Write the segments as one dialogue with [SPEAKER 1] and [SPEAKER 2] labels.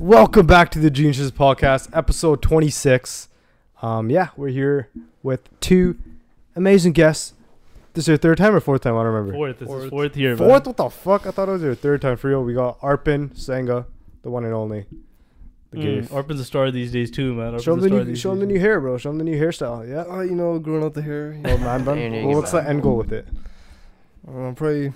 [SPEAKER 1] Welcome back to the Gene Shiz Podcast, episode 26. Um, yeah, we're here with two amazing guests. This is your third time or fourth time? I don't remember.
[SPEAKER 2] Fourth, this is fourth year, man.
[SPEAKER 1] Fourth? What the fuck? I thought it was your third time for real. We got Arpin Sangha, the one and only. The
[SPEAKER 2] Mm,
[SPEAKER 1] gay.
[SPEAKER 2] Arpin's a star these days too, man. Arpin's
[SPEAKER 1] Show
[SPEAKER 2] a
[SPEAKER 1] him the
[SPEAKER 2] star
[SPEAKER 1] new,
[SPEAKER 2] these
[SPEAKER 1] show 'em the
[SPEAKER 2] days.
[SPEAKER 1] new hair, bro. Show him the new hairstyle. Yeah.
[SPEAKER 3] Uh, you know, growing out the hair.
[SPEAKER 1] Well, man bun.
[SPEAKER 4] There you
[SPEAKER 1] Well,
[SPEAKER 4] go.
[SPEAKER 1] what's the end goal with it?
[SPEAKER 3] Uh, probably,
[SPEAKER 1] You're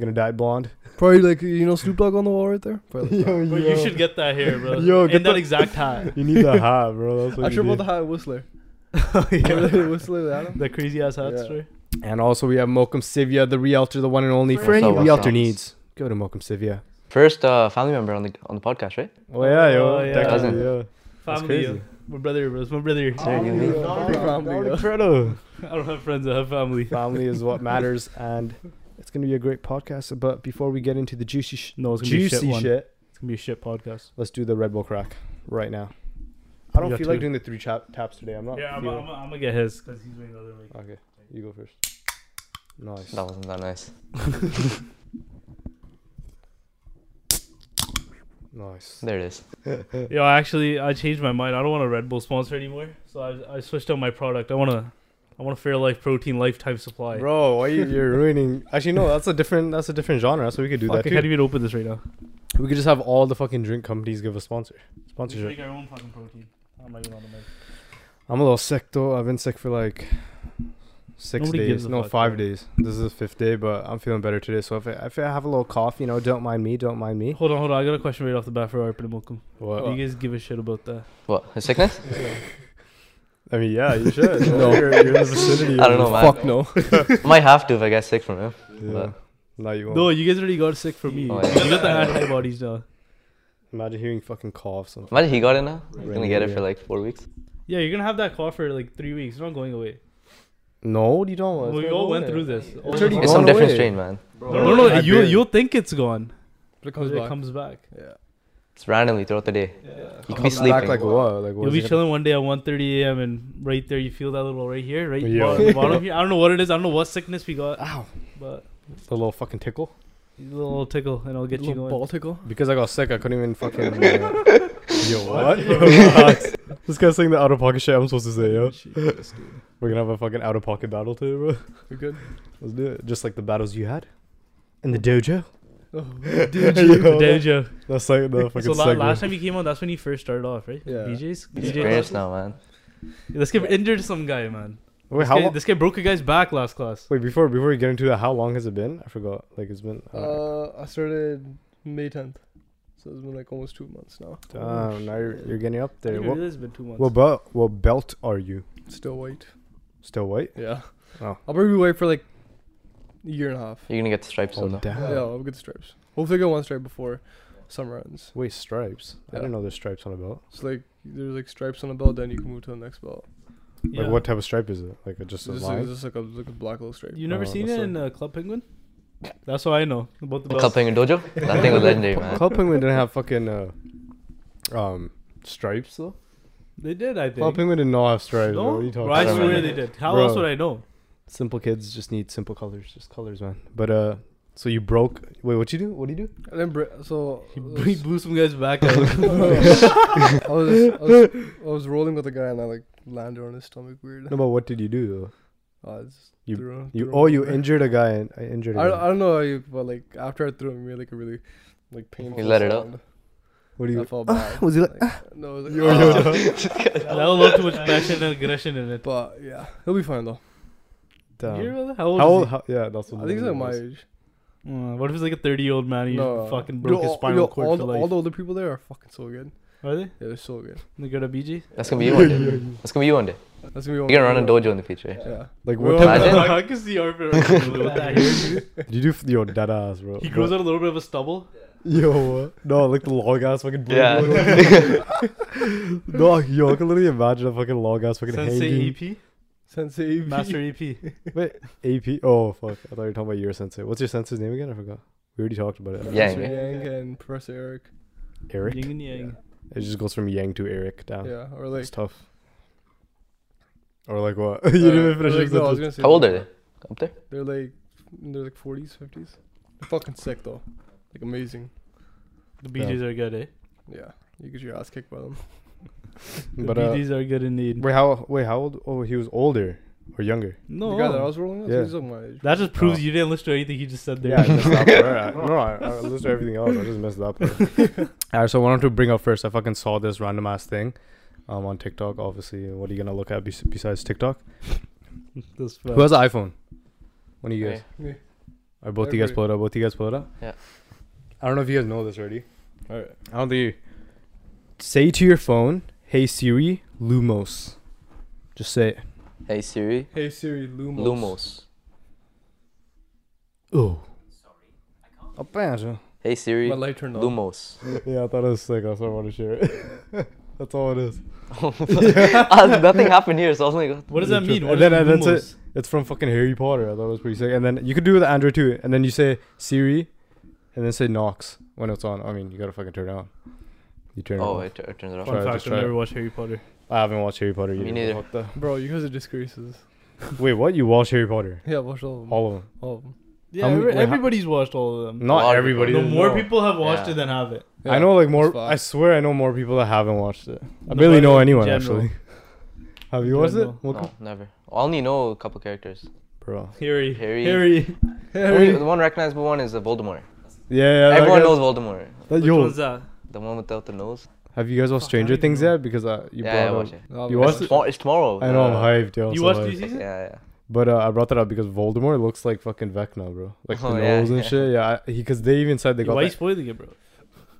[SPEAKER 1] gonna dye blonde.
[SPEAKER 3] probably like you know Snoop Dogg on the wall right there. Probably like that.
[SPEAKER 2] Bro, you should get that hair, bro.
[SPEAKER 1] Yo,
[SPEAKER 2] and
[SPEAKER 1] get
[SPEAKER 2] that
[SPEAKER 1] the-
[SPEAKER 2] exact hat.
[SPEAKER 1] You need the hat, bro. That's what
[SPEAKER 3] I
[SPEAKER 1] you
[SPEAKER 3] sure
[SPEAKER 1] need.
[SPEAKER 3] bought the high Whistler.
[SPEAKER 2] yeah.
[SPEAKER 3] Remember the Whistler, with Adam.
[SPEAKER 2] The crazy ass hat
[SPEAKER 3] Yeah.
[SPEAKER 2] story.
[SPEAKER 1] And also we have Mokum Sivia, the realtor, the one and only. For
[SPEAKER 4] What's
[SPEAKER 1] any
[SPEAKER 4] up, what's
[SPEAKER 1] realtor
[SPEAKER 4] up?
[SPEAKER 1] needs, go to Mokum Sivia.
[SPEAKER 4] First uh, family member on the on the podcast, right?
[SPEAKER 1] Oh yeah, yo.
[SPEAKER 2] Oh, yeah.
[SPEAKER 1] Technically,
[SPEAKER 4] Cousin.
[SPEAKER 1] yeah. That's
[SPEAKER 2] Family, yo.
[SPEAKER 1] crazy.
[SPEAKER 2] my brother, bro. It's my brother.
[SPEAKER 4] There you go.
[SPEAKER 2] I don't have friends. I have family.
[SPEAKER 1] Family is what matters, and it's gonna be a great podcast. But before we get into the juicy, sh-
[SPEAKER 2] No, it's gonna be a shit
[SPEAKER 1] juicy
[SPEAKER 2] one.
[SPEAKER 1] shit,
[SPEAKER 2] It's gonna be a shit podcast.
[SPEAKER 1] let's do the Red Bull crack right now. I don't
[SPEAKER 2] got
[SPEAKER 1] feel like
[SPEAKER 2] two.
[SPEAKER 1] doing the three chap- taps today. I'm not.
[SPEAKER 2] Yeah, I'm,
[SPEAKER 1] feeling-
[SPEAKER 2] I'm, I'm gonna get his because he's doing the other league.
[SPEAKER 1] Okay, you go first. Nice.
[SPEAKER 4] That wasn't that nice.
[SPEAKER 1] Nice.
[SPEAKER 4] There it is.
[SPEAKER 2] Yo, I actually, I changed my mind. I don't want a Red Bull sponsor anymore, so I, I switched out my product. I wanna, I want a Fairlife protein lifetime supply.
[SPEAKER 1] Bro, why you, you're ruining? Actually, no. That's a different. That's a different genre. So we could do
[SPEAKER 2] Fuck, I
[SPEAKER 1] that
[SPEAKER 2] can't
[SPEAKER 1] too.
[SPEAKER 2] even open this right now.
[SPEAKER 1] We could just have all the fucking drink companies give a sponsor
[SPEAKER 2] We should
[SPEAKER 1] sponsorship.
[SPEAKER 2] make our own fucking protein. I'm not even on the mic.
[SPEAKER 1] I'm a little sick though. I've been sick for like six
[SPEAKER 2] Nobody gives
[SPEAKER 1] days,
[SPEAKER 2] a
[SPEAKER 1] no,
[SPEAKER 2] fuck,
[SPEAKER 1] five
[SPEAKER 2] right?
[SPEAKER 1] days. This is the fifth day, but I'm feeling better today. So if I, if I have a little cough, you know, don't mind me, don't mind me.
[SPEAKER 2] Hold on, hold on. I got a question right off the bat for Arpin and Mokum.
[SPEAKER 1] What?
[SPEAKER 2] Do you guys give a shit about that?
[SPEAKER 4] What? A sickness?
[SPEAKER 1] I mean, yeah, you should.
[SPEAKER 4] No.
[SPEAKER 1] you're, you're in the vicinity.
[SPEAKER 4] I don't know, man.
[SPEAKER 1] Fuck no.
[SPEAKER 4] Might have to if I get sick from him.
[SPEAKER 1] yeah. No, you won't.
[SPEAKER 2] No, you guys already got sick from me.
[SPEAKER 4] Oh, yeah.
[SPEAKER 2] You got the antibodies now.
[SPEAKER 1] Imagine hearing fucking coughs. And
[SPEAKER 4] Imagine he got it now. He's gonna get it
[SPEAKER 1] Right.
[SPEAKER 4] for like four weeks.
[SPEAKER 2] Yeah, you're gonna have that cough for like three weeks. It's not going away.
[SPEAKER 1] no, what are you don't. want?
[SPEAKER 2] we
[SPEAKER 1] It's not
[SPEAKER 2] all went
[SPEAKER 1] going
[SPEAKER 2] through
[SPEAKER 1] there.
[SPEAKER 2] this.
[SPEAKER 1] It's already
[SPEAKER 4] It's some
[SPEAKER 1] gone
[SPEAKER 4] different
[SPEAKER 1] away.
[SPEAKER 4] strain, man.
[SPEAKER 2] No, no, no.
[SPEAKER 1] I
[SPEAKER 2] You
[SPEAKER 1] barely-
[SPEAKER 2] you'll think it's gone.
[SPEAKER 3] But it
[SPEAKER 2] but
[SPEAKER 3] comes
[SPEAKER 2] It
[SPEAKER 3] back.
[SPEAKER 2] comes back.
[SPEAKER 3] Yeah.
[SPEAKER 4] It's randomly throughout the day.
[SPEAKER 2] Yeah.
[SPEAKER 4] You could be
[SPEAKER 1] Comes back
[SPEAKER 4] sleeping.
[SPEAKER 1] like what? Like what?
[SPEAKER 2] You'll
[SPEAKER 1] is
[SPEAKER 2] be
[SPEAKER 1] it gonna-
[SPEAKER 2] chilling one day at 1:30 a.m. and right there you feel that little right here, right
[SPEAKER 1] Yeah.
[SPEAKER 2] bottom, bottom here. I don't know what it is. I don't know what sickness we got,
[SPEAKER 1] Ow!
[SPEAKER 2] but
[SPEAKER 1] A little fucking tickle.
[SPEAKER 2] a little tickle and it'll get you
[SPEAKER 3] Little
[SPEAKER 2] going.
[SPEAKER 3] ball tickle.
[SPEAKER 1] Because I got sick, I couldn't even fucking. uh, yo, what? Yo, relax. this guy's saying the out of pocket shit I'm supposed to say, yo.
[SPEAKER 3] Jesus, dude.
[SPEAKER 1] We're gonna have a fucking out of pocket battle today, bro.
[SPEAKER 3] We good?
[SPEAKER 1] Let's do it. Just like the battles you had in the dojo.
[SPEAKER 3] Oh,
[SPEAKER 1] Yo,
[SPEAKER 3] dude,
[SPEAKER 2] The dojo.
[SPEAKER 1] That's like the fucking
[SPEAKER 2] So la-
[SPEAKER 1] segment.
[SPEAKER 2] last time you came on, that's when you first started off, right?
[SPEAKER 3] Yeah.
[SPEAKER 2] BJ's.
[SPEAKER 4] He's
[SPEAKER 2] DJ
[SPEAKER 4] experienced
[SPEAKER 2] classes?
[SPEAKER 4] now, man.
[SPEAKER 2] This guy injured some guy, man.
[SPEAKER 1] Wait,
[SPEAKER 2] This
[SPEAKER 1] how?
[SPEAKER 2] guy,
[SPEAKER 1] Long,
[SPEAKER 2] this guy broke a guy's back last class.
[SPEAKER 1] wait, before before we get into that, how long has it been? I forgot. Like it's been. Uh,
[SPEAKER 3] Uh, I started May 10th, so it's been like almost two months now.
[SPEAKER 1] damn, now you're, you're getting up
[SPEAKER 2] I
[SPEAKER 1] there.
[SPEAKER 2] think
[SPEAKER 1] What
[SPEAKER 2] it has been two months.
[SPEAKER 1] what belt? What belt are you?
[SPEAKER 3] Still white.
[SPEAKER 1] Still white?
[SPEAKER 3] Yeah.
[SPEAKER 1] Oh.
[SPEAKER 3] I'll probably be white for like a year and a half.
[SPEAKER 4] You're gonna get the stripes
[SPEAKER 1] Oh
[SPEAKER 4] soon, though.
[SPEAKER 1] damn.
[SPEAKER 3] Yeah, I'll get the stripes. Hopefully, I get one stripe before summer ends.
[SPEAKER 1] Wait, stripes? I
[SPEAKER 3] Yeah.
[SPEAKER 1] didn't know there's stripes on a belt.
[SPEAKER 3] It's like there's like stripes on a belt, then you can move to the next belt.
[SPEAKER 2] Yeah.
[SPEAKER 1] Like what type of stripe is it? Like a- just a
[SPEAKER 3] It's just, like,
[SPEAKER 1] line?
[SPEAKER 3] it's just like a like a black little stripe.
[SPEAKER 2] You never
[SPEAKER 1] Oh,
[SPEAKER 2] seen
[SPEAKER 1] that's
[SPEAKER 2] it in uh, Club Penguin? That's what I know about the
[SPEAKER 4] The
[SPEAKER 2] bells.
[SPEAKER 4] Club Penguin Dojo? That thing was legendary, man.
[SPEAKER 1] Club Penguin didn't have fucking uh, um stripes though.
[SPEAKER 2] They did, I think.
[SPEAKER 1] Club Penguin did not have stripes. bro.
[SPEAKER 2] no,
[SPEAKER 1] What are you talking
[SPEAKER 2] Bro, I
[SPEAKER 4] about?
[SPEAKER 2] swear
[SPEAKER 4] Remember.
[SPEAKER 2] they did. How
[SPEAKER 1] Bro.
[SPEAKER 2] else would I know?
[SPEAKER 1] Simple kids just need simple colors, just colors, man. But uh, so you broke. Wait, what you do? What do you do?
[SPEAKER 3] And then Bra- so
[SPEAKER 2] He,
[SPEAKER 3] I
[SPEAKER 2] b- he
[SPEAKER 3] was,
[SPEAKER 2] blew some guy's back. out.
[SPEAKER 3] I, was, I was I was rolling with a guy and I like landed on his stomach weird.
[SPEAKER 1] No, but what did you do though?
[SPEAKER 3] I just
[SPEAKER 1] You-
[SPEAKER 3] threw him-
[SPEAKER 1] You
[SPEAKER 3] threw him
[SPEAKER 1] oh, you
[SPEAKER 3] over.
[SPEAKER 1] injured a guy and I injured. A
[SPEAKER 3] I,
[SPEAKER 1] guy.
[SPEAKER 3] I don't know how you, but like after I threw him, we had like a really like painful.
[SPEAKER 4] let it out.
[SPEAKER 3] sound.
[SPEAKER 1] what do
[SPEAKER 3] I
[SPEAKER 1] you?
[SPEAKER 3] felt bad.
[SPEAKER 1] was he like,
[SPEAKER 3] no, it was like,
[SPEAKER 1] Yo, yo,
[SPEAKER 3] "Ah."
[SPEAKER 1] yo.
[SPEAKER 2] that was a little too much passion and aggression in it.
[SPEAKER 3] But yeah, he'll be fine though.
[SPEAKER 2] You
[SPEAKER 1] Damn.
[SPEAKER 2] hear about that? How old?
[SPEAKER 1] How old?
[SPEAKER 2] Is
[SPEAKER 1] How, yeah, that's what
[SPEAKER 3] I think he's
[SPEAKER 1] it
[SPEAKER 3] like my
[SPEAKER 1] was.
[SPEAKER 3] age.
[SPEAKER 2] he? Uh, what if it's like a 30 year old man who
[SPEAKER 3] No,
[SPEAKER 2] just fucking
[SPEAKER 3] Yo,
[SPEAKER 2] broke his
[SPEAKER 3] all-
[SPEAKER 2] spinal
[SPEAKER 3] yo,
[SPEAKER 2] cord
[SPEAKER 3] all,
[SPEAKER 2] for
[SPEAKER 3] the,
[SPEAKER 2] life?
[SPEAKER 3] all the older people there are fucking so good.
[SPEAKER 2] Are they?
[SPEAKER 3] Yeah, they're so good.
[SPEAKER 2] They go to BG?
[SPEAKER 4] That's gonna be you one day. That's gonna be you one day.
[SPEAKER 3] That's gonna be one.
[SPEAKER 4] You're gonna run a dojo in the future.
[SPEAKER 3] Yeah.
[SPEAKER 1] Like what?
[SPEAKER 3] We're all-
[SPEAKER 1] Type,
[SPEAKER 4] Imagine.
[SPEAKER 2] I can see Arvin right now with that hair.
[SPEAKER 1] did you do f- yo dead ass, bro?
[SPEAKER 2] He grows
[SPEAKER 1] Bro.
[SPEAKER 2] out a little bit of a stubble.
[SPEAKER 1] Yo, what? no, like the long ass fucking. blue-
[SPEAKER 4] Yeah.
[SPEAKER 1] no, yo, I can literally imagine a fucking long ass fucking
[SPEAKER 2] Sensei E
[SPEAKER 1] hanging.
[SPEAKER 2] EP?
[SPEAKER 3] Sensei.
[SPEAKER 2] Master E EP.
[SPEAKER 1] Wait, AP. Oh fuck! I thought you were talking about your sensei. What's your sensei's name again? I forgot. We already talked about it.
[SPEAKER 3] Yang.
[SPEAKER 4] Yang.
[SPEAKER 3] Yang and Professor Eric.
[SPEAKER 1] Eric.
[SPEAKER 2] Yin and Yang.
[SPEAKER 1] It just goes from Yang to Eric down.
[SPEAKER 3] Yeah, or
[SPEAKER 1] Oh. It's
[SPEAKER 3] like. uh,
[SPEAKER 1] tough. Or like what? you didn't even finish
[SPEAKER 3] or,
[SPEAKER 1] your
[SPEAKER 3] like, no, I was
[SPEAKER 1] sentence.
[SPEAKER 3] gonna say
[SPEAKER 4] How old are
[SPEAKER 3] like,
[SPEAKER 4] they? Up there?
[SPEAKER 3] They're like, they're like 40s, 50s. They're fucking sick though, like amazing.
[SPEAKER 2] The BGs are good, eh?
[SPEAKER 3] Yeah. You get your ass kicked by them.
[SPEAKER 2] The
[SPEAKER 1] But uh,
[SPEAKER 2] BDs are good indeed.
[SPEAKER 1] wait, how wait how old? Oh, he was older or younger.
[SPEAKER 2] No,
[SPEAKER 3] The guy that I was rolling with,
[SPEAKER 1] Yeah.
[SPEAKER 3] he's of my age.
[SPEAKER 2] that just proves
[SPEAKER 1] Oh.
[SPEAKER 2] you didn't listen to anything he just said there.
[SPEAKER 1] Yeah, I messed up. Alright, No, I, I listened to everything else. I just messed up. Alright, so I wanted to bring up first. I fucking saw this random ass thing, um, on TikTok. Obviously, what are you gonna look at bes- besides TikTok?
[SPEAKER 2] That's
[SPEAKER 1] Who
[SPEAKER 2] fact.
[SPEAKER 1] has an iPhone? One of you guys.
[SPEAKER 4] Okay.
[SPEAKER 1] Are both you guys
[SPEAKER 3] Everybody.
[SPEAKER 1] pull it up? Both you guys pull it up?
[SPEAKER 4] Yeah.
[SPEAKER 1] I don't know if you guys know this already.
[SPEAKER 3] Alright.
[SPEAKER 1] I don't think you say to your phone, "Hey Siri, Lumos." Just say it.
[SPEAKER 4] Hey Siri,
[SPEAKER 3] Hey Siri, Lumos.
[SPEAKER 4] Lumos.
[SPEAKER 1] Oh. Sorry.
[SPEAKER 4] Hey Siri,
[SPEAKER 3] My light turned on.
[SPEAKER 4] Lumos.
[SPEAKER 1] Yeah, I thought it was sick. That's why I want to share it. That's all it is.
[SPEAKER 4] Uh, nothing happened here, so I was like,
[SPEAKER 2] What does that mean?
[SPEAKER 1] And
[SPEAKER 2] What is
[SPEAKER 1] then, uh, that's
[SPEAKER 2] Lumos?
[SPEAKER 1] it. It's from fucking Harry Potter. I thought it was pretty sick. And then you could do it with Android too. And then you say Siri, and then say Knox when it's on. I mean, you gotta fucking turn it on. You turn it
[SPEAKER 4] oh,
[SPEAKER 1] on.
[SPEAKER 4] it, it turns it off.
[SPEAKER 1] Try
[SPEAKER 2] Fun
[SPEAKER 1] it,
[SPEAKER 2] fact:
[SPEAKER 1] just
[SPEAKER 2] I've
[SPEAKER 1] try it.
[SPEAKER 2] never watched Harry Potter.
[SPEAKER 1] I haven't watched Harry Potter
[SPEAKER 4] Me
[SPEAKER 1] either.
[SPEAKER 4] neither.
[SPEAKER 1] What the?
[SPEAKER 3] Bro, you guys are disgraces.
[SPEAKER 1] Wait, what? You watched Harry Potter?
[SPEAKER 3] Yeah, watch all of them. All,
[SPEAKER 1] All of them?
[SPEAKER 3] of them.
[SPEAKER 2] Yeah,
[SPEAKER 1] many-
[SPEAKER 2] every-
[SPEAKER 1] wait, how-
[SPEAKER 2] everybody's watched all of them.
[SPEAKER 1] Not
[SPEAKER 4] lot of
[SPEAKER 1] everybody.
[SPEAKER 4] people.
[SPEAKER 2] no
[SPEAKER 1] doesn't
[SPEAKER 2] more
[SPEAKER 1] know.
[SPEAKER 2] people have watched
[SPEAKER 4] Yeah.
[SPEAKER 2] it than have it.
[SPEAKER 1] I know like more.
[SPEAKER 3] it's
[SPEAKER 1] I
[SPEAKER 3] fucked.
[SPEAKER 1] swear I know more people that haven't watched it. I
[SPEAKER 2] No,
[SPEAKER 1] barely
[SPEAKER 2] but
[SPEAKER 1] know
[SPEAKER 2] in
[SPEAKER 1] anyone
[SPEAKER 2] general.
[SPEAKER 1] actually. Have
[SPEAKER 2] In
[SPEAKER 1] you watched it,
[SPEAKER 2] general.
[SPEAKER 1] Welcome.
[SPEAKER 4] No, never. I only know a couple characters.
[SPEAKER 1] bro?
[SPEAKER 2] Harry,
[SPEAKER 4] Harry.
[SPEAKER 2] Harry.
[SPEAKER 4] Only, the one recognizable one is uh, Voldemort.
[SPEAKER 1] Yeah, yeah.
[SPEAKER 4] Everyone
[SPEAKER 1] that
[SPEAKER 4] knows Voldemort.
[SPEAKER 1] guy- that-
[SPEAKER 2] Which
[SPEAKER 1] yo,
[SPEAKER 2] one's that?
[SPEAKER 4] The one without the nose.
[SPEAKER 1] have you guys watched
[SPEAKER 2] Fuck, I don't
[SPEAKER 1] Stranger
[SPEAKER 2] even
[SPEAKER 1] Things
[SPEAKER 2] know.
[SPEAKER 1] yet? Because I you
[SPEAKER 4] yeah, yeah, I
[SPEAKER 1] brought
[SPEAKER 4] watch
[SPEAKER 1] it up.
[SPEAKER 4] it.
[SPEAKER 3] No,
[SPEAKER 1] You
[SPEAKER 3] but-
[SPEAKER 1] watched
[SPEAKER 4] It's,
[SPEAKER 1] it?
[SPEAKER 4] tomorrow, it's tomorrow.
[SPEAKER 1] I know I'm
[SPEAKER 4] uh,
[SPEAKER 1] hyped. Yo, I'm
[SPEAKER 2] You
[SPEAKER 1] so
[SPEAKER 2] watched
[SPEAKER 1] hyped.
[SPEAKER 2] these
[SPEAKER 4] Yeah,
[SPEAKER 2] seasons?
[SPEAKER 4] yeah.
[SPEAKER 1] But uh, I brought that up because Voldemort looks like fucking Vecna, bro. Like
[SPEAKER 4] Oh,
[SPEAKER 1] the
[SPEAKER 4] yeah,
[SPEAKER 1] nose and
[SPEAKER 4] yeah.
[SPEAKER 1] shit. Yeah, because they even said they got.
[SPEAKER 2] Why you
[SPEAKER 1] That.
[SPEAKER 2] spoiling it, bro?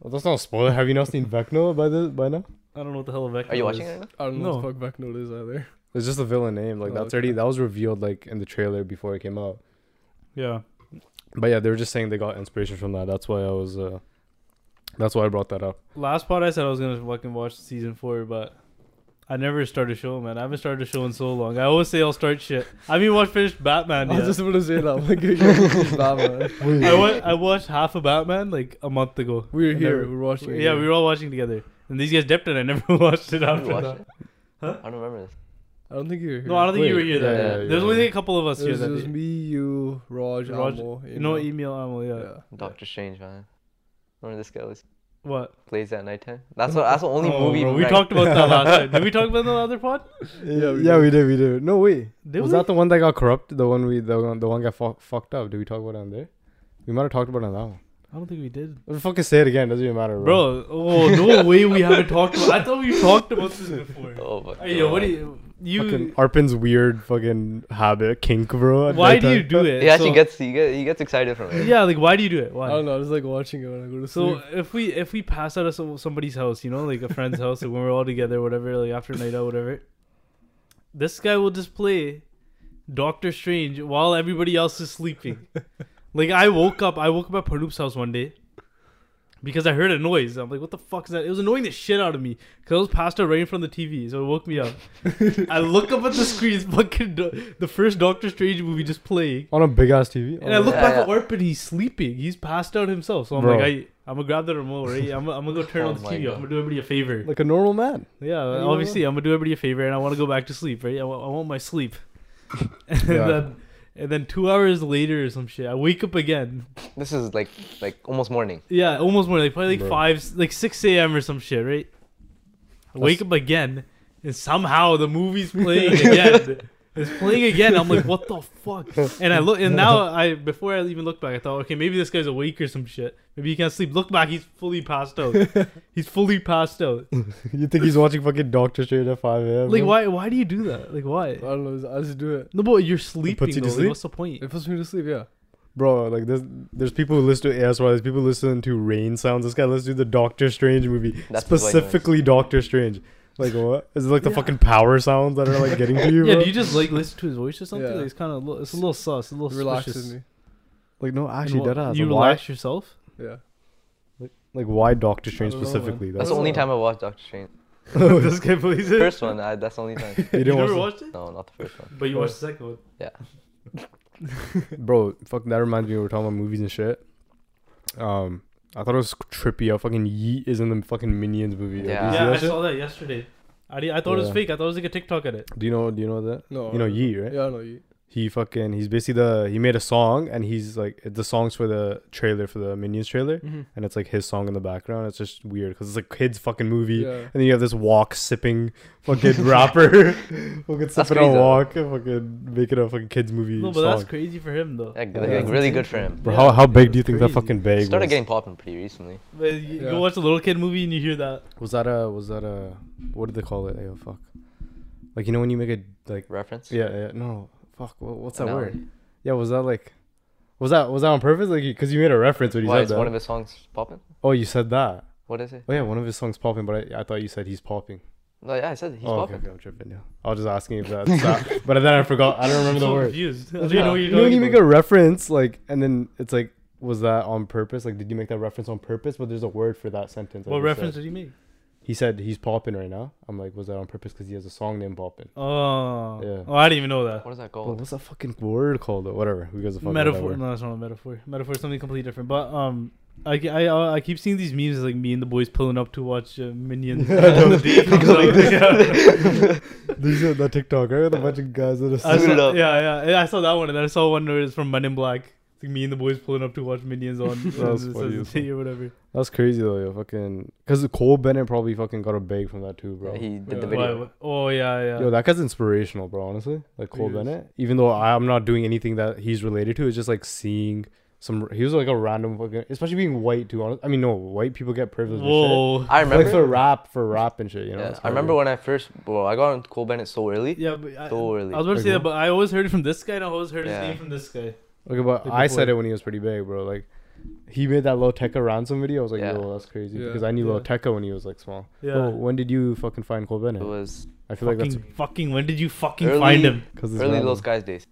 [SPEAKER 1] Well, that's not a spoiler. Have you not seen Vecna by this by now?
[SPEAKER 2] I don't know what the hell of
[SPEAKER 4] Are you watching it right now?
[SPEAKER 3] I don't know
[SPEAKER 2] No.
[SPEAKER 3] what the fuck Vecna is either.
[SPEAKER 1] It's just a villain name. Like
[SPEAKER 3] Oh,
[SPEAKER 1] that's
[SPEAKER 3] okay.
[SPEAKER 1] already that was revealed like in the trailer before it came out.
[SPEAKER 2] Yeah.
[SPEAKER 1] But yeah, they were just saying they got inspiration from that. That's why I was. uh That's why I brought that up.
[SPEAKER 2] Last part I said I was gonna fucking watch season four, but I never started a show, man. I haven't started a show in so long. I always say I'll start shit. I haven't even watched finished Batman
[SPEAKER 3] I
[SPEAKER 2] yet.
[SPEAKER 3] was just about to say that. I'm like, you guys are just Batman.
[SPEAKER 2] I, wa- I watched half of Batman like a month ago.
[SPEAKER 3] We were
[SPEAKER 2] I
[SPEAKER 3] here.
[SPEAKER 2] never-
[SPEAKER 3] We were watching. it
[SPEAKER 2] yeah,
[SPEAKER 3] here.
[SPEAKER 2] we were all watching together. And these guys dipped it. I never watched it
[SPEAKER 4] You
[SPEAKER 2] after
[SPEAKER 4] watched
[SPEAKER 2] that.
[SPEAKER 4] it?
[SPEAKER 2] Huh?
[SPEAKER 4] I don't remember this.
[SPEAKER 3] I don't think you were here.
[SPEAKER 2] No, I don't think you were
[SPEAKER 1] Wait,
[SPEAKER 2] here. That
[SPEAKER 1] yeah,
[SPEAKER 2] day.
[SPEAKER 1] yeah, yeah,
[SPEAKER 2] There's only
[SPEAKER 1] yeah.
[SPEAKER 2] a couple of us
[SPEAKER 3] It
[SPEAKER 2] here
[SPEAKER 3] was,
[SPEAKER 2] that
[SPEAKER 3] it was
[SPEAKER 2] day.
[SPEAKER 3] me, you, Raj,
[SPEAKER 2] Raj-
[SPEAKER 3] Amo,
[SPEAKER 2] No,
[SPEAKER 3] Emil.
[SPEAKER 2] email Amal, yeah.
[SPEAKER 4] Doctor Strange, man. Remember this guy always
[SPEAKER 2] What?
[SPEAKER 4] plays at nighttime? That's what. That's the only
[SPEAKER 2] Oh,
[SPEAKER 4] movie.
[SPEAKER 2] bro, we
[SPEAKER 4] rec-
[SPEAKER 2] talked about that last time. Did we talk about that on the other pod?
[SPEAKER 1] Yeah,
[SPEAKER 3] we
[SPEAKER 1] we, yeah,
[SPEAKER 3] did.
[SPEAKER 1] we did. We did. No, wait.
[SPEAKER 2] Did
[SPEAKER 1] was
[SPEAKER 2] we?
[SPEAKER 1] that the one that got corrupt? The one we the one, the one got fu- fucked up. Did we talk about it on there? We might have talked about it on that one.
[SPEAKER 2] I don't think we did.
[SPEAKER 1] Let's fucking say it again. Doesn't even matter, bro.
[SPEAKER 2] Bro, oh no way we haven't talked about I thought we talked about this before.
[SPEAKER 4] Oh my
[SPEAKER 2] Hey, yo, what do
[SPEAKER 4] God.
[SPEAKER 2] you you
[SPEAKER 1] fucking Arpin's weird fucking habit kink, bro. at
[SPEAKER 2] why do
[SPEAKER 1] nighttime.
[SPEAKER 2] you do it?
[SPEAKER 4] He actually
[SPEAKER 2] So-
[SPEAKER 4] gets he, gets he gets excited from it.
[SPEAKER 2] Yeah, like why do you do it?
[SPEAKER 3] I
[SPEAKER 2] Why?
[SPEAKER 3] don't know. I was like watching it when I go to
[SPEAKER 2] So
[SPEAKER 3] sleep.
[SPEAKER 2] if we if we pass out of some, somebody's house, you know, like a friend's house, like when we're all together, whatever, like after a night out, whatever, this guy will just play Doctor Strange while everybody else is sleeping. like I woke up, I woke up at Parnoop's house one day because I heard a noise. I'm like, what the fuck is that? It was annoying the shit out of me because I was passed out right in front of the TV, so it woke me up. I look up at the screen, it's fucking do- the first Doctor Strange movie just playing.
[SPEAKER 1] on a big ass TV?
[SPEAKER 2] And I look
[SPEAKER 4] Oh, Yeah,
[SPEAKER 2] back
[SPEAKER 4] yeah.
[SPEAKER 2] at Orp and he's sleeping. He's passed out himself. So I'm
[SPEAKER 1] Bro.
[SPEAKER 2] like, I, I'm gonna grab the remote, right? I'm, I'm gonna go turn
[SPEAKER 4] Oh
[SPEAKER 2] on the
[SPEAKER 4] my
[SPEAKER 2] TV.
[SPEAKER 4] God.
[SPEAKER 2] I'm gonna do everybody a favor.
[SPEAKER 1] like a normal man.
[SPEAKER 2] yeah,
[SPEAKER 1] you know
[SPEAKER 2] obviously, I'm gonna do everybody a favor, and I want to go back to sleep, right? I wa- I want my sleep. and
[SPEAKER 1] Yeah.
[SPEAKER 2] then, and then two hours later or some shit, I wake up again.
[SPEAKER 4] This is like like almost morning.
[SPEAKER 2] Yeah, almost morning, like probably like
[SPEAKER 1] Bro.
[SPEAKER 2] five, like six a.m. or some shit, right? I wake up again, and somehow the movie's playing again. It's playing again. I'm like, what the fuck? And I look, and now I before I even look back, I thought, okay, maybe this guy's awake or some shit. Maybe he can't sleep. Look back, he's fully passed out. he's fully passed out.
[SPEAKER 1] You think he's watching fucking Doctor Strange at 5 a.m.?
[SPEAKER 2] Like,
[SPEAKER 1] bro?
[SPEAKER 2] why? Why do you do that? Like, why?
[SPEAKER 3] I don't know. I just do it.
[SPEAKER 2] No, but you're sleeping.
[SPEAKER 1] puts you to
[SPEAKER 2] though. Like,
[SPEAKER 1] sleep?
[SPEAKER 2] what's the point?
[SPEAKER 3] It puts me to sleep. Yeah.
[SPEAKER 1] Bro, like there's there's people who listen to ASMR. There's people who listen to rain sounds. This guy listens to the Doctor Strange movie,
[SPEAKER 4] That's the white noise.
[SPEAKER 1] specifically Doctor Strange. Like what? Is it like the
[SPEAKER 2] Yeah.
[SPEAKER 1] fucking power sounds that are like getting to you?
[SPEAKER 2] Yeah,
[SPEAKER 1] bro?
[SPEAKER 2] do you just like listen to his voice or something?
[SPEAKER 3] Yeah.
[SPEAKER 2] Like, it's kind of it's a little sus, a little
[SPEAKER 3] It relaxes
[SPEAKER 2] suspicious.
[SPEAKER 3] me.
[SPEAKER 1] like no, actually,
[SPEAKER 2] You
[SPEAKER 1] dead ass.
[SPEAKER 2] You
[SPEAKER 1] like, why?
[SPEAKER 2] relax yourself.
[SPEAKER 3] Yeah.
[SPEAKER 1] Like why Doctor Strange
[SPEAKER 3] don't know, man.
[SPEAKER 1] specifically?
[SPEAKER 4] That's the only time I watched Doctor Strange.
[SPEAKER 2] this guy plays it.
[SPEAKER 4] First one, I, that's the only time.
[SPEAKER 1] You
[SPEAKER 2] You,
[SPEAKER 1] didn't
[SPEAKER 2] never
[SPEAKER 1] watch
[SPEAKER 2] watched it?
[SPEAKER 4] No, not the first one.
[SPEAKER 2] But you watched the second one.
[SPEAKER 1] it? bro. Fuck, that reminds me. We were talking about movies and shit. Um, I thought it was trippy. How fucking Yeet is in the fucking Minions movie. Like,
[SPEAKER 4] Yeah.
[SPEAKER 1] you see
[SPEAKER 2] yeah,
[SPEAKER 1] that
[SPEAKER 2] I
[SPEAKER 1] shit?
[SPEAKER 2] saw that yesterday. I, di- I thought it was
[SPEAKER 1] Yeah.
[SPEAKER 2] fake. I thought it was like a TikTok at it.
[SPEAKER 1] Do you know? Do you know that?
[SPEAKER 3] No.
[SPEAKER 1] You know Yeet, right?
[SPEAKER 3] Yeah, I know you.
[SPEAKER 1] he fucking he's basically the he made a song and he's like the songs for the trailer for the Minions trailer
[SPEAKER 3] Mhm.
[SPEAKER 1] and it's like his song in the background. It's just weird because it's a kids fucking movie
[SPEAKER 3] Yeah.
[SPEAKER 1] and then you have this walk sipping fucking rapper fucking sipping
[SPEAKER 4] crazy,
[SPEAKER 1] on
[SPEAKER 4] though.
[SPEAKER 1] walk and fucking making a fucking kids movie
[SPEAKER 2] No, but
[SPEAKER 1] song.
[SPEAKER 2] that's crazy for him though.
[SPEAKER 4] Like,
[SPEAKER 1] Yeah.
[SPEAKER 4] like, really good for him.
[SPEAKER 1] Bro,
[SPEAKER 2] Yeah,
[SPEAKER 1] how, how big
[SPEAKER 2] that's
[SPEAKER 1] do you think
[SPEAKER 2] crazy.
[SPEAKER 1] that fucking bag
[SPEAKER 4] Started
[SPEAKER 1] was?
[SPEAKER 4] getting popping pretty recently.
[SPEAKER 2] But you
[SPEAKER 3] Yeah.
[SPEAKER 2] go watch a little kid movie and you hear that.
[SPEAKER 1] Was that a was that a what did they call it? Oh fuck. Like you know when you make a like
[SPEAKER 4] Reference?
[SPEAKER 1] yeah, yeah no fuck what, what's that
[SPEAKER 4] Analogy.
[SPEAKER 1] word? Yeah, was that like was that was that on purpose? Like because you made a reference when you
[SPEAKER 4] Why
[SPEAKER 1] said
[SPEAKER 4] is
[SPEAKER 1] that.
[SPEAKER 4] one of his songs popping?
[SPEAKER 1] oh, you said that.
[SPEAKER 4] What is it?
[SPEAKER 1] Oh yeah, one of his songs popping, but I, I thought you said he's popping.
[SPEAKER 4] No, yeah, I said he's
[SPEAKER 1] oh, okay,
[SPEAKER 4] popping.
[SPEAKER 1] okay, I'm tripping. Yeah, I was just asking if that's that. but then I forgot. I don't remember the
[SPEAKER 2] so
[SPEAKER 1] word.
[SPEAKER 2] confused. I
[SPEAKER 1] You
[SPEAKER 2] don't know
[SPEAKER 1] know,
[SPEAKER 2] what you're
[SPEAKER 1] you know when you
[SPEAKER 2] talking
[SPEAKER 1] make a
[SPEAKER 2] about.
[SPEAKER 1] reference like, and then it's like, was that on purpose? Like, did you make that reference on purpose? But there's a word for that sentence. I
[SPEAKER 2] What
[SPEAKER 1] just
[SPEAKER 2] reference
[SPEAKER 1] said.
[SPEAKER 2] did you make?
[SPEAKER 1] He said he's popping right now. I'm like, was that on purpose? Because he has a song named Poppin.
[SPEAKER 2] Oh.
[SPEAKER 1] Yeah.
[SPEAKER 2] Oh, I didn't even know that.
[SPEAKER 4] What is that
[SPEAKER 1] Well,
[SPEAKER 4] called?
[SPEAKER 1] what's that fucking word called? Though? Whatever. Who gives a fuck? about that
[SPEAKER 2] metaphor.
[SPEAKER 1] word?
[SPEAKER 2] No, that's not a metaphor. Metaphor is something completely different. But um, I ke- I uh, I keep seeing these memes like me and the boys pulling up to watch uh, Minions. And the day comes out. Yeah.
[SPEAKER 1] There's that, that TikTok right? With a bunch of guys that are.
[SPEAKER 2] I
[SPEAKER 1] singing.
[SPEAKER 4] Suit
[SPEAKER 2] saw,
[SPEAKER 4] up.
[SPEAKER 2] yeah, yeah. And I saw that one, and then I saw one where it's from Men in Black. It's like me and the boys pulling up to watch Minions on
[SPEAKER 1] That
[SPEAKER 2] uh,
[SPEAKER 1] was
[SPEAKER 2] it
[SPEAKER 1] funny
[SPEAKER 2] says
[SPEAKER 1] as fuck.
[SPEAKER 2] day or whatever.
[SPEAKER 1] That's crazy though, yo. Fucking, cause Cole Bennett probably fucking got a bag from that too, bro.
[SPEAKER 4] He did
[SPEAKER 3] Yeah.
[SPEAKER 4] the
[SPEAKER 2] Why-
[SPEAKER 4] video.
[SPEAKER 2] why- oh yeah, yeah.
[SPEAKER 1] Yo, that guy's inspirational, bro. Honestly, like Cole
[SPEAKER 2] is.
[SPEAKER 1] Bennett. Even though I'm not doing anything that he's related to, it's just like seeing some. He was like a random fucking, especially being white too. Honest, I mean, no, white people get privileged. Whoa.
[SPEAKER 2] Whoa.
[SPEAKER 4] I
[SPEAKER 1] Shit. Like
[SPEAKER 4] remember.
[SPEAKER 1] for rap, for rap and shit. You know.
[SPEAKER 4] yeah,
[SPEAKER 1] It's
[SPEAKER 4] I remember
[SPEAKER 1] crazy.
[SPEAKER 4] when I first. Bro, I got on Cole Bennett so early.
[SPEAKER 2] Yeah, but I,
[SPEAKER 4] So early.
[SPEAKER 2] I was about to
[SPEAKER 1] Like
[SPEAKER 2] say that,
[SPEAKER 1] who?
[SPEAKER 2] but I always heard it from this guy, and I always heard
[SPEAKER 4] Yeah.
[SPEAKER 2] his name from this guy.
[SPEAKER 1] Okay, but
[SPEAKER 2] Like
[SPEAKER 1] I said
[SPEAKER 2] before.
[SPEAKER 1] it when he was pretty big, bro. Like, he made that Low Tecca ransom video. I was like,
[SPEAKER 4] Yeah.
[SPEAKER 1] yo, that's crazy
[SPEAKER 3] Yeah.
[SPEAKER 1] because I knew Low
[SPEAKER 2] Yeah.
[SPEAKER 1] Tecca when he was like small.
[SPEAKER 2] Yeah.
[SPEAKER 1] Yo, when did you fucking find Cole Bennett?
[SPEAKER 4] It was
[SPEAKER 1] I feel like
[SPEAKER 2] fucking,
[SPEAKER 1] that's
[SPEAKER 2] fucking. When did you fucking
[SPEAKER 4] Early-
[SPEAKER 2] find him?
[SPEAKER 1] because
[SPEAKER 4] early Those Guys days.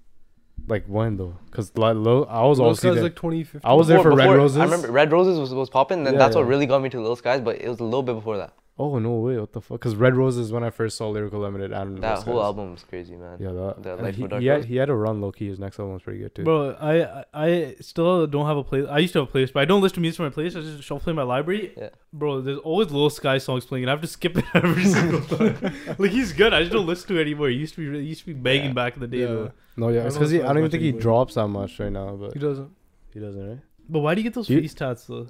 [SPEAKER 1] Like when though? Because Low, I was
[SPEAKER 3] Those
[SPEAKER 1] also
[SPEAKER 3] guys
[SPEAKER 1] there.
[SPEAKER 3] like 2015.
[SPEAKER 1] I was there for Red Roses.
[SPEAKER 4] I remember Red Roses was, was popping, and
[SPEAKER 1] Yeah,
[SPEAKER 4] that's what
[SPEAKER 1] yeah.
[SPEAKER 4] really got me to Lil Skies, but it was a little bit before that.
[SPEAKER 1] Oh no way! What the fuck? Because Red Rose is when I first saw Lyrical Limited and
[SPEAKER 4] That
[SPEAKER 1] those
[SPEAKER 4] whole
[SPEAKER 1] guys.
[SPEAKER 4] album was crazy, man.
[SPEAKER 1] Yeah, that.
[SPEAKER 4] The
[SPEAKER 1] and
[SPEAKER 4] Life
[SPEAKER 1] he,
[SPEAKER 4] of Dark
[SPEAKER 1] he had,
[SPEAKER 4] Rose.
[SPEAKER 1] he had a run low key. His next album was pretty good too.
[SPEAKER 2] Bro, I I- I still don't have a play. I used to have a playlist, but I don't listen to music from my playlist. I just shuffle play my library.
[SPEAKER 4] Yeah.
[SPEAKER 2] Bro, there's always Lil Sky songs playing, and I have to skip it every single time. like he's good. I just don't listen to it anymore. He used to be really, he used to be begging
[SPEAKER 4] Yeah.
[SPEAKER 2] back in the day.
[SPEAKER 3] Yeah.
[SPEAKER 2] Bro.
[SPEAKER 1] no, yeah,
[SPEAKER 3] I
[SPEAKER 1] it's
[SPEAKER 3] don't
[SPEAKER 1] because
[SPEAKER 3] know
[SPEAKER 1] I
[SPEAKER 3] as
[SPEAKER 1] don't even
[SPEAKER 3] much
[SPEAKER 1] think he
[SPEAKER 3] anymore.
[SPEAKER 1] drops that much right now. But
[SPEAKER 3] He doesn't.
[SPEAKER 1] he doesn't, right?
[SPEAKER 2] But why do you get those
[SPEAKER 1] You-
[SPEAKER 2] face tats though?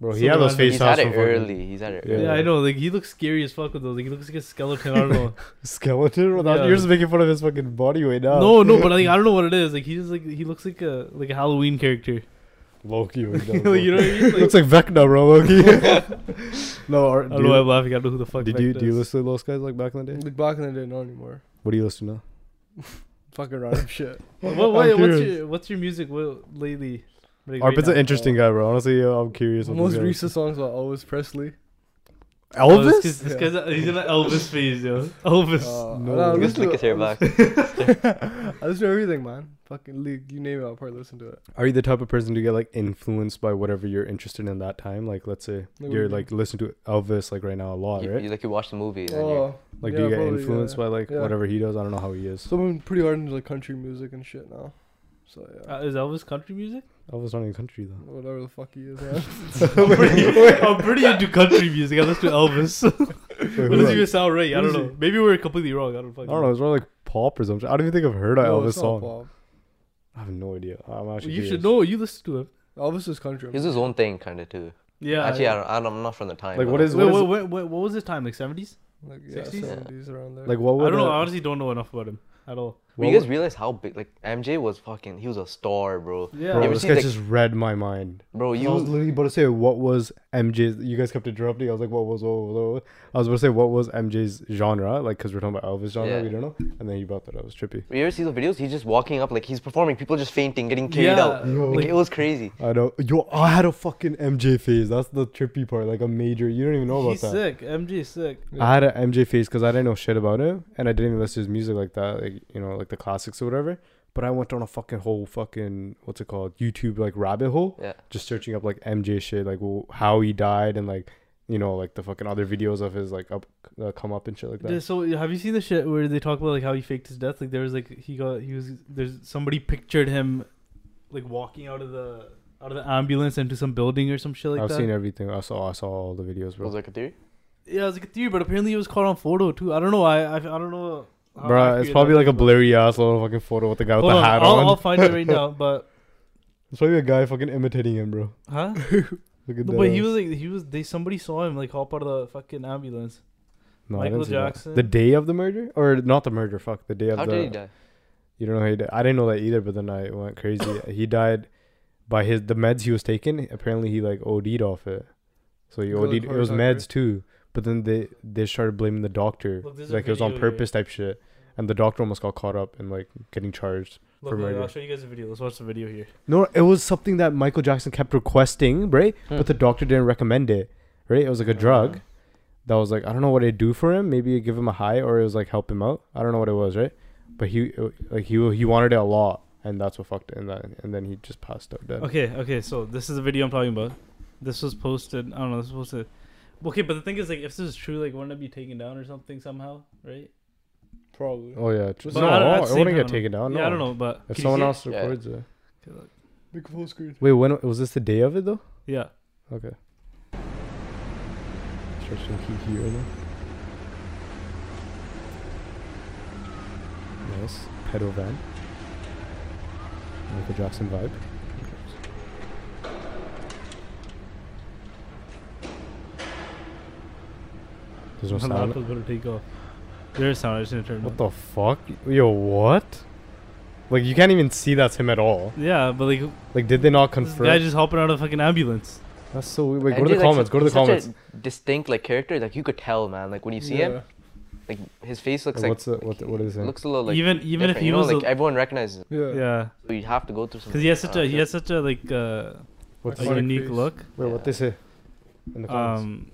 [SPEAKER 1] Bro, he
[SPEAKER 2] So
[SPEAKER 1] had those
[SPEAKER 2] random.
[SPEAKER 1] face
[SPEAKER 4] He's had
[SPEAKER 1] tats
[SPEAKER 4] it
[SPEAKER 1] from fucking
[SPEAKER 4] early. He's had it
[SPEAKER 1] Yeah.
[SPEAKER 2] Yeah.
[SPEAKER 4] early.
[SPEAKER 2] I know. Like he looks scary as fuck with those. Like he looks like a skeleton. I don't know.
[SPEAKER 1] skeleton. Bro, that,
[SPEAKER 2] Yeah.
[SPEAKER 1] You're just making fun of his fucking body weight now.
[SPEAKER 2] no, no, but like I don't know what it is. Like he just like he looks like a like a Halloween character.
[SPEAKER 1] Loki. what he
[SPEAKER 2] you
[SPEAKER 1] does,
[SPEAKER 2] know
[SPEAKER 1] bro.
[SPEAKER 2] what I mean? Like,
[SPEAKER 1] Looks like Vecna, bro. Loki. no, or,
[SPEAKER 2] I
[SPEAKER 1] do
[SPEAKER 2] don't know why
[SPEAKER 1] you,
[SPEAKER 2] I'm laughing. I don't know who the fuck.
[SPEAKER 1] did
[SPEAKER 2] that
[SPEAKER 1] you do you
[SPEAKER 2] is.
[SPEAKER 1] listen to those guys like back in the day?
[SPEAKER 3] Like back in the day, not anymore.
[SPEAKER 1] What do you listen to? now?
[SPEAKER 3] Fucking random shit.
[SPEAKER 2] What,
[SPEAKER 1] I'm
[SPEAKER 2] what, what's
[SPEAKER 1] curious.
[SPEAKER 2] your what's your music what, lately? Like, right
[SPEAKER 1] Arpit's an
[SPEAKER 2] now?
[SPEAKER 1] interesting guy, bro. Honestly, yo, I'm curious.
[SPEAKER 3] The
[SPEAKER 1] what
[SPEAKER 3] most
[SPEAKER 1] this guy-
[SPEAKER 3] recent songs about Elvis Presley.
[SPEAKER 2] Oh, this
[SPEAKER 1] Elvis.
[SPEAKER 2] guy's- this guy's- he's in an Elvis phase, yo. Elvis.
[SPEAKER 3] Uh,
[SPEAKER 1] No.
[SPEAKER 3] no, I
[SPEAKER 1] You
[SPEAKER 4] He
[SPEAKER 1] Let's
[SPEAKER 4] used
[SPEAKER 3] listen
[SPEAKER 4] to lick
[SPEAKER 3] to-
[SPEAKER 4] his hair back.
[SPEAKER 3] I listen to everything, man. Fucking league, you name it, I'll probably listen to it.
[SPEAKER 1] Are you the type of person to get like influenced by whatever you're interested in that time? Like, let's say
[SPEAKER 3] Like,
[SPEAKER 1] you're
[SPEAKER 3] what do you
[SPEAKER 1] like listen to Elvis like right now a lot,
[SPEAKER 4] You,
[SPEAKER 1] right?
[SPEAKER 4] you- like you watch the movie. And then you,
[SPEAKER 3] Oh,
[SPEAKER 1] like, do
[SPEAKER 3] yeah,
[SPEAKER 1] you get
[SPEAKER 3] probably,
[SPEAKER 1] influenced
[SPEAKER 3] yeah.
[SPEAKER 1] by like
[SPEAKER 3] Yeah.
[SPEAKER 1] whatever he does? I don't know how he is.
[SPEAKER 3] so I'm pretty hard into like country music and shit now. So yeah,
[SPEAKER 2] Uh, is Elvis country music?
[SPEAKER 1] Elvis not in country though.
[SPEAKER 3] whatever the fuck he is, man.
[SPEAKER 2] I'm pretty, I'm pretty into country music. I listen to Elvis.
[SPEAKER 1] Wait,
[SPEAKER 2] What
[SPEAKER 1] who
[SPEAKER 2] does
[SPEAKER 1] are-
[SPEAKER 2] even sound right? I
[SPEAKER 1] Who
[SPEAKER 2] don't
[SPEAKER 1] is
[SPEAKER 2] know.
[SPEAKER 1] he?
[SPEAKER 2] Maybe we're completely wrong. I don't
[SPEAKER 1] I
[SPEAKER 2] fucking.
[SPEAKER 1] don't know. It's more like pop or something. I don't even think I've heard an
[SPEAKER 3] No,
[SPEAKER 1] Elvis
[SPEAKER 3] it's not
[SPEAKER 1] song.
[SPEAKER 3] pop.
[SPEAKER 1] I have no idea. I'm
[SPEAKER 2] Well,
[SPEAKER 1] actually.
[SPEAKER 2] you should
[SPEAKER 1] curious.
[SPEAKER 2] know. You listen to him.
[SPEAKER 3] Elvis is country.
[SPEAKER 4] he does his own thing, kind of too.
[SPEAKER 2] Yeah.
[SPEAKER 4] Actually,
[SPEAKER 2] yeah.
[SPEAKER 4] I don't, I don't, I'm not from the time.
[SPEAKER 1] Like,
[SPEAKER 4] but
[SPEAKER 1] what is-
[SPEAKER 2] Wait,
[SPEAKER 1] what
[SPEAKER 2] what, what, what, what was his time? Like seventies?
[SPEAKER 3] Like yeah,
[SPEAKER 2] 60s?
[SPEAKER 3] 70s around there.
[SPEAKER 1] Like, what
[SPEAKER 2] I
[SPEAKER 1] would
[SPEAKER 2] don't know.
[SPEAKER 1] a-
[SPEAKER 2] I honestly don't know enough about him at all.
[SPEAKER 4] But
[SPEAKER 1] what
[SPEAKER 4] you guys
[SPEAKER 1] would-
[SPEAKER 4] realize how big? Like MJ was fucking. He was a star, bro.
[SPEAKER 2] Yeah.
[SPEAKER 1] Bro,
[SPEAKER 4] You ever
[SPEAKER 1] this
[SPEAKER 4] see,
[SPEAKER 1] guy
[SPEAKER 4] like-
[SPEAKER 1] just read my mind.
[SPEAKER 4] Bro,
[SPEAKER 1] I was
[SPEAKER 4] you.
[SPEAKER 1] literally about to say what was MJ's. You guys kept interrupting. I was like, what was, what was, what was? I was about to say what was MJ's genre, like because we're talking about Elvis genre.
[SPEAKER 4] Yeah.
[SPEAKER 1] We don't know, and then he brought that up. It was trippy.
[SPEAKER 4] You ever see the videos? He's just walking up, like he's performing. People just fainting, getting carried out.
[SPEAKER 1] Yo.
[SPEAKER 4] Like it was crazy.
[SPEAKER 1] I know. Yo, I had a fucking MJ phase. That's the trippy part. Like a major. You don't even know about
[SPEAKER 2] He's
[SPEAKER 1] that.
[SPEAKER 2] sick. MG is sick.
[SPEAKER 1] I had an MJ phase because I didn't know shit about him, and I didn't even listen to his music like that, like you know, like the classics or whatever. But I went down a fucking whole fucking what's it called YouTube like rabbit hole,
[SPEAKER 4] Yeah.
[SPEAKER 1] just searching up like MJ shit, like w- how he died and like you know like the fucking other videos of his like up uh, come up and shit like that.
[SPEAKER 2] Yeah, So have you seen the shit where they talk about like how he faked his death? Like there was like he got he was there's somebody pictured him like walking out of the out of the ambulance into some building or some shit like
[SPEAKER 1] I've
[SPEAKER 2] that.
[SPEAKER 1] seen everything. I saw I saw all the videos, bro.
[SPEAKER 4] Was like a theory.
[SPEAKER 2] Yeah, it was like a theory, but apparently it was caught on photo too. I don't know. I I, I don't know. how
[SPEAKER 1] Bruh, it's
[SPEAKER 2] accurate
[SPEAKER 1] probably
[SPEAKER 2] that
[SPEAKER 1] like a
[SPEAKER 2] is, but-
[SPEAKER 1] blurry ass little fucking photo with the guy with
[SPEAKER 2] Hold
[SPEAKER 1] the
[SPEAKER 2] on,
[SPEAKER 1] hat
[SPEAKER 2] I'll,
[SPEAKER 1] on.
[SPEAKER 2] I'll find it right now. But
[SPEAKER 1] It's probably a guy fucking imitating him, bro.
[SPEAKER 2] huh?
[SPEAKER 1] Look at
[SPEAKER 2] No,
[SPEAKER 1] that.
[SPEAKER 2] but he was like, he was. They somebody saw him like hop out of the fucking ambulance.
[SPEAKER 1] No, I
[SPEAKER 2] Michael
[SPEAKER 1] didn't see that.
[SPEAKER 2] Jackson.
[SPEAKER 1] The day of the murder, or not the murder? Fuck, the day of
[SPEAKER 4] How
[SPEAKER 1] the.
[SPEAKER 4] did he die?
[SPEAKER 1] You don't know how he died. I didn't know that either, but then I went crazy. he died by his the meds he was taking. Apparently, he like OD'd off it. So he
[SPEAKER 3] Go, like,
[SPEAKER 1] OD'd. It was
[SPEAKER 3] horizontal.
[SPEAKER 1] meds too. But then they they started blaming the doctor,
[SPEAKER 2] Look, there's a
[SPEAKER 1] like it was on
[SPEAKER 2] video here.
[SPEAKER 1] purpose type shit. And the doctor almost got caught up and like getting charged.
[SPEAKER 2] Look,
[SPEAKER 1] For
[SPEAKER 2] look,
[SPEAKER 1] murder.
[SPEAKER 2] I'll show you guys a video. Let's watch the video here.
[SPEAKER 1] No, it was something that Michael Jackson kept requesting, right?
[SPEAKER 4] Hmm.
[SPEAKER 1] But the doctor didn't recommend it, right? It was like a
[SPEAKER 2] Uh-huh.
[SPEAKER 1] drug that was like I don't know what it do for him. Maybe it give him a high or it was like help him out. I don't know what it was, right? But he like he he wanted it a lot, and that's what fucked it. And that and then he just passed out dead.
[SPEAKER 2] Okay, okay. So this is the video I'm talking about. This was posted. I don't know. This was posted. Okay, but the thing is, like, if this is true, like, wouldn't it be taken down or something somehow, right?
[SPEAKER 3] Probably.
[SPEAKER 1] Oh yeah, true.
[SPEAKER 2] But
[SPEAKER 1] no,
[SPEAKER 2] I don't- at the
[SPEAKER 1] it
[SPEAKER 2] same
[SPEAKER 1] wouldn't
[SPEAKER 2] time,
[SPEAKER 1] get taken down. No.
[SPEAKER 2] Yeah, I don't know, but
[SPEAKER 1] If
[SPEAKER 2] Can you
[SPEAKER 1] someone
[SPEAKER 2] see it?
[SPEAKER 1] else
[SPEAKER 4] Yeah.
[SPEAKER 1] records it.
[SPEAKER 2] Okay, look.
[SPEAKER 3] Make a full screen.
[SPEAKER 1] Wait, when was this the day of it though?
[SPEAKER 2] yeah,
[SPEAKER 1] Okay. Search some key here, though. Nice. Pedal van. Michael Jackson vibe. There's no
[SPEAKER 2] my lap
[SPEAKER 1] sound.
[SPEAKER 2] was gonna take off. There is sound. I just didn't turn it
[SPEAKER 1] What
[SPEAKER 2] on.
[SPEAKER 1] the fuck? Yo, what? Like, you can't even see that's him at all.
[SPEAKER 2] Yeah, but like,
[SPEAKER 1] Like, did they not
[SPEAKER 2] this guy
[SPEAKER 1] confirm?
[SPEAKER 2] just hopping out of the fucking ambulance.
[SPEAKER 1] That's so weird. Wait, go to the
[SPEAKER 4] Andrew's like
[SPEAKER 1] comments.
[SPEAKER 4] such-
[SPEAKER 1] Go to the
[SPEAKER 4] he's such
[SPEAKER 1] comments.
[SPEAKER 4] A distinct like character, like you could tell, man. Like when you see him, like his face looks
[SPEAKER 1] Like,
[SPEAKER 4] like
[SPEAKER 1] what's the- what-
[SPEAKER 4] like,
[SPEAKER 1] what is it?
[SPEAKER 4] Looks a little like
[SPEAKER 2] even even if
[SPEAKER 4] different,
[SPEAKER 2] he
[SPEAKER 4] you know,
[SPEAKER 2] was,
[SPEAKER 4] like
[SPEAKER 2] a,
[SPEAKER 4] everyone recognizes him.
[SPEAKER 3] Yeah. Yeah.
[SPEAKER 2] yeah,
[SPEAKER 4] So you have to go through some. uh,
[SPEAKER 2] because he has such a he has such a like uh,
[SPEAKER 1] What's
[SPEAKER 2] a
[SPEAKER 3] Iconic
[SPEAKER 2] unique
[SPEAKER 3] face.
[SPEAKER 2] look.
[SPEAKER 1] Wait, what they say? In the comments.
[SPEAKER 2] Um,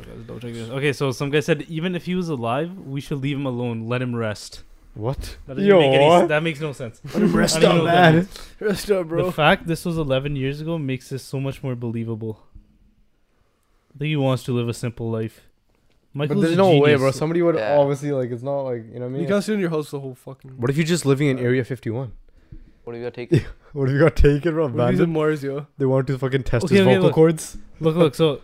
[SPEAKER 2] okay, let's double check this. Okay, so some guy said even if he was alive, we should leave him alone, let him rest.
[SPEAKER 1] what?
[SPEAKER 2] That doesn't make any, s- that makes no sense.
[SPEAKER 1] rest
[SPEAKER 2] Um, I don't
[SPEAKER 1] up,
[SPEAKER 2] even know what that
[SPEAKER 1] man.
[SPEAKER 2] means.
[SPEAKER 3] Rest up,
[SPEAKER 2] The
[SPEAKER 3] bro.
[SPEAKER 2] fact this was 11 years ago makes this so much more believable. I think he wants to live a simple life.
[SPEAKER 1] But
[SPEAKER 2] Michael's
[SPEAKER 1] there's
[SPEAKER 2] a
[SPEAKER 1] no way,
[SPEAKER 2] genius.
[SPEAKER 1] bro. Somebody would
[SPEAKER 4] Yeah.
[SPEAKER 1] obviously like. It's not like you know what I
[SPEAKER 3] You
[SPEAKER 1] mean.
[SPEAKER 3] can't sit in your house the whole fucking.
[SPEAKER 1] what if you're just living in Area 51?
[SPEAKER 4] What do you gotta take?
[SPEAKER 1] What if you got taken, bro?
[SPEAKER 3] What if he's
[SPEAKER 1] Abandoned?
[SPEAKER 3] in Mars, yo?
[SPEAKER 1] They want to fucking test
[SPEAKER 2] Okay,
[SPEAKER 1] his
[SPEAKER 2] okay,
[SPEAKER 1] vocal
[SPEAKER 2] look.
[SPEAKER 1] cords.
[SPEAKER 2] Look, look. So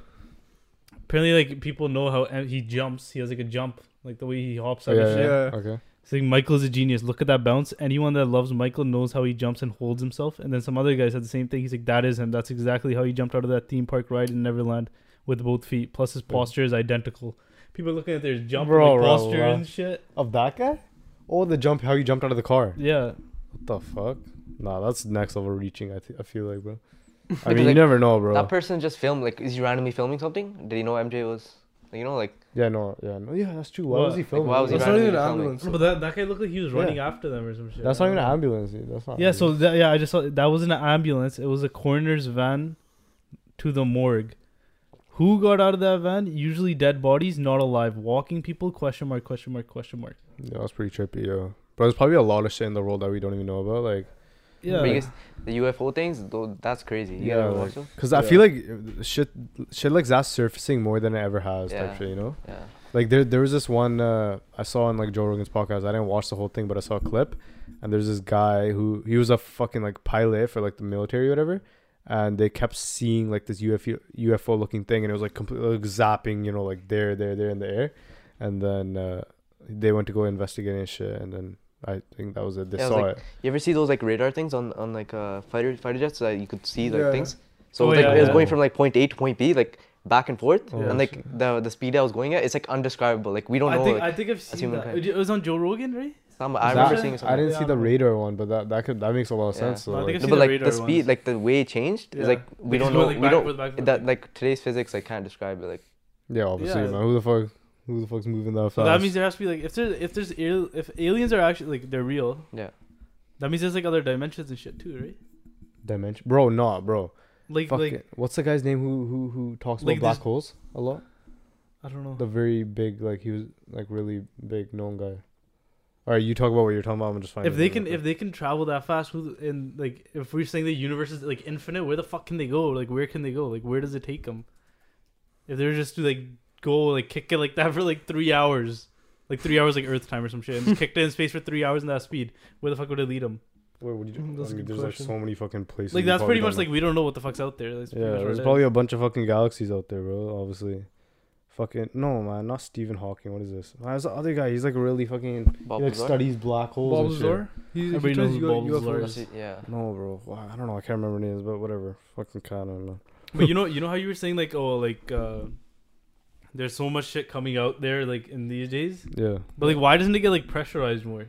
[SPEAKER 2] apparently, like people know how em- he jumps. He has like a jump, like the way he hops out
[SPEAKER 1] yeah,
[SPEAKER 2] of
[SPEAKER 1] yeah,
[SPEAKER 2] shit.
[SPEAKER 3] yeah.
[SPEAKER 1] Okay.
[SPEAKER 2] So like, Michael's a genius. Look at that bounce. Anyone that loves Michael knows how he jumps and holds himself. And then some other guy said the same thing. He's like, that is him. That's exactly how he jumped out of that theme park ride in Neverland with both feet. Plus his
[SPEAKER 1] Yeah.
[SPEAKER 2] posture is identical. People are looking at their jump and,
[SPEAKER 1] Bro,
[SPEAKER 2] like,
[SPEAKER 1] bro,
[SPEAKER 2] posture
[SPEAKER 1] bro.
[SPEAKER 2] and shit.
[SPEAKER 1] Of that guy? Oh, the jump! How you jumped out of the car?
[SPEAKER 2] Yeah.
[SPEAKER 1] What the fuck? Nah, that's next level reaching. I th- I feel like, bro. I
[SPEAKER 4] Because,
[SPEAKER 1] mean, you
[SPEAKER 4] like,
[SPEAKER 1] never know, bro.
[SPEAKER 4] That person just filmed. Like, is he randomly filming something? Did he know MJ was? Like, you know, like
[SPEAKER 1] yeah, no, yeah, no, yeah. That's true. Why
[SPEAKER 2] What?
[SPEAKER 1] was he
[SPEAKER 2] Like,
[SPEAKER 1] filming?
[SPEAKER 4] why was he
[SPEAKER 3] It's
[SPEAKER 1] that's, not,
[SPEAKER 3] not
[SPEAKER 4] randomly
[SPEAKER 3] even an
[SPEAKER 4] filming?
[SPEAKER 3] ambulance.
[SPEAKER 2] But that, that guy looked like he was
[SPEAKER 1] Yeah.
[SPEAKER 2] running after them or some shit.
[SPEAKER 1] that's
[SPEAKER 2] I
[SPEAKER 1] not
[SPEAKER 2] don't
[SPEAKER 1] even an
[SPEAKER 2] know.
[SPEAKER 1] ambulance. Dude. That's not.
[SPEAKER 2] Yeah, so that, yeah, I just saw that was an ambulance. It was a coroner's van to the morgue. Who got out of that van? Usually dead bodies, not alive. Walking people? Question mark? Question mark? Question mark?
[SPEAKER 1] Yeah, that's pretty trippy, yo. But there's probably a lot of shit in the world that we don't even know about, like.
[SPEAKER 2] Yeah.
[SPEAKER 4] biggest the UFO things. Though that's crazy. You
[SPEAKER 1] Yeah,
[SPEAKER 4] gotta
[SPEAKER 1] like-
[SPEAKER 4] watch them.
[SPEAKER 1] Cause I feel like uh, shit, shit like that's surfacing more than it ever has.
[SPEAKER 4] Yeah.
[SPEAKER 1] Type shit, you know.
[SPEAKER 4] Yeah.
[SPEAKER 1] Like there, there was this one uh, I saw on like Joe Rogan's podcast. I didn't watch the whole thing, but I saw a clip. And there's this guy who he was a fucking like pilot for like the military or whatever. And they kept seeing like this E, UFO UFO looking thing, and it was like completely like, zapping, you know, like there, there, there in the air. And then uh, they went to go investigate and shit. And then I think that was it. They
[SPEAKER 4] Yeah, it was,
[SPEAKER 1] saw
[SPEAKER 4] like,
[SPEAKER 1] it.
[SPEAKER 4] You ever see those like radar things on on like uh fighter fighter jets that you could see like
[SPEAKER 3] Yeah.
[SPEAKER 4] things? So
[SPEAKER 2] Oh,
[SPEAKER 4] like
[SPEAKER 2] yeah,
[SPEAKER 4] it was
[SPEAKER 2] yeah.
[SPEAKER 4] going from like point A to point B, like back and forth,
[SPEAKER 1] Oh,
[SPEAKER 4] and like
[SPEAKER 1] shit.
[SPEAKER 4] the the speed I was going at, it's like undescribable. Like we don't
[SPEAKER 2] I
[SPEAKER 4] know.
[SPEAKER 2] think I
[SPEAKER 4] like,
[SPEAKER 2] think I've seen
[SPEAKER 4] human
[SPEAKER 2] that.
[SPEAKER 4] kind.
[SPEAKER 2] It was on Joe Rogan, right?
[SPEAKER 4] some, I
[SPEAKER 1] That-
[SPEAKER 4] remember seeing
[SPEAKER 1] I
[SPEAKER 4] something.
[SPEAKER 1] didn't see the radar one, but that that could that makes a lot of
[SPEAKER 4] Yeah.
[SPEAKER 1] sense. though,
[SPEAKER 2] No, I
[SPEAKER 1] like-
[SPEAKER 2] think I've
[SPEAKER 4] No,
[SPEAKER 2] seen
[SPEAKER 4] but
[SPEAKER 2] the
[SPEAKER 4] like
[SPEAKER 2] radar
[SPEAKER 4] the speed,
[SPEAKER 2] ones.
[SPEAKER 4] like the way it changed,
[SPEAKER 3] Yeah.
[SPEAKER 4] is like we
[SPEAKER 2] Because
[SPEAKER 4] don't
[SPEAKER 2] it
[SPEAKER 4] know.
[SPEAKER 2] was, like,
[SPEAKER 4] we
[SPEAKER 2] back
[SPEAKER 4] don't
[SPEAKER 2] and forth, back and
[SPEAKER 4] that
[SPEAKER 2] forth.
[SPEAKER 4] like today's physics. I can't describe it. Like
[SPEAKER 1] Yeah, obviously,
[SPEAKER 2] Yeah.
[SPEAKER 1] man. Who the fuck? Who the fuck's moving that fast?
[SPEAKER 2] So that means there has to be like if there's if there's al- if aliens are actually like they're real.
[SPEAKER 4] Yeah.
[SPEAKER 2] That means there's like other dimensions and shit too, right?
[SPEAKER 1] dimension, bro. Nah, bro.
[SPEAKER 2] Like
[SPEAKER 1] Fuck
[SPEAKER 2] like
[SPEAKER 1] it. What's the guy's name who who who talks
[SPEAKER 2] Like
[SPEAKER 1] about black
[SPEAKER 2] this-
[SPEAKER 1] holes a lot?
[SPEAKER 2] I don't know.
[SPEAKER 1] The very big, like he was like really big known guy. All right, you talk about what you're talking about. I'm just finding.
[SPEAKER 2] if they can if they can travel that fast who the- and like if we're saying the universe is like infinite where the fuck can they go like where can they go like where does it take them if they were just to like go like kick it like that for like three hours like three hours like earth time or some shit and just kicked it in space for three hours in that speed where the fuck would it lead them
[SPEAKER 1] Wait, what do you do?
[SPEAKER 3] Mm, that's
[SPEAKER 1] I
[SPEAKER 3] a
[SPEAKER 1] mean,
[SPEAKER 3] good
[SPEAKER 1] there's
[SPEAKER 3] question.
[SPEAKER 1] like so many fucking places.
[SPEAKER 2] like
[SPEAKER 1] you
[SPEAKER 2] that's
[SPEAKER 1] probably
[SPEAKER 2] pretty
[SPEAKER 1] don't
[SPEAKER 2] much
[SPEAKER 1] know.
[SPEAKER 2] like we don't know what the fuck's out there that's pretty
[SPEAKER 1] yeah,
[SPEAKER 2] much what
[SPEAKER 1] there's
[SPEAKER 2] it
[SPEAKER 1] probably
[SPEAKER 2] is.
[SPEAKER 1] a bunch of fucking galaxies out there, bro. Obviously, Fucking no, man, not Stephen Hawking. What is this? Man, There's the other guy. He's like really fucking.
[SPEAKER 4] Bob
[SPEAKER 1] He like
[SPEAKER 4] Lazar?
[SPEAKER 1] studies black holes. and shit.
[SPEAKER 3] Bulbasaur? He, he
[SPEAKER 2] Everybody knows
[SPEAKER 3] studies
[SPEAKER 2] who
[SPEAKER 3] U-
[SPEAKER 2] Bulbasaur
[SPEAKER 3] UFOs.
[SPEAKER 2] is.
[SPEAKER 4] That's it, yeah.
[SPEAKER 1] No, bro. Wow, I don't know. I can't remember names, but whatever. Fucking kind of. know.
[SPEAKER 2] But you know, you know how you were saying like, oh, like uh, there's so much shit coming out there like in these days.
[SPEAKER 1] Yeah.
[SPEAKER 2] But like, why doesn't it get like pressurized more?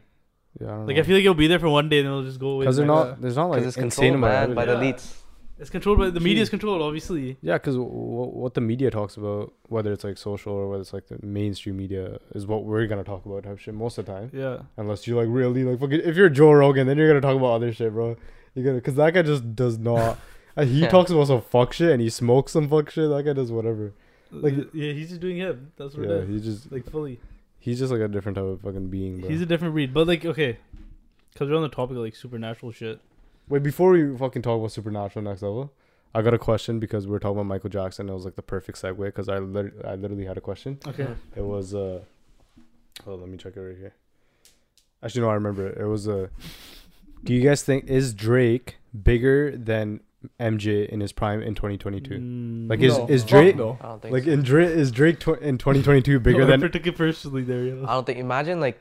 [SPEAKER 1] Yeah. I don't
[SPEAKER 2] Like,
[SPEAKER 1] know.
[SPEAKER 2] I feel like it'll be there for one day and it'll just go away.
[SPEAKER 1] Uh, Cause they're
[SPEAKER 2] the
[SPEAKER 3] like
[SPEAKER 1] not.
[SPEAKER 2] next.
[SPEAKER 3] that.
[SPEAKER 1] There's not like
[SPEAKER 4] Because it's
[SPEAKER 1] insane
[SPEAKER 4] controlled,
[SPEAKER 1] amount.
[SPEAKER 4] man,
[SPEAKER 1] of
[SPEAKER 4] by the
[SPEAKER 1] evidence.
[SPEAKER 2] Yeah.
[SPEAKER 4] elites.
[SPEAKER 2] It's controlled by the media's controlled, obviously.
[SPEAKER 1] Yeah, because what the media talks about, whether it's like social or whether it's like the mainstream media, is what we're gonna talk about type shit most of the time.
[SPEAKER 2] Yeah.
[SPEAKER 1] Unless you're like really like fucking, if you're Joe Rogan, then you're gonna talk about other shit, bro. You're gonna because that guy just does not. uh, he
[SPEAKER 4] Yeah.
[SPEAKER 1] talks about some fuck shit and he smokes some fuck shit. That guy does whatever.
[SPEAKER 2] Like,
[SPEAKER 1] Like-
[SPEAKER 2] yeah, he's just doing him. That's what it
[SPEAKER 1] Yeah,
[SPEAKER 2] is.
[SPEAKER 1] he just
[SPEAKER 2] Like fully,
[SPEAKER 1] he's just like a different type of fucking being, bro.
[SPEAKER 2] he's a different breed. But like, okay, because we're on the topic of like supernatural shit.
[SPEAKER 1] Wait, before we fucking talk about Supernatural next level, I got a question because we were talking about Michael Jackson. It was like the perfect segue because I lit- I literally had a question.
[SPEAKER 2] Okay.
[SPEAKER 1] It was uh, oh, let me check it right here. Actually, no, I remember it. It was uh, do you guys think is Drake bigger than MJ in his prime in 2022?
[SPEAKER 2] Mm.
[SPEAKER 1] Like, is-
[SPEAKER 3] No.
[SPEAKER 1] is
[SPEAKER 3] Fuck
[SPEAKER 1] Drake-
[SPEAKER 3] no.
[SPEAKER 4] I don't think
[SPEAKER 1] Like,
[SPEAKER 4] so.
[SPEAKER 1] in Drake is Drake tw- in 2022 bigger than?
[SPEAKER 2] took it personally there. You know?
[SPEAKER 4] I don't think. Imagine like,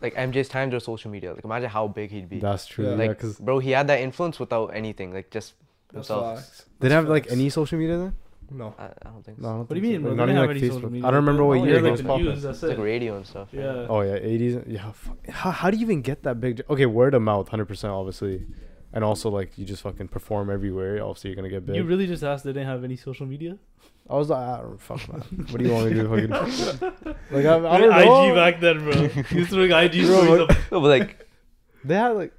[SPEAKER 4] like MJ's times or social media. Like imagine how big he'd be.
[SPEAKER 1] That's true.
[SPEAKER 3] Yeah.
[SPEAKER 1] Yeah,
[SPEAKER 4] like,
[SPEAKER 1] because
[SPEAKER 4] bro, he had that influence without anything. Like just
[SPEAKER 3] That's
[SPEAKER 4] himself.
[SPEAKER 3] facts.
[SPEAKER 1] they didn't have like
[SPEAKER 3] facts.
[SPEAKER 1] any social media then.
[SPEAKER 3] No.
[SPEAKER 4] I, I don't think.
[SPEAKER 1] No, I
[SPEAKER 4] So.
[SPEAKER 1] don't
[SPEAKER 2] What do you
[SPEAKER 1] think
[SPEAKER 2] mean?
[SPEAKER 1] so.
[SPEAKER 2] bro?
[SPEAKER 1] Like,
[SPEAKER 2] They
[SPEAKER 1] not
[SPEAKER 2] don't
[SPEAKER 1] even
[SPEAKER 2] have
[SPEAKER 1] like
[SPEAKER 2] any social
[SPEAKER 1] Facebook.
[SPEAKER 2] media.
[SPEAKER 1] I don't remember what
[SPEAKER 2] Only,
[SPEAKER 1] year
[SPEAKER 2] like,
[SPEAKER 1] it was
[SPEAKER 2] the
[SPEAKER 1] popping.
[SPEAKER 2] news, that's
[SPEAKER 4] It's like
[SPEAKER 2] it.
[SPEAKER 4] radio and stuff. right?
[SPEAKER 2] Yeah.
[SPEAKER 1] Oh yeah, eighties. Yeah. Fuck. How, how do you even get that big? j- Okay, word of mouth, hundred percent, obviously, and also like you just fucking perform everywhere. Obviously, you're gonna get big.
[SPEAKER 2] You really just asked they didn't have any social media?
[SPEAKER 1] I was like, "Ah, I don't, fuck man. What do you want me to do? Fucking like I, I don't
[SPEAKER 2] IG
[SPEAKER 1] know.
[SPEAKER 2] back then, bro. He was throwing IG
[SPEAKER 1] Bro,
[SPEAKER 2] stories
[SPEAKER 1] what-
[SPEAKER 2] up.
[SPEAKER 4] No, but like,
[SPEAKER 1] They had like.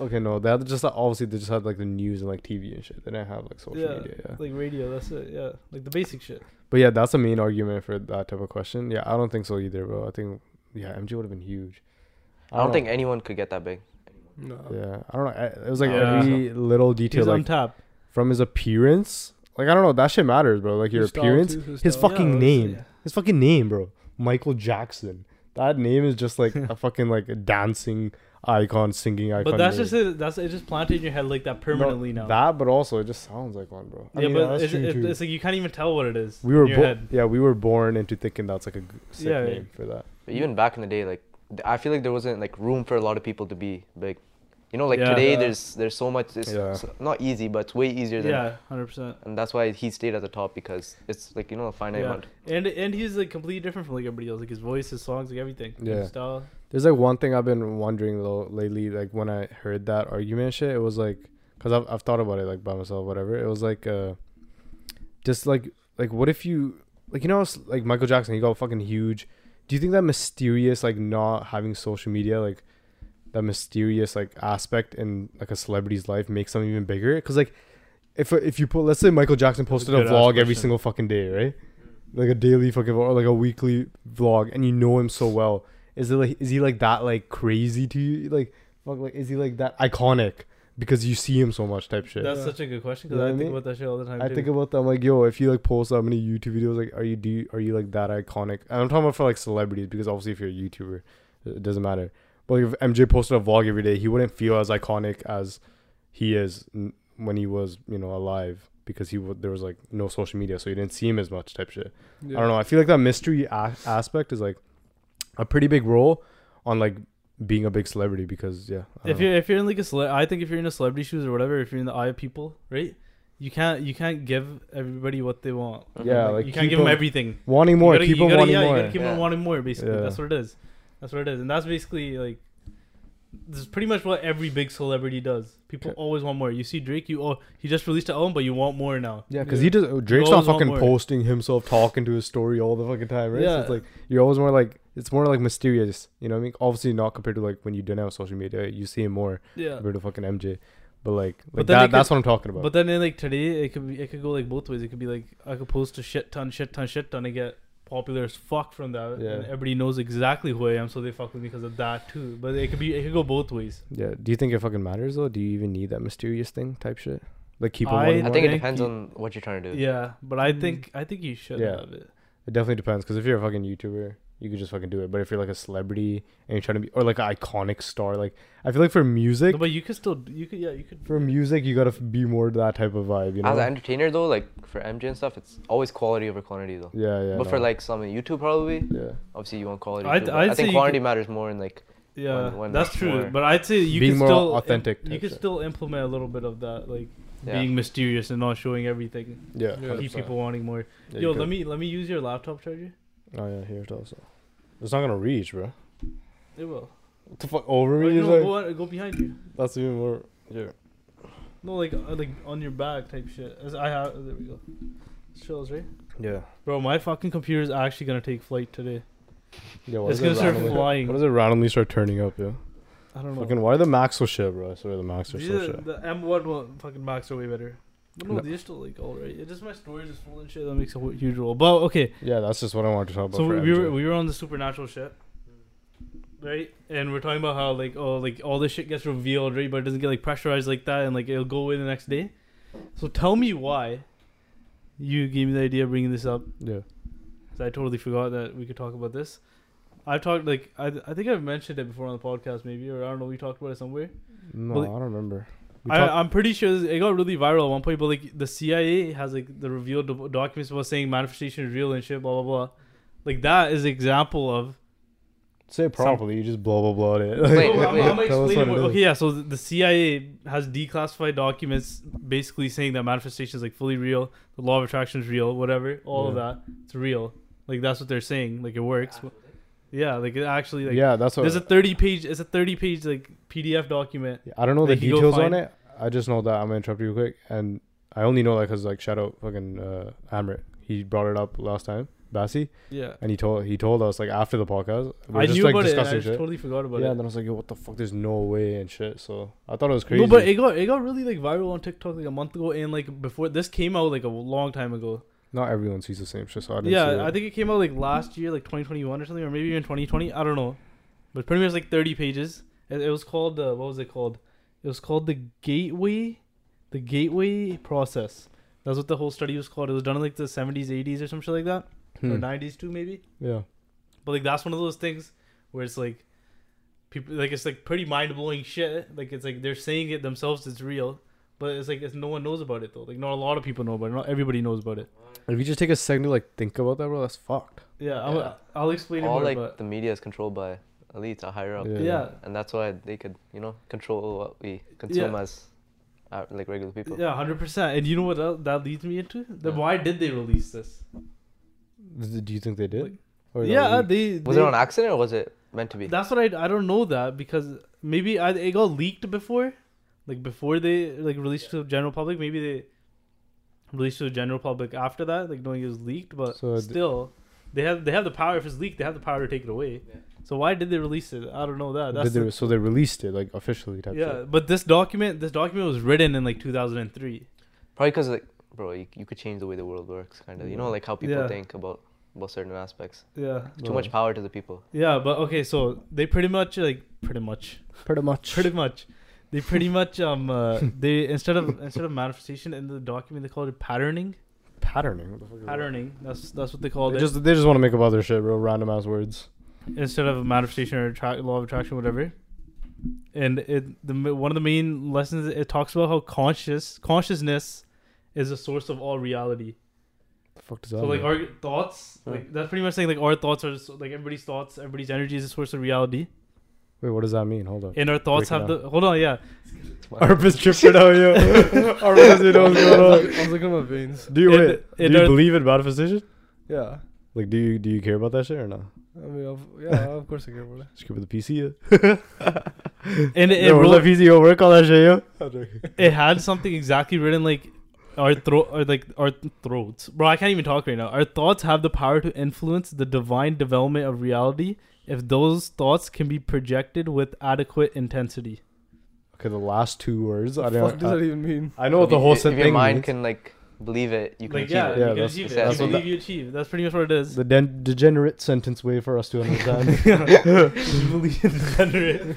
[SPEAKER 1] Okay, no, they had just like, obviously they just had like the news and like TV and shit. They didn't have like social
[SPEAKER 2] Yeah,
[SPEAKER 1] media. Yeah.
[SPEAKER 2] like radio. That's it. Yeah, like the basic shit.
[SPEAKER 1] But yeah, that's the main argument for that type of question. Yeah, I don't think so either, bro. I think yeah, MG would have been huge.
[SPEAKER 4] I don't
[SPEAKER 1] know.
[SPEAKER 4] think anyone could get that big.
[SPEAKER 3] No.
[SPEAKER 1] Yeah, I don't know. I- It was like
[SPEAKER 2] Yeah.
[SPEAKER 1] every little
[SPEAKER 2] He
[SPEAKER 1] detail,
[SPEAKER 2] was
[SPEAKER 1] like
[SPEAKER 2] on top.
[SPEAKER 1] from his appearance. Like I don't know, that shit matters, bro. Like your
[SPEAKER 3] His style
[SPEAKER 1] appearance,
[SPEAKER 3] too, his
[SPEAKER 1] his
[SPEAKER 3] style.
[SPEAKER 1] fucking
[SPEAKER 2] Yeah,
[SPEAKER 1] name,
[SPEAKER 2] yeah.
[SPEAKER 1] his fucking name, bro. Michael Jackson. That name is just like a fucking like a dancing icon, singing icon.
[SPEAKER 2] But that's
[SPEAKER 1] name.
[SPEAKER 2] just it. That's it. Just planted in your head like that permanently
[SPEAKER 1] No,
[SPEAKER 2] now.
[SPEAKER 1] That, but also it just sounds like one, bro. I
[SPEAKER 2] yeah,
[SPEAKER 1] mean,
[SPEAKER 2] but
[SPEAKER 1] that's
[SPEAKER 2] it's,
[SPEAKER 1] true,
[SPEAKER 2] it,
[SPEAKER 1] too.
[SPEAKER 2] it's like you can't even tell what it is.
[SPEAKER 1] we were
[SPEAKER 2] in your
[SPEAKER 1] bo-
[SPEAKER 2] head.
[SPEAKER 1] yeah, we were born into thinking that's like a g- sick
[SPEAKER 2] Yeah, yeah.
[SPEAKER 1] name for that.
[SPEAKER 4] But even back in the day, like th- I feel like there wasn't like room for a lot of people to be big. You know, like
[SPEAKER 2] Yeah.
[SPEAKER 4] today
[SPEAKER 2] Yeah.
[SPEAKER 4] there's there's so much. It's
[SPEAKER 1] Yeah.
[SPEAKER 4] so- not easy, but it's way easier than.
[SPEAKER 2] Yeah, hundred percent.
[SPEAKER 4] And that's why he stayed at the top because it's like you know a finite
[SPEAKER 2] Yeah,
[SPEAKER 4] amount.
[SPEAKER 2] and and he's like completely different from like everybody else. Like his voice, his songs, like everything. His
[SPEAKER 1] Yeah.
[SPEAKER 2] style.
[SPEAKER 1] There's like one thing I've been wondering though lately, like when I heard that argument shit, it was like, cause I've I've thought about it like by myself, whatever. It was like, uh, just like like what if you like you know it's like Michael Jackson, he got fucking huge. Do you think that mysterious like not having social media like that mysterious like aspect in like a celebrity's life makes them even bigger? Cause like if if you put let's say Michael Jackson
[SPEAKER 2] That's a
[SPEAKER 1] posted a
[SPEAKER 2] good-ass
[SPEAKER 1] vlog every
[SPEAKER 2] question.
[SPEAKER 1] single fucking day, right? Like a daily fucking vlog, or like a weekly vlog, and you know him so well. Is it like is he like that like crazy to you? Like fuck, like is he like that iconic because you see him so much type shit?
[SPEAKER 2] That's
[SPEAKER 3] Yeah.
[SPEAKER 2] such a good question
[SPEAKER 1] You
[SPEAKER 2] because
[SPEAKER 1] know
[SPEAKER 2] I
[SPEAKER 1] what I
[SPEAKER 2] think
[SPEAKER 1] mean?
[SPEAKER 2] about that shit all the time.
[SPEAKER 1] I
[SPEAKER 2] too.
[SPEAKER 1] think about that. I'm like, yo, if you like post that many YouTube videos, like, are you do you, are you like that iconic? And I'm talking about for like celebrities because obviously if you're a YouTuber, it doesn't matter. But like if MJ posted a vlog every day, he wouldn't feel as iconic as he is n- when he was you know alive because he w- there was like no social media, so you didn't see him as much type shit. I don't know. I feel like that mystery a- aspect is like a pretty big role on like being a big celebrity because yeah. I
[SPEAKER 2] if
[SPEAKER 1] don't know.
[SPEAKER 2] you're if you're in like a cele- I think if you're in a celebrity shoes or whatever, if you're in the eye of people, right? You can't you can't give everybody what they want.
[SPEAKER 4] Mhm.
[SPEAKER 1] yeah, like
[SPEAKER 2] you can't
[SPEAKER 1] keep
[SPEAKER 2] give them
[SPEAKER 1] him-
[SPEAKER 2] everything.
[SPEAKER 1] wanting more,
[SPEAKER 2] you gotta,
[SPEAKER 1] keep
[SPEAKER 2] you
[SPEAKER 1] him
[SPEAKER 2] gotta-
[SPEAKER 1] wanting
[SPEAKER 2] yeah,
[SPEAKER 1] more.
[SPEAKER 2] You gotta keep
[SPEAKER 4] Yeah.
[SPEAKER 2] them wanting more. Basically,
[SPEAKER 1] Yeah.
[SPEAKER 2] that's what it is. That's what it is, and that's basically like. This is pretty much what every big celebrity does. People
[SPEAKER 1] Okay.
[SPEAKER 2] always want more. You see Drake, you oh he just released an album, but you want more now.
[SPEAKER 1] Yeah, because
[SPEAKER 3] Yeah.
[SPEAKER 1] he does. Drake's
[SPEAKER 2] always
[SPEAKER 1] not
[SPEAKER 2] want
[SPEAKER 1] fucking
[SPEAKER 2] more.
[SPEAKER 1] posting himself talking to his story all the fucking time, right? So
[SPEAKER 2] Yeah.
[SPEAKER 1] it's like you're always more like it's more like mysterious. You know what I mean? Obviously, not compared to like when you didn't have social media, you see him more
[SPEAKER 2] Yeah,
[SPEAKER 1] compared to fucking MJ. But like, like
[SPEAKER 2] But then they
[SPEAKER 1] that,
[SPEAKER 2] could-
[SPEAKER 1] that's what I'm talking about.
[SPEAKER 2] but then in like today, it could be it could go like both ways. It could be like I could post a shit ton, shit ton, shit ton, and get popular as fuck from that,
[SPEAKER 1] Yeah.
[SPEAKER 2] and everybody knows exactly who I am, so they fuck with me because of that too. But it could be it could go both ways.
[SPEAKER 1] yeah, do you think it fucking matters though? Do you even need that mysterious thing type shit? Like keep him
[SPEAKER 2] I-
[SPEAKER 1] wanting
[SPEAKER 4] I
[SPEAKER 1] more?
[SPEAKER 4] think it
[SPEAKER 2] Thank
[SPEAKER 4] depends
[SPEAKER 2] you.
[SPEAKER 4] on what you're trying to do.
[SPEAKER 2] Yeah, but I
[SPEAKER 3] Mm.
[SPEAKER 2] think I think you should
[SPEAKER 1] Yeah.
[SPEAKER 2] have it.
[SPEAKER 1] it definitely depends because if you're a fucking YouTuber, you could just fucking do it. But if you're like a celebrity and you're trying to be or like an iconic star, like I feel like for music,
[SPEAKER 2] no, but you could still you could yeah you could
[SPEAKER 1] for music you gotta f- be more that type of vibe. You know.
[SPEAKER 4] As an entertainer though, like for MJ and stuff, it's always quality over quantity though.
[SPEAKER 1] yeah, yeah.
[SPEAKER 4] but for
[SPEAKER 1] no.
[SPEAKER 4] like some in YouTube probably,
[SPEAKER 1] yeah,
[SPEAKER 4] obviously you want quality.
[SPEAKER 2] I'd-
[SPEAKER 4] too, but
[SPEAKER 2] I'd
[SPEAKER 4] I
[SPEAKER 2] say you
[SPEAKER 4] think quality matters more in like
[SPEAKER 2] yeah
[SPEAKER 4] One- one
[SPEAKER 2] that's
[SPEAKER 4] that's
[SPEAKER 2] true.
[SPEAKER 4] more-
[SPEAKER 2] But I'd say you
[SPEAKER 1] Being
[SPEAKER 2] can
[SPEAKER 1] more
[SPEAKER 2] still im-
[SPEAKER 1] authentic
[SPEAKER 2] You
[SPEAKER 1] type
[SPEAKER 2] could
[SPEAKER 1] shit.
[SPEAKER 2] still implement a little bit of that like
[SPEAKER 4] Yeah.
[SPEAKER 2] being mysterious and not showing everything.
[SPEAKER 1] yeah.
[SPEAKER 3] Yeah.
[SPEAKER 2] Keep
[SPEAKER 1] 100%.
[SPEAKER 2] people wanting more.
[SPEAKER 1] Yeah,
[SPEAKER 2] Yo,
[SPEAKER 1] you
[SPEAKER 2] let
[SPEAKER 1] could.
[SPEAKER 2] me let me use your laptop charger.
[SPEAKER 1] Oh yeah, here it also. It's not gonna reach, bro.
[SPEAKER 2] It will.
[SPEAKER 1] What the fuck over
[SPEAKER 2] Or,
[SPEAKER 1] me? is
[SPEAKER 2] no,
[SPEAKER 1] like,
[SPEAKER 2] go, on- go behind you.
[SPEAKER 1] That's even more. Yeah.
[SPEAKER 2] No, like uh, like on your back type shit. As I have, there we go. Chills, right?
[SPEAKER 1] Yeah.
[SPEAKER 2] Bro, my fucking computer is actually gonna take flight today.
[SPEAKER 1] Yeah. why does
[SPEAKER 2] It's
[SPEAKER 1] it
[SPEAKER 2] gonna start
[SPEAKER 1] randomly-
[SPEAKER 2] flying.
[SPEAKER 1] Why does it randomly start turning up, yo?
[SPEAKER 2] I don't know.
[SPEAKER 1] Fucking why are the Macs so shit, bro? I swear the Macs are
[SPEAKER 2] These
[SPEAKER 1] so
[SPEAKER 2] are-
[SPEAKER 1] shit.
[SPEAKER 2] the M1 one fucking Macs are way better. But no,
[SPEAKER 1] No.
[SPEAKER 2] they're still like alright. It just my storage is full and shit. That makes a hu- huge role. But okay,
[SPEAKER 1] Yeah, that's just what I wanted to talk about.
[SPEAKER 2] so
[SPEAKER 1] for
[SPEAKER 2] we
[SPEAKER 1] MJ.
[SPEAKER 2] were we were on the supernatural shit, right? And we're talking about how like oh like all this shit gets revealed, right? But it doesn't get like pressurized like that, and like it'll go away the next day. So tell me why you gave me the idea of bringing this up.
[SPEAKER 1] yeah.
[SPEAKER 2] 'cause I totally forgot that we could talk about this. I've talked like I I think I've mentioned it before on the podcast maybe or I don't know we talked about it somewhere.
[SPEAKER 1] No,
[SPEAKER 2] Well,
[SPEAKER 1] I don't remember. We
[SPEAKER 2] I,
[SPEAKER 1] talked-
[SPEAKER 2] I'm pretty sure this- it got really viral at one point, but like the CIA has like the revealed doc- documents about saying manifestation is real and shit, blah blah blah. Like that is example of.
[SPEAKER 1] Say it properly. you just blah blah blah it.
[SPEAKER 4] Wait,
[SPEAKER 2] No,
[SPEAKER 4] wait,
[SPEAKER 2] I'm-
[SPEAKER 4] wait.
[SPEAKER 2] I'm
[SPEAKER 1] Tell us what
[SPEAKER 2] explaining what-
[SPEAKER 1] it is.
[SPEAKER 2] okay, yeah. So th- the CIA has declassified documents, basically saying that manifestation is like fully real, the law of attraction is real, whatever, all of
[SPEAKER 1] Yeah.
[SPEAKER 2] that, it's real. Like that's what they're saying. Like it works. Yeah, like it actually like.
[SPEAKER 1] yeah, that's what.
[SPEAKER 2] There's a 30 page. It's a 30 page like PDF document.
[SPEAKER 1] Yeah, I don't know
[SPEAKER 2] They
[SPEAKER 1] the
[SPEAKER 2] could go
[SPEAKER 1] details on
[SPEAKER 2] find-
[SPEAKER 1] it. I just know that I'm gonna interrupt you quick, and I only know like 'cause like shout out fucking uh, Amrit. He brought it up last time, Bassi,
[SPEAKER 2] Yeah.
[SPEAKER 1] and he told he told us like after the podcast. We were
[SPEAKER 2] I
[SPEAKER 1] just,
[SPEAKER 2] knew
[SPEAKER 1] like,
[SPEAKER 2] about it. and I
[SPEAKER 1] discussing
[SPEAKER 2] just
[SPEAKER 1] shit.
[SPEAKER 2] totally forgot about
[SPEAKER 1] yeah,
[SPEAKER 2] it.
[SPEAKER 1] and then I was like, yo, what the fuck? There's no way and shit. So I thought it was crazy.
[SPEAKER 2] No, but it got it got really like viral on TikTok like a month ago, and like before this came out like a long time ago.
[SPEAKER 1] not everyone sees the same shit. So I didn't see
[SPEAKER 2] Yeah,
[SPEAKER 1] it.
[SPEAKER 2] I think it came out like last year, like 2021 or something, or maybe even 2020. I don't know, but pretty much like 30 pages. It, it was called uh, what was it called? It was called the Gateway, the Gateway Process. That's what the whole study was called. It was done in like the 70s, 80s, or some shit like that, or
[SPEAKER 1] Hmm.
[SPEAKER 2] 90s too, maybe.
[SPEAKER 1] Yeah,
[SPEAKER 2] But like that's one of those things where it's like people like it's like pretty mind blowing shit. Like it's like they're saying it themselves it's real. But it's like it's, no one knows about it though. Like not a lot of people know about it. Not everybody knows about it.
[SPEAKER 1] if you just take a second to like think about that, bro, that's fucked.
[SPEAKER 2] Yeah, I'll,
[SPEAKER 4] Yeah.
[SPEAKER 2] I'll explain it
[SPEAKER 4] all
[SPEAKER 2] more.
[SPEAKER 4] like
[SPEAKER 2] but
[SPEAKER 4] the media is controlled by elites are higher up.
[SPEAKER 1] Yeah.
[SPEAKER 2] yeah.
[SPEAKER 1] Yeah.
[SPEAKER 2] yeah,
[SPEAKER 4] And that's why they could, you know, control what we consume as uh, like regular people.
[SPEAKER 2] hundred percent. And you know what that, that leads me into? Then
[SPEAKER 4] Yeah.
[SPEAKER 2] why did they release this?
[SPEAKER 1] Th- Do you think they did?
[SPEAKER 2] Like-
[SPEAKER 1] Or that
[SPEAKER 2] yeah, uh,
[SPEAKER 1] was-
[SPEAKER 2] they,
[SPEAKER 4] Was
[SPEAKER 2] they-
[SPEAKER 4] it on accident or was it meant to be?
[SPEAKER 2] That's what I I don't know that because maybe I, it got leaked before, like before they like released to the general public. Maybe they released to the general public after that, like knowing it was leaked. But
[SPEAKER 1] So uh, it-
[SPEAKER 2] still, they have they have the power. If it's leaked, they have the power to take it away. So why did they release it? I don't know that. Uh, That's
[SPEAKER 1] did they-
[SPEAKER 2] the-
[SPEAKER 1] so they released it like officially type
[SPEAKER 2] yeah.
[SPEAKER 1] shit.
[SPEAKER 2] But this document this document was written in like 2003.
[SPEAKER 4] Probably because, like, bro, you, you could change the way the world works, kind of. You know, like how people
[SPEAKER 2] Yeah.
[SPEAKER 4] think about, about certain aspects.
[SPEAKER 2] Yeah.
[SPEAKER 4] Too much power to the people.
[SPEAKER 2] Yeah, but okay, so they pretty much like pretty much
[SPEAKER 1] Pretty much.
[SPEAKER 2] pretty much they pretty much um uh, they instead of instead of manifestation in the document they called it patterning.
[SPEAKER 1] patterning. What the fuck is that?
[SPEAKER 2] patterning. That's that's what they called
[SPEAKER 1] They
[SPEAKER 2] it.
[SPEAKER 1] just they just want to make up other shit, bro. Random ass words.
[SPEAKER 2] instead of manifestation or attra- law of attraction, whatever. And it the ma- one of the main lessons it talks about how conscious consciousness is the source of all reality.
[SPEAKER 1] The fuck does that?
[SPEAKER 2] So like
[SPEAKER 1] mean?
[SPEAKER 2] our thoughts, like that's pretty much saying like our thoughts are just, like everybody's thoughts, everybody's energy is the source of reality,
[SPEAKER 1] Wait, what does that mean? Hold up.
[SPEAKER 2] and our thoughts
[SPEAKER 1] Break it
[SPEAKER 2] have
[SPEAKER 1] down.
[SPEAKER 2] the hold on, yeah.
[SPEAKER 1] Arpus tripping out, yo. Arpus, you know what's
[SPEAKER 3] I was
[SPEAKER 1] going on.
[SPEAKER 3] looking- I was looking at my veins.
[SPEAKER 1] Do you
[SPEAKER 2] And-
[SPEAKER 1] wait?
[SPEAKER 2] and
[SPEAKER 1] do you
[SPEAKER 2] our-
[SPEAKER 1] believe in manifestation?
[SPEAKER 3] Yeah.
[SPEAKER 1] Like, do you do you care about that shit or not?
[SPEAKER 3] I mean, of, yeah, of course I care about it.
[SPEAKER 1] Just keep it the PC. Yeah.
[SPEAKER 2] And it, it,
[SPEAKER 1] Yo, roll
[SPEAKER 2] wrote-
[SPEAKER 1] the PC. Yo, work all that shit, yo.
[SPEAKER 2] it had something exactly written like our throat or like our th- throats bro i can't even talk right now our thoughts have the power to influence the divine development of reality if those thoughts can be projected with adequate intensity
[SPEAKER 1] Okay, the last two words. I
[SPEAKER 3] What the fuck
[SPEAKER 1] don't.
[SPEAKER 3] does that
[SPEAKER 1] I,
[SPEAKER 3] even mean?
[SPEAKER 1] I know what
[SPEAKER 4] If
[SPEAKER 1] the
[SPEAKER 4] you-
[SPEAKER 1] whole
[SPEAKER 4] if,
[SPEAKER 1] set
[SPEAKER 4] if
[SPEAKER 1] thing
[SPEAKER 4] your mind
[SPEAKER 1] means.
[SPEAKER 4] can, like, believe it, you can
[SPEAKER 2] like
[SPEAKER 4] achieve
[SPEAKER 2] yeah,
[SPEAKER 4] it.
[SPEAKER 1] Yeah,
[SPEAKER 2] you can
[SPEAKER 1] that's-
[SPEAKER 2] achieve it
[SPEAKER 4] that's
[SPEAKER 2] you
[SPEAKER 4] what
[SPEAKER 2] believe
[SPEAKER 4] that-
[SPEAKER 2] you achieve that's pretty much what it is
[SPEAKER 1] the den- degenerate sentence way for us to understand.
[SPEAKER 2] You believe in generate-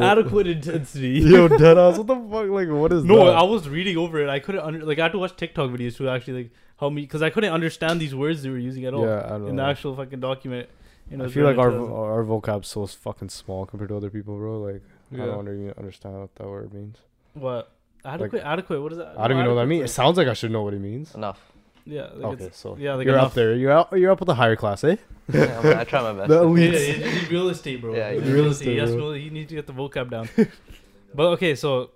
[SPEAKER 2] adequate intensity
[SPEAKER 1] yo, dead ass. What the fuck? Like, what is
[SPEAKER 2] no
[SPEAKER 1] that?
[SPEAKER 2] i was reading over it i couldn't under, like i had to watch tiktok videos to actually like help me because i couldn't understand these words they were using at all
[SPEAKER 1] yeah, I don't
[SPEAKER 2] in the
[SPEAKER 1] know.
[SPEAKER 2] actual fucking document. You know,
[SPEAKER 1] Uh, I feel like our
[SPEAKER 2] during the
[SPEAKER 1] vo- our vocab's so s- fucking small compared to other people, bro. Like I
[SPEAKER 3] Yeah.
[SPEAKER 1] don't even understand what that word means.
[SPEAKER 2] What? Adequate? adequate? What is that?
[SPEAKER 1] I don't even know what that means. It
[SPEAKER 2] Adequate,
[SPEAKER 1] sounds like I should know what it means.
[SPEAKER 4] Enough.
[SPEAKER 2] like- Yeah. Like
[SPEAKER 1] okay,
[SPEAKER 2] it's,
[SPEAKER 1] so
[SPEAKER 2] yeah, like
[SPEAKER 1] you're
[SPEAKER 2] enough.
[SPEAKER 1] up there. You're out, you're up with the higher class, eh?
[SPEAKER 4] Yeah, man, I try my best.
[SPEAKER 1] The
[SPEAKER 2] Yeah,
[SPEAKER 1] elite.
[SPEAKER 2] yeah, yeah, real estate, bro.
[SPEAKER 4] Yeah,
[SPEAKER 2] Real,
[SPEAKER 4] yeah.
[SPEAKER 2] estate.
[SPEAKER 1] Real estate,
[SPEAKER 2] Yes,
[SPEAKER 1] bro.
[SPEAKER 2] bro. You need to get the vocab down. but okay, so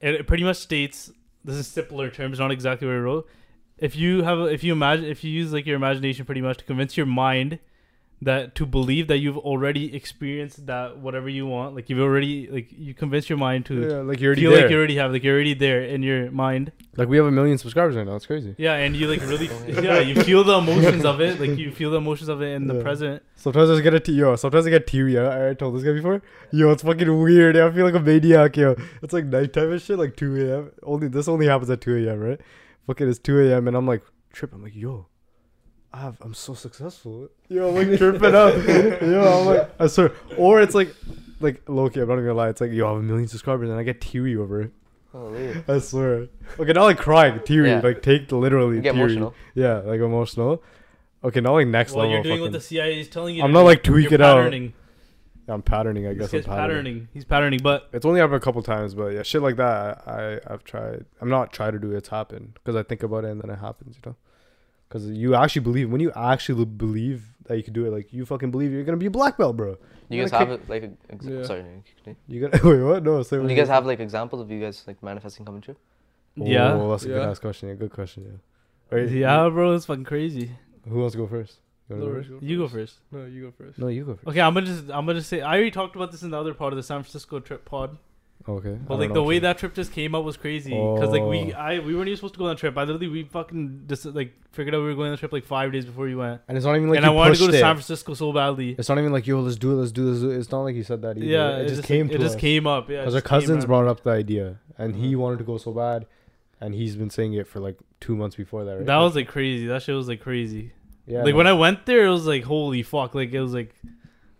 [SPEAKER 2] it, it pretty much states this is simpler terms, not exactly what I wrote. If you have, a- if you imagine, if you use like your imagination, pretty much to convince your mind that to believe that you've already experienced that whatever you want, like you've already like you convince your mind to
[SPEAKER 1] Yeah, like you're already
[SPEAKER 2] feel
[SPEAKER 1] there.
[SPEAKER 2] like you already have, like you're already there in your mind.
[SPEAKER 1] Like we have a million subscribers right now. It's crazy.
[SPEAKER 2] Yeah, and you like really, yeah, you feel the emotions of it. Like you feel the emotions of it in the
[SPEAKER 1] Yeah.
[SPEAKER 2] present.
[SPEAKER 1] Sometimes I just get a t- yo. Sometimes I get teary. I, I told this guy before. Yo, it's fucking weird. I feel like a maniac. Yo, it's like nighttime and shit, like two a.m. Only this only happens at two a.m. Right? Fucking it's two a.m. and I'm like tripping. I'm like yo, I have, I'm so successful. Yo, I'm like tripping up. yo, I'm like I swear. Or it's like like Loki. I'm not gonna lie. It's like yo, I have a million subscribers and I get teary over it.
[SPEAKER 4] Holy.
[SPEAKER 1] I swear. Okay, not like crying, teary.
[SPEAKER 4] Yeah.
[SPEAKER 1] Like take literally.
[SPEAKER 4] You get
[SPEAKER 1] teary.
[SPEAKER 4] emotional.
[SPEAKER 1] Yeah, like emotional. Okay, not like next
[SPEAKER 2] well,
[SPEAKER 1] level.
[SPEAKER 2] you're doing
[SPEAKER 1] fucking-
[SPEAKER 2] what the CIA is telling you.
[SPEAKER 1] I'm
[SPEAKER 2] to
[SPEAKER 1] not,
[SPEAKER 2] do.
[SPEAKER 1] like, tweak
[SPEAKER 2] You're
[SPEAKER 1] it out.
[SPEAKER 2] patterning.
[SPEAKER 1] Yeah, I'm patterning, I guess.
[SPEAKER 2] This guy's
[SPEAKER 1] I'm patterning.
[SPEAKER 2] patterning. He's patterning, but
[SPEAKER 1] It's only happened a couple times, but yeah, shit like that. I I've tried. I'm not try to do. It's happened because I think about it and then it happens. You know, because you actually believe when you actually believe that you can do it. Like you fucking believe you're gonna be a black belt, bro.
[SPEAKER 4] You guys
[SPEAKER 1] Gotta
[SPEAKER 4] have like a- ex-
[SPEAKER 3] Yeah.
[SPEAKER 4] sorry. you kicked me.
[SPEAKER 1] You gonna wait? What? No. Say
[SPEAKER 4] Do
[SPEAKER 1] what
[SPEAKER 4] you guys have like examples of you guys like manifesting coming true?
[SPEAKER 1] Oh,
[SPEAKER 2] yeah,
[SPEAKER 1] that's a good
[SPEAKER 3] Yeah.
[SPEAKER 1] ass question. Yeah, good question. Yeah. Wait,
[SPEAKER 2] yeah, bro, it's fucking crazy.
[SPEAKER 1] Who wants to go first? You wanna go
[SPEAKER 3] Loris,
[SPEAKER 1] first?
[SPEAKER 2] You go first.
[SPEAKER 3] No, you go first.
[SPEAKER 1] No, you go first.
[SPEAKER 2] Okay, I'm gonna just I'm gonna say I already talked about this in the other part of the San Francisco trip pod,
[SPEAKER 1] Okay. I
[SPEAKER 2] but
[SPEAKER 1] don't
[SPEAKER 2] like
[SPEAKER 1] know
[SPEAKER 2] the
[SPEAKER 1] if
[SPEAKER 2] way
[SPEAKER 1] you-
[SPEAKER 2] that trip just came out was crazy because like we
[SPEAKER 1] Oh.
[SPEAKER 2] I we weren't even supposed to go on a trip. I literally we fucking just like figured out we were going on a trip like five days before you went,
[SPEAKER 1] and it's not even like
[SPEAKER 2] and I
[SPEAKER 1] you
[SPEAKER 2] wanted to go to
[SPEAKER 1] pushed
[SPEAKER 2] San
[SPEAKER 1] it.
[SPEAKER 2] Francisco so badly.
[SPEAKER 1] It's not even like yo, let's do it, let's do this. It's not like you said that either.
[SPEAKER 2] yeah,
[SPEAKER 1] it, just, came.
[SPEAKER 2] It
[SPEAKER 1] to
[SPEAKER 2] just
[SPEAKER 1] us.
[SPEAKER 2] came up. Yeah, it
[SPEAKER 1] because her
[SPEAKER 2] just came Mm-hmm.
[SPEAKER 1] cousins
[SPEAKER 2] up.
[SPEAKER 1] brought up the idea, and he wanted to go so bad, and he's been saying it for like two months before that. Right?
[SPEAKER 2] That was like crazy. That shit was like crazy.
[SPEAKER 1] yeah,
[SPEAKER 2] like when I went there, it was like holy fuck! Like it was like,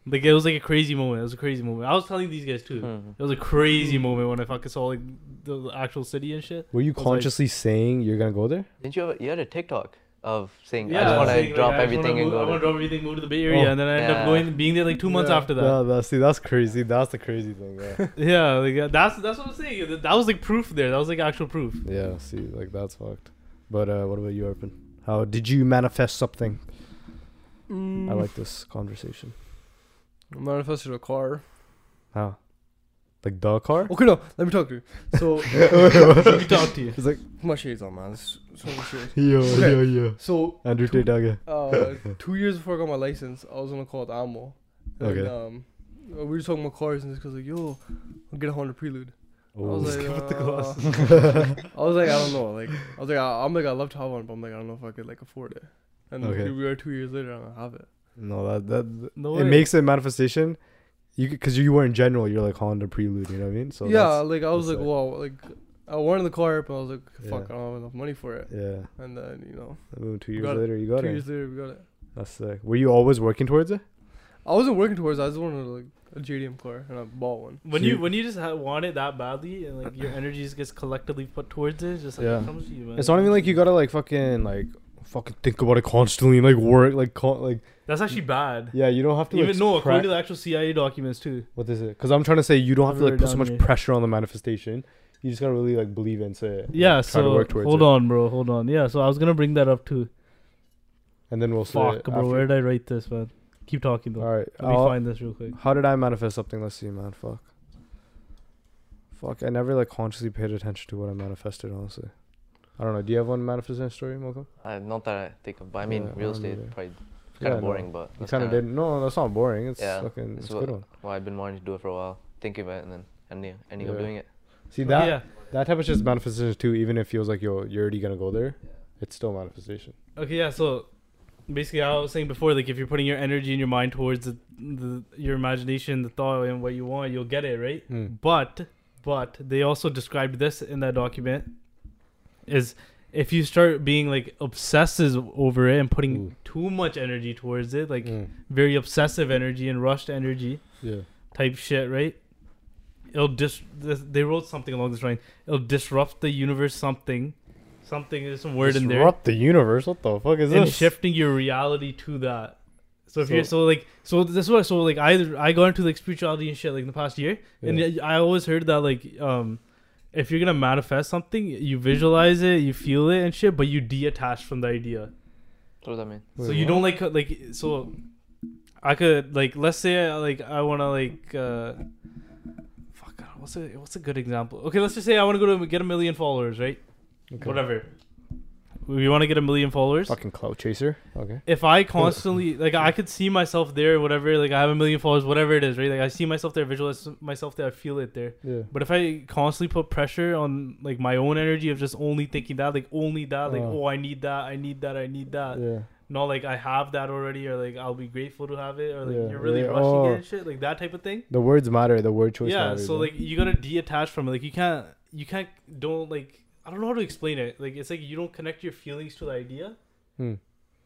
[SPEAKER 2] like it was like a crazy moment. It was a crazy moment. I was telling these guys too.
[SPEAKER 4] Mhm.
[SPEAKER 2] It was a crazy moment when I fucking saw like the actual city and shit.
[SPEAKER 1] were you
[SPEAKER 2] was like-
[SPEAKER 1] consciously saying you're gonna go there?
[SPEAKER 4] Didn't you? Have, a- you had a TikTok of saying
[SPEAKER 2] Yeah,
[SPEAKER 4] I just
[SPEAKER 2] was
[SPEAKER 4] want
[SPEAKER 2] saying,
[SPEAKER 4] to
[SPEAKER 2] like,
[SPEAKER 4] drop
[SPEAKER 2] I just wanna
[SPEAKER 4] everything and
[SPEAKER 2] move- I
[SPEAKER 4] go.
[SPEAKER 2] want
[SPEAKER 4] To,
[SPEAKER 2] to drop everything, move to the Bay Area,
[SPEAKER 1] Oh,
[SPEAKER 2] and then I end up
[SPEAKER 4] yeah.
[SPEAKER 2] going being there like two months
[SPEAKER 3] Yeah.
[SPEAKER 2] after that.
[SPEAKER 1] Yeah, that's see, that's crazy. That's the crazy thing. Yeah,
[SPEAKER 2] Yeah, like uh, that's that's what I'm saying. That- That was like proof there. That was like actual proof.
[SPEAKER 1] yeah. See, like that's fucked. But uh, what about you, Arpin? How did you manifest something? I
[SPEAKER 3] Mm,
[SPEAKER 1] like this conversation.
[SPEAKER 3] I manifested a car.
[SPEAKER 1] How? Like the car?
[SPEAKER 3] Okay, no, let me talk to you. So,
[SPEAKER 2] Let me talk to you.
[SPEAKER 1] It's like
[SPEAKER 3] my shades on, man. It's so much shade.
[SPEAKER 1] yo,
[SPEAKER 3] Okay.
[SPEAKER 1] yo, yo.
[SPEAKER 3] So,
[SPEAKER 1] Andrew Tate Duggan.
[SPEAKER 3] uh, two years before I got my license, I was on a call with Amo. And,
[SPEAKER 1] Okay.
[SPEAKER 3] Um, we were talking about cars, and this guy's like, yo, I'll get a Honda Prelude. I
[SPEAKER 1] Oh.
[SPEAKER 3] was like, uh, I was like, I don't know. Like, I was like, I, I'm like, I love to have one, but I'm like, I don't know if I could like afford it. And
[SPEAKER 1] Okay.
[SPEAKER 3] here we are two years later, and I don't have it.
[SPEAKER 1] No, that that
[SPEAKER 2] No
[SPEAKER 1] it
[SPEAKER 2] way.
[SPEAKER 1] makes a manifestation. You because you were in general, you're like Honda Prelude. You know what I mean? So
[SPEAKER 3] yeah, like I was
[SPEAKER 1] that's
[SPEAKER 3] like,
[SPEAKER 1] it.
[SPEAKER 3] wow, like I wanted the car, but I was like, fuck,
[SPEAKER 1] Yeah.
[SPEAKER 3] I don't have enough money for it.
[SPEAKER 1] that's- yeah.
[SPEAKER 3] And then you know,
[SPEAKER 1] And then two years
[SPEAKER 3] Got it.
[SPEAKER 1] later, you got
[SPEAKER 3] two
[SPEAKER 1] it.
[SPEAKER 3] years later, we got it.
[SPEAKER 1] That's sick. Were you always working towards it?
[SPEAKER 3] I wasn't working towards. it. I just wanted like a JDM car, and I bought one.
[SPEAKER 2] When
[SPEAKER 1] So
[SPEAKER 2] you
[SPEAKER 1] you-
[SPEAKER 2] when you just ha- want it that badly and like your energy just gets collectively put towards it, it's just like
[SPEAKER 1] Yeah.
[SPEAKER 2] it comes to you, man.
[SPEAKER 1] It's not even like you gotta like fucking like fucking think about it constantly and like work like con- like
[SPEAKER 2] That's actually bad.
[SPEAKER 1] yeah. You don't have to
[SPEAKER 2] Even
[SPEAKER 1] like,
[SPEAKER 2] no, according
[SPEAKER 1] spra-
[SPEAKER 2] to the actual CIA documents too.
[SPEAKER 1] what is it? Because I'm trying to say you don't have to
[SPEAKER 2] Whatever
[SPEAKER 1] like put so
[SPEAKER 2] down
[SPEAKER 1] much
[SPEAKER 2] here.
[SPEAKER 1] pressure on the manifestation. You just gotta really like believe it and say it.
[SPEAKER 2] Yeah,
[SPEAKER 1] Try to
[SPEAKER 2] so
[SPEAKER 1] work towards
[SPEAKER 2] hold
[SPEAKER 1] it.
[SPEAKER 2] on, bro, hold on. Yeah, so I was gonna bring that up too.
[SPEAKER 1] And then we'll say
[SPEAKER 2] Fuck,
[SPEAKER 1] it
[SPEAKER 2] bro,
[SPEAKER 1] after.
[SPEAKER 2] where did I write this, man? Keep talking though.
[SPEAKER 1] All right.
[SPEAKER 2] Let me
[SPEAKER 1] I'll-
[SPEAKER 2] find this real quick.
[SPEAKER 1] How did I manifest something? Let's see, man. Fuck. Fuck. I never like consciously paid attention to what I manifested. Honestly, I don't know. Do you have one manifestation story, Malcolm?
[SPEAKER 4] uh, not that I think of, but I mean
[SPEAKER 1] Yeah, I
[SPEAKER 4] real
[SPEAKER 1] don't
[SPEAKER 4] estate
[SPEAKER 1] either.
[SPEAKER 4] probably kind
[SPEAKER 1] Yeah,
[SPEAKER 4] of
[SPEAKER 1] no.
[SPEAKER 4] boring, but
[SPEAKER 1] You
[SPEAKER 4] that's
[SPEAKER 1] kind of
[SPEAKER 4] kinda
[SPEAKER 1] did. No, that's not boring. It's
[SPEAKER 4] Yeah,
[SPEAKER 1] fucking.
[SPEAKER 4] it's
[SPEAKER 1] It's, a
[SPEAKER 4] what-
[SPEAKER 1] good one.
[SPEAKER 4] Well, I've been wanting to do it for a while, thinking about it, and then ending, ending up
[SPEAKER 1] Yeah.
[SPEAKER 4] doing it.
[SPEAKER 1] See that
[SPEAKER 2] yeah.
[SPEAKER 1] that type of shit's manifestation too. Even if it feels like yo, you're already gonna go there, it's still manifestation.
[SPEAKER 2] Okay, yeah. So basically, I was saying before, like if you're putting your energy and your mind towards the, the your imagination, the thought, and what you want, you'll get it, right?
[SPEAKER 1] Hmm.
[SPEAKER 2] But but they also described this in that document is if you start being like obsessive over it and putting
[SPEAKER 1] Ooh.
[SPEAKER 2] too much energy towards it, like
[SPEAKER 1] Mm.
[SPEAKER 2] very obsessive energy and rushed energy
[SPEAKER 1] Yeah.
[SPEAKER 2] type shit, right? It'll dis. This, they wrote something along this line. It'll disrupt the universe. Something, something. There's some word in there
[SPEAKER 1] Disrupt the universe. What the fuck is
[SPEAKER 2] and
[SPEAKER 1] this?
[SPEAKER 2] shifting your reality to that. So if
[SPEAKER 1] So-
[SPEAKER 2] you're so like so this is what so like I I got into like spirituality and shit like in the past year and
[SPEAKER 1] Yeah.
[SPEAKER 2] I always heard that like um if you're gonna manifest something you visualize it you feel it and shit but you detach from the idea
[SPEAKER 4] What does that mean?
[SPEAKER 2] so you don't like like so I could like let's say I, like I want to like uh fuck I don't- what's a what's a good example okay let's just say I want to go to get a million followers right
[SPEAKER 1] Okay.
[SPEAKER 2] whatever we want to get a million followers
[SPEAKER 1] Fucking clout chaser. Okay.
[SPEAKER 2] if I constantly like I could see myself there, whatever, like I have a million followers, whatever it is, right? Like I see myself there, visualize myself there, I feel it there.
[SPEAKER 1] Yeah.
[SPEAKER 2] But if I constantly put pressure on like my own energy of just only thinking that, like only that, like
[SPEAKER 1] Uh.
[SPEAKER 2] oh I need that, I need that, I need that,
[SPEAKER 1] yeah.
[SPEAKER 2] not like I have that already, or like I'll be grateful to have it, or like
[SPEAKER 1] Yeah,
[SPEAKER 2] you're really
[SPEAKER 1] yeah,
[SPEAKER 2] rushing
[SPEAKER 1] oh.
[SPEAKER 2] it and shit, like that type of thing.
[SPEAKER 1] The words matter. The word choice.
[SPEAKER 2] yeah,
[SPEAKER 1] matters,
[SPEAKER 2] so
[SPEAKER 1] yeah.
[SPEAKER 2] like you gotta detach from it. Like you can't, you can't, don't like I don't know how to explain it. Like it's like you don't connect your feelings to the idea,
[SPEAKER 1] Hmm.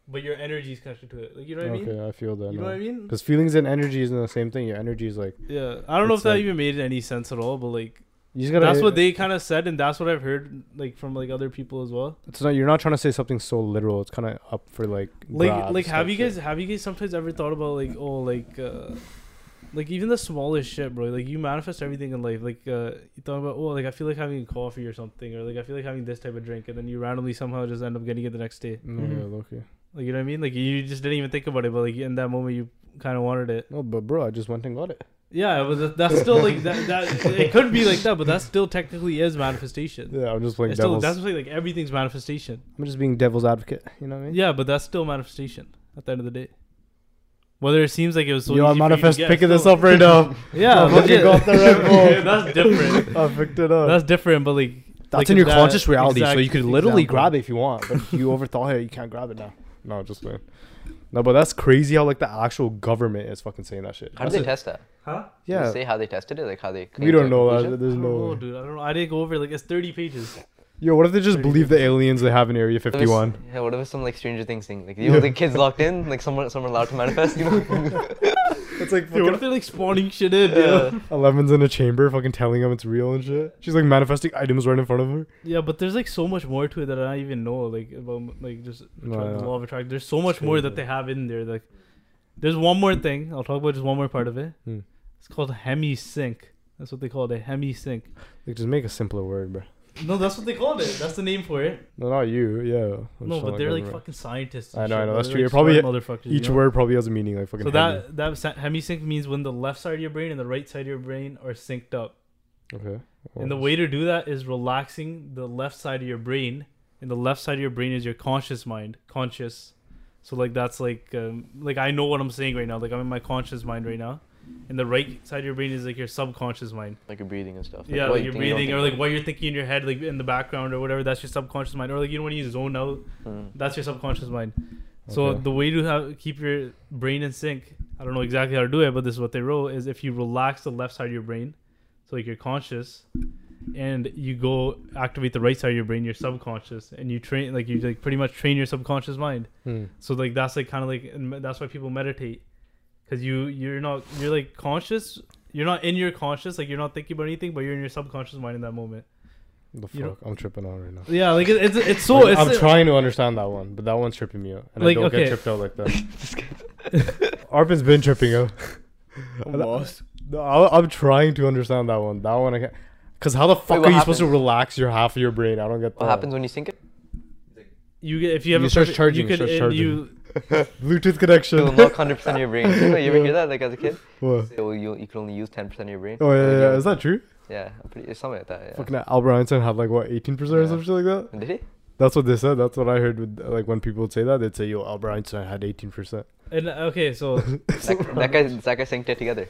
[SPEAKER 2] but your energy is connected to it. Like you know what I mean?
[SPEAKER 1] okay, I feel that.
[SPEAKER 2] You know what I mean?
[SPEAKER 1] Because feelings and energy isn't the same thing. Your energy is like
[SPEAKER 2] Yeah, I don't know if
[SPEAKER 1] It's
[SPEAKER 2] that
[SPEAKER 1] like-
[SPEAKER 2] even made any sense at all, but like
[SPEAKER 1] you just gotta.
[SPEAKER 2] that's what they kind of said, and that's what I've heard like from like other people as well.
[SPEAKER 1] It's not. You're not trying to say something so literal. It's kind of up for like.
[SPEAKER 2] Like
[SPEAKER 1] grabs
[SPEAKER 2] like have
[SPEAKER 1] type
[SPEAKER 2] you
[SPEAKER 1] shit.
[SPEAKER 2] guys have you guys sometimes ever thought about like oh like uh like even the smallest shit, bro. Like you manifest everything in life. Like uh you thought about oh like I feel like having coffee or something, or like I feel like having this type of drink, and then you randomly somehow just end up getting it the next day.
[SPEAKER 1] No,
[SPEAKER 3] Mhm.
[SPEAKER 1] yeah, okay.
[SPEAKER 2] Like you know what I mean? Like you just didn't even think about it, but like in that moment you kind of wanted it.
[SPEAKER 1] No, but bro, I just went and got it.
[SPEAKER 2] Yeah, but that- that's still like that. that it could be like that, but that still technically is manifestation.
[SPEAKER 1] Yeah, I'm just playing
[SPEAKER 2] It's still,
[SPEAKER 1] devil's.
[SPEAKER 2] that's what I'm saying, like everything's manifestation.
[SPEAKER 1] I'm just being devil's advocate. You know what I mean?
[SPEAKER 2] Yeah, but that's still manifestation at the end of the day. Whether it seems like it was so
[SPEAKER 1] Yo,
[SPEAKER 2] easy
[SPEAKER 1] I'm
[SPEAKER 2] for you to
[SPEAKER 1] manifest
[SPEAKER 2] get,
[SPEAKER 1] picking this
[SPEAKER 2] still-
[SPEAKER 1] up right now.
[SPEAKER 2] Yeah,
[SPEAKER 1] I fucking
[SPEAKER 2] legit.
[SPEAKER 1] got the Red Bull.
[SPEAKER 2] Okay, that's different.
[SPEAKER 1] I picked it up.
[SPEAKER 2] That's different, but like
[SPEAKER 1] That's
[SPEAKER 2] like
[SPEAKER 1] in your
[SPEAKER 2] that
[SPEAKER 1] conscious reality, so
[SPEAKER 2] exact
[SPEAKER 1] you could literally
[SPEAKER 2] example.
[SPEAKER 1] grab it if you want. But if you overthought it, you can't grab it now. No, just playing. No, but that's crazy how like the actual government is fucking saying that shit.
[SPEAKER 4] How did
[SPEAKER 1] That's
[SPEAKER 4] they
[SPEAKER 1] it.
[SPEAKER 4] test that?
[SPEAKER 2] Huh?
[SPEAKER 4] Did they
[SPEAKER 1] Yeah,
[SPEAKER 4] say how they tested it? Like how they.
[SPEAKER 1] we
[SPEAKER 4] came to
[SPEAKER 1] don't
[SPEAKER 4] a
[SPEAKER 1] know that.
[SPEAKER 4] conclusion?
[SPEAKER 1] There's
[SPEAKER 2] I don't know,
[SPEAKER 1] no.
[SPEAKER 2] Oh, dude. I don't know. I didn't go over it. like it's 30 pages.
[SPEAKER 1] Yo, what if they just believe the aliens they have in Area
[SPEAKER 4] What if it's-
[SPEAKER 1] 51?
[SPEAKER 4] Yeah, what if it's some like Stranger Things thing? Like you know, the kids locked in, like someone, someone allowed to manifest. You know.
[SPEAKER 1] It's like
[SPEAKER 2] Dude, what if
[SPEAKER 1] fucking
[SPEAKER 2] they're like spawning shit in, yeah.
[SPEAKER 4] Yeah.
[SPEAKER 1] Eleven's in a chamber, fucking telling him it's real and shit. She's like manifesting items right in front of her.
[SPEAKER 2] Yeah, but there's like so much more to it that I don't even know. Like about like just
[SPEAKER 1] No,
[SPEAKER 2] attract-
[SPEAKER 1] yeah.
[SPEAKER 2] law of attraction. There's so much more that
[SPEAKER 1] crazy.
[SPEAKER 2] they have in there. Like there's one more thing. I'll talk about just one more part of it.
[SPEAKER 1] Hmm.
[SPEAKER 2] It's called hemi sync. That's what they called it. Hemi sync.
[SPEAKER 1] Like, just make a simpler word, bro.
[SPEAKER 2] No, that's what they called it. That's the name for it.
[SPEAKER 1] No, not you. Yeah. I'm
[SPEAKER 2] no,
[SPEAKER 1] just
[SPEAKER 2] but
[SPEAKER 1] not
[SPEAKER 2] they're like
[SPEAKER 1] government.
[SPEAKER 2] fucking scientists.
[SPEAKER 1] I
[SPEAKER 2] and
[SPEAKER 1] know, I
[SPEAKER 2] shit,
[SPEAKER 1] know,
[SPEAKER 2] but
[SPEAKER 1] that's
[SPEAKER 2] they're,
[SPEAKER 1] true.
[SPEAKER 2] like,
[SPEAKER 1] You're
[SPEAKER 2] smart motherfuckers. you
[SPEAKER 1] Each
[SPEAKER 2] know?
[SPEAKER 1] word probably has a meaning. Like fucking.
[SPEAKER 2] So
[SPEAKER 1] handy.
[SPEAKER 2] that that sa- hemi sync means when the left side of your brain and the right side of your brain are synced up.
[SPEAKER 1] Okay.
[SPEAKER 2] And the
[SPEAKER 1] Well,
[SPEAKER 2] way to do that is relaxing the left side of your brain, and the left side of your brain is your conscious mind, conscious. So like that's like um, like I know what I'm saying right now. Like I'm in my conscious mind right now, and the right side of your brain is like your subconscious mind.
[SPEAKER 4] like your breathing and stuff.
[SPEAKER 2] yeah,
[SPEAKER 4] what
[SPEAKER 2] like
[SPEAKER 4] you
[SPEAKER 2] your
[SPEAKER 4] think, you don't
[SPEAKER 2] breathing or
[SPEAKER 4] think.
[SPEAKER 2] like what you're thinking in your head, like in the background or whatever. That's your subconscious mind. Or like you know when you zone out,
[SPEAKER 4] Mm.
[SPEAKER 2] that's your subconscious mind. So
[SPEAKER 1] Okay.
[SPEAKER 2] the way to have, keep your brain in sync, I don't know exactly how to do it, but this is what they wrote: is if you relax the left side of your brain, so like you're conscious, and you go activate the right side of your brain, your subconscious, and you train like you like pretty much train your subconscious mind.
[SPEAKER 1] Hmm.
[SPEAKER 2] So like that's like kind of like and me- that's why people meditate, because you you're not you're like conscious, you're not in your conscious, like you're not thinking about anything, but you're in your subconscious mind in that moment.
[SPEAKER 1] The
[SPEAKER 2] you know-
[SPEAKER 1] fuck? I'm tripping out right now.
[SPEAKER 2] Yeah, like it, it's it's so
[SPEAKER 1] Like,
[SPEAKER 2] it's,
[SPEAKER 1] I'm trying to understand that one, but that one's tripping me out, and
[SPEAKER 2] Like,
[SPEAKER 1] I don't
[SPEAKER 2] okay.
[SPEAKER 1] get tripped out like that. Arpin's been tripping out.
[SPEAKER 3] I'm lost.
[SPEAKER 1] No, I- I'm trying to understand that one. That one I can't. Cause how the fuck
[SPEAKER 4] what
[SPEAKER 1] are you supposed to
[SPEAKER 4] happens?
[SPEAKER 1] relax your half of your brain? I don't get that.
[SPEAKER 4] What happens when you sync it?
[SPEAKER 2] you get if you have
[SPEAKER 1] You
[SPEAKER 2] a
[SPEAKER 1] start charging,
[SPEAKER 2] you
[SPEAKER 1] you
[SPEAKER 2] could
[SPEAKER 1] start
[SPEAKER 2] and
[SPEAKER 1] charging.
[SPEAKER 2] you
[SPEAKER 1] Bluetooth
[SPEAKER 4] You
[SPEAKER 1] connection.
[SPEAKER 4] unlock 100 percent of your brain. You know, you ever hear that? Like as a kid,
[SPEAKER 1] What?
[SPEAKER 4] Say, "Oh, you you can only use 10 percent of your brain.
[SPEAKER 1] Oh yeah, yeah,
[SPEAKER 4] Like,
[SPEAKER 1] yeah.
[SPEAKER 4] you-
[SPEAKER 1] Is that true?
[SPEAKER 4] Yeah, I'm pretty, it's something like that. Yeah.
[SPEAKER 1] Fucking Albert Einstein had like what 18 percent or
[SPEAKER 4] Yeah.
[SPEAKER 1] something like that.
[SPEAKER 4] Did he?
[SPEAKER 1] That's what they said. That's what I heard. With like when people would say that, they'd say, "Yo, Albert Einstein had 18 percent."
[SPEAKER 2] and okay so
[SPEAKER 4] That, that guy, that guy synced it together.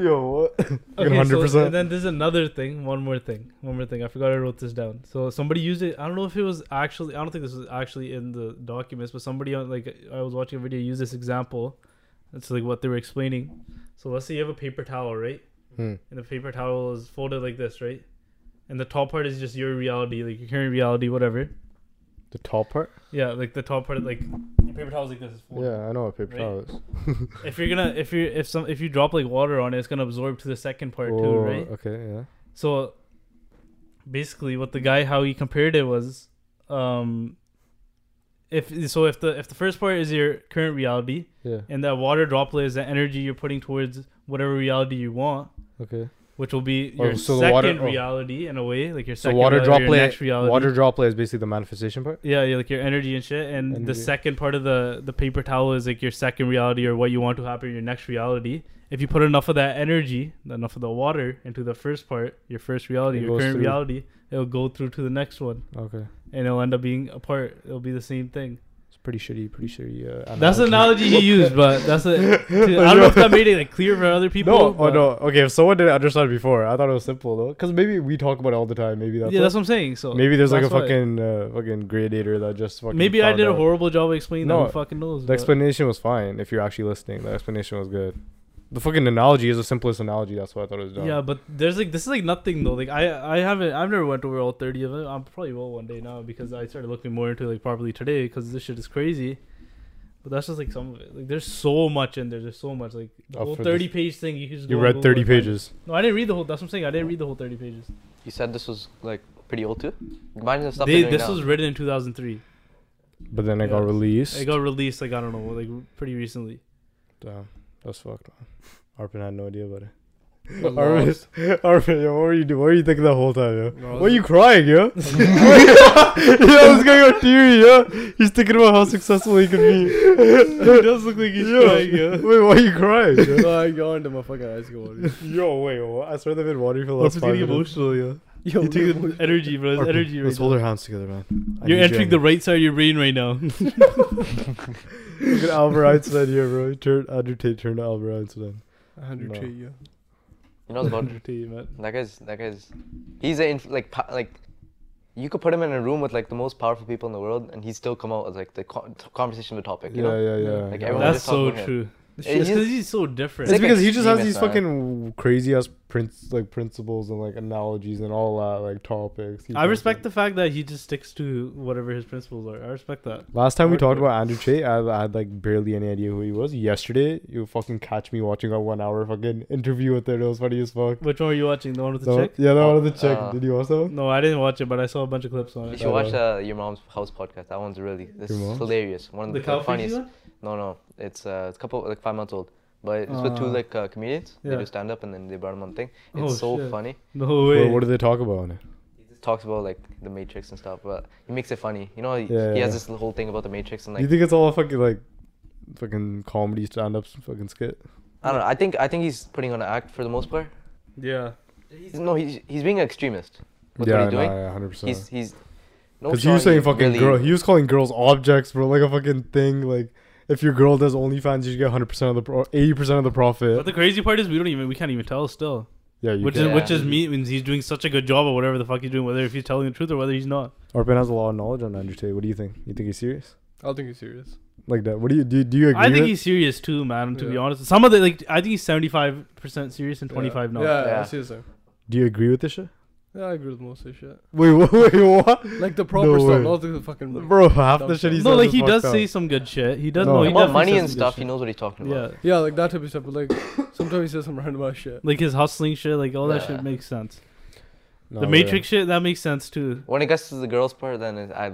[SPEAKER 1] Yo, what?
[SPEAKER 2] Okay,
[SPEAKER 1] 100
[SPEAKER 2] So, and
[SPEAKER 1] percent.
[SPEAKER 2] then there's another thing. One more thing. One more thing. I forgot I wrote this down. So somebody used it. I don't know if it was actually. I don't think this was actually in the documents, but somebody on like I was watching a video use this example. It's like what they were explaining. So let's say you have a paper towel, right?
[SPEAKER 1] Hmm.
[SPEAKER 2] And the paper towel is folded like this, right? And the top part is just your reality, like your current reality, whatever.
[SPEAKER 1] The top part.
[SPEAKER 2] Yeah, like the top part, of, like your paper towel is like this. Is folded.
[SPEAKER 1] Yeah, I know what paper
[SPEAKER 2] Right.
[SPEAKER 1] towel is.
[SPEAKER 2] If you're gonna, if you, if some, if you drop like water on it, it's gonna absorb to the second part too,
[SPEAKER 1] Oh,
[SPEAKER 2] right?
[SPEAKER 1] Okay, yeah.
[SPEAKER 2] So basically what the guy how he compared it was um if so if the if the first part is your current reality
[SPEAKER 1] Yeah.
[SPEAKER 2] and that water droplet is the energy you're putting towards whatever reality you want,
[SPEAKER 1] Okay.
[SPEAKER 2] which will be
[SPEAKER 1] Oh,
[SPEAKER 2] your
[SPEAKER 1] so the
[SPEAKER 2] second
[SPEAKER 1] water- oh.
[SPEAKER 2] reality in a way, like your
[SPEAKER 1] So
[SPEAKER 2] second
[SPEAKER 1] water
[SPEAKER 2] reality, your
[SPEAKER 1] droplet.
[SPEAKER 2] next reality.
[SPEAKER 1] Water droplet is basically the manifestation part.
[SPEAKER 2] yeah, yeah, like your energy and shit. And the
[SPEAKER 1] Energy.
[SPEAKER 2] second part of the the paper towel is like your second reality or what you want to happen in your next reality. If you put enough of that energy, enough of the water into the first part, your first reality,
[SPEAKER 1] It
[SPEAKER 2] your
[SPEAKER 1] goes
[SPEAKER 2] current
[SPEAKER 1] through.
[SPEAKER 2] reality, it'll go through to the next one,
[SPEAKER 1] Okay.
[SPEAKER 2] and it'll end up being a part. It'll be the same thing.
[SPEAKER 1] It's pretty shitty. Pretty shitty. Uh,
[SPEAKER 2] That's an analogy you used, but that's a. I don't know if that made it like clear for other people.
[SPEAKER 1] No, oh
[SPEAKER 2] but-
[SPEAKER 1] no. Okay, if someone didn't understand before, I thought it was simple though, because maybe we talk about it all the time. Maybe that's,
[SPEAKER 2] yeah,
[SPEAKER 1] why.
[SPEAKER 2] that's what I'm saying. So
[SPEAKER 1] maybe there's like a
[SPEAKER 2] that's why.
[SPEAKER 1] fucking uh, fucking gradator that just fucking
[SPEAKER 2] Maybe I
[SPEAKER 1] found
[SPEAKER 2] did a
[SPEAKER 1] out.
[SPEAKER 2] horrible job of explaining
[SPEAKER 1] No,
[SPEAKER 2] that. Who fucking knows?
[SPEAKER 1] The
[SPEAKER 2] but-
[SPEAKER 1] explanation was fine. If you're actually listening, the explanation was good. The fucking analogy is the simplest analogy. That's why I thought it was dumb.
[SPEAKER 2] Yeah, but there's like this is like nothing though. Like I I haven't I've never went over all thirty of them. I'm probably will one day now because I started looking more into like properly today because this shit is crazy. But that's just like some of it. Like there's so much in there. There's so much like the
[SPEAKER 1] Oh,
[SPEAKER 2] whole
[SPEAKER 1] for
[SPEAKER 2] thirty page thing. You can just
[SPEAKER 1] you
[SPEAKER 2] go and
[SPEAKER 1] read
[SPEAKER 2] Google
[SPEAKER 1] thirty
[SPEAKER 2] and find it.
[SPEAKER 1] pages.
[SPEAKER 2] No, I didn't read the whole. That's what I'm saying. I didn't read the whole thirty pages.
[SPEAKER 4] You said this was like pretty old too. Mine is stuff
[SPEAKER 2] They,
[SPEAKER 4] they're doing
[SPEAKER 2] this
[SPEAKER 4] now.
[SPEAKER 2] was written in 2003.
[SPEAKER 1] But then it
[SPEAKER 2] Yeah.
[SPEAKER 1] got released.
[SPEAKER 2] It got released like I don't know like pretty recently.
[SPEAKER 1] Damn, that's fucked. Man. Arpin had no idea about it.
[SPEAKER 3] We're
[SPEAKER 1] Arpin,
[SPEAKER 3] lost.
[SPEAKER 1] Arpin, yo, what were you doing? What were you thinking the whole time, yo?
[SPEAKER 3] No, I
[SPEAKER 1] Why are
[SPEAKER 3] was-
[SPEAKER 1] you crying, yo? yo, this guy got teary, yo. He's thinking about how successful he could be.
[SPEAKER 2] It does look like he's crying, yo.
[SPEAKER 1] Wait, why are you crying? Yo,
[SPEAKER 3] I yawned in my fucking eyes go.
[SPEAKER 1] yo wait, what? I swear they've been watering for the last five minutes.
[SPEAKER 2] yeah.
[SPEAKER 3] Yo,
[SPEAKER 2] You
[SPEAKER 3] we-
[SPEAKER 2] took the energy, bro. It's
[SPEAKER 1] Arpin,
[SPEAKER 2] energy. Right
[SPEAKER 1] Let's
[SPEAKER 2] now.
[SPEAKER 1] hold our hands together, man. I
[SPEAKER 2] You're
[SPEAKER 1] need
[SPEAKER 2] entering the
[SPEAKER 1] energy.
[SPEAKER 2] right side of your brain right now.
[SPEAKER 1] Look at Albert Einstein here, bro. Turn Andrew Tate, turn to Albert Einstein.
[SPEAKER 3] 100k, yeah.
[SPEAKER 4] You know what's about that guy's that guy's he's a inf- like pa- like you could put him in a room with like the most powerful people in the world and he'd still come out with like the con- conversation of the topic. You
[SPEAKER 1] yeah,
[SPEAKER 4] know.
[SPEAKER 1] yeah, yeah,
[SPEAKER 4] Like,
[SPEAKER 1] yeah.
[SPEAKER 4] everyone
[SPEAKER 2] That's
[SPEAKER 4] just talk
[SPEAKER 2] so
[SPEAKER 4] about him.
[SPEAKER 2] true. It's
[SPEAKER 4] It-
[SPEAKER 2] because he's so different.
[SPEAKER 1] It's
[SPEAKER 4] It's like
[SPEAKER 1] because he just has
[SPEAKER 4] extremist,
[SPEAKER 1] these
[SPEAKER 4] man.
[SPEAKER 1] fucking crazy ass prince like principles and like analogies and all that like topics. He
[SPEAKER 2] I
[SPEAKER 1] thinks
[SPEAKER 2] respect
[SPEAKER 1] that-
[SPEAKER 2] the fact that he just sticks to whatever his principles are. I respect that.
[SPEAKER 1] Last time we
[SPEAKER 2] Hard
[SPEAKER 1] talked
[SPEAKER 2] work.
[SPEAKER 1] about Andrew Tate, I, I had like barely any idea who he was. Yesterday, you fucking catch me watching a one hour fucking interview with it. It was funny as fuck.
[SPEAKER 2] Which one were you watching? The one with the
[SPEAKER 1] The one-
[SPEAKER 2] chick?
[SPEAKER 1] yeah, the one with the chick.
[SPEAKER 4] Uh,
[SPEAKER 1] Did you watch that one?
[SPEAKER 2] No, I didn't watch it, but I saw a bunch of clips on
[SPEAKER 4] You
[SPEAKER 2] it.
[SPEAKER 4] should
[SPEAKER 1] Oh, Yeah.
[SPEAKER 4] watch uh, your mom's house podcast. That one's really this
[SPEAKER 1] Your mom's?
[SPEAKER 4] is hilarious. One of the,
[SPEAKER 2] The cow
[SPEAKER 4] like, funniest.
[SPEAKER 2] one?
[SPEAKER 4] No, no, it's uh, it's a couple like five months old, but it's with two
[SPEAKER 2] Ah.
[SPEAKER 4] like uh, comedians. They
[SPEAKER 2] Yeah.
[SPEAKER 4] do stand up and then they brought him on thing.
[SPEAKER 2] Oh,
[SPEAKER 4] It's so
[SPEAKER 2] shit.
[SPEAKER 4] funny.
[SPEAKER 2] No
[SPEAKER 1] Wait,
[SPEAKER 2] way.
[SPEAKER 1] what do they talk about on it?
[SPEAKER 4] He just talks about like the Matrix and stuff, but he makes it funny. You know, he,
[SPEAKER 1] Yeah,
[SPEAKER 4] he
[SPEAKER 1] yeah.
[SPEAKER 4] has this whole thing about the Matrix and
[SPEAKER 1] you
[SPEAKER 4] like
[SPEAKER 1] think it's all fucking like fucking comedy stand ups fucking skit?
[SPEAKER 4] I don't know. I think I think he's putting on an act for the most part.
[SPEAKER 2] yeah.
[SPEAKER 4] He's, no, he's he's being an extremist with
[SPEAKER 1] yeah,
[SPEAKER 4] what he's
[SPEAKER 1] nah,
[SPEAKER 4] doing.
[SPEAKER 1] yeah, hundred
[SPEAKER 4] He's
[SPEAKER 1] percent.
[SPEAKER 4] he's. no
[SPEAKER 1] Because he was
[SPEAKER 4] showing
[SPEAKER 1] saying fucking
[SPEAKER 4] really-
[SPEAKER 1] girl. He was calling girls objects, bro. Like a fucking thing. Like if your girl does OnlyFans, you should get hundred percent of the pro, eighty percent of the
[SPEAKER 2] But
[SPEAKER 1] profit.
[SPEAKER 2] the crazy part is we don't even we can't even tell still,
[SPEAKER 1] Yeah, you
[SPEAKER 2] which
[SPEAKER 1] can.
[SPEAKER 2] is which is
[SPEAKER 4] Yeah.
[SPEAKER 2] me means he's doing such a good job of whatever the fuck he's doing, whether if he's telling the truth or whether he's not.
[SPEAKER 1] Arpin has a lot of knowledge on Andrew Tate. What do you think? You think he's serious?
[SPEAKER 3] I don't think he's serious.
[SPEAKER 1] Like that? What do you do? Do you agree?
[SPEAKER 2] I think
[SPEAKER 1] with-
[SPEAKER 2] he's serious too, man. To be
[SPEAKER 3] Yeah.
[SPEAKER 2] honest, some of the like I think he's seventy five percent serious and
[SPEAKER 3] Yeah.
[SPEAKER 2] twenty five not.
[SPEAKER 3] Yeah, yeah, I
[SPEAKER 4] Yeah.
[SPEAKER 3] see the same.
[SPEAKER 1] Do you agree with this shit?
[SPEAKER 3] Yeah, I agree with most of the shit.
[SPEAKER 1] Wait, wha- wait, what?
[SPEAKER 3] Like the proper stuff,
[SPEAKER 1] way.
[SPEAKER 3] not the fucking.
[SPEAKER 1] Bro, half the
[SPEAKER 3] Dumb
[SPEAKER 1] shit he's
[SPEAKER 2] no, like he does say some good shit. He does
[SPEAKER 1] No.
[SPEAKER 2] no, he
[SPEAKER 4] about
[SPEAKER 2] definitely
[SPEAKER 4] money
[SPEAKER 2] says
[SPEAKER 4] and
[SPEAKER 2] some good
[SPEAKER 4] stuff.
[SPEAKER 2] shit.
[SPEAKER 4] He knows what he's talking
[SPEAKER 2] Yeah,
[SPEAKER 4] about.
[SPEAKER 3] Yeah, like that type of stuff. But like sometimes he says some random ass shit.
[SPEAKER 2] like his hustling shit, like all that
[SPEAKER 4] Yeah.
[SPEAKER 2] shit makes sense.
[SPEAKER 1] Oh,
[SPEAKER 2] the Matrix shit that makes sense too.
[SPEAKER 4] When it gets to the girls part, then it, I, I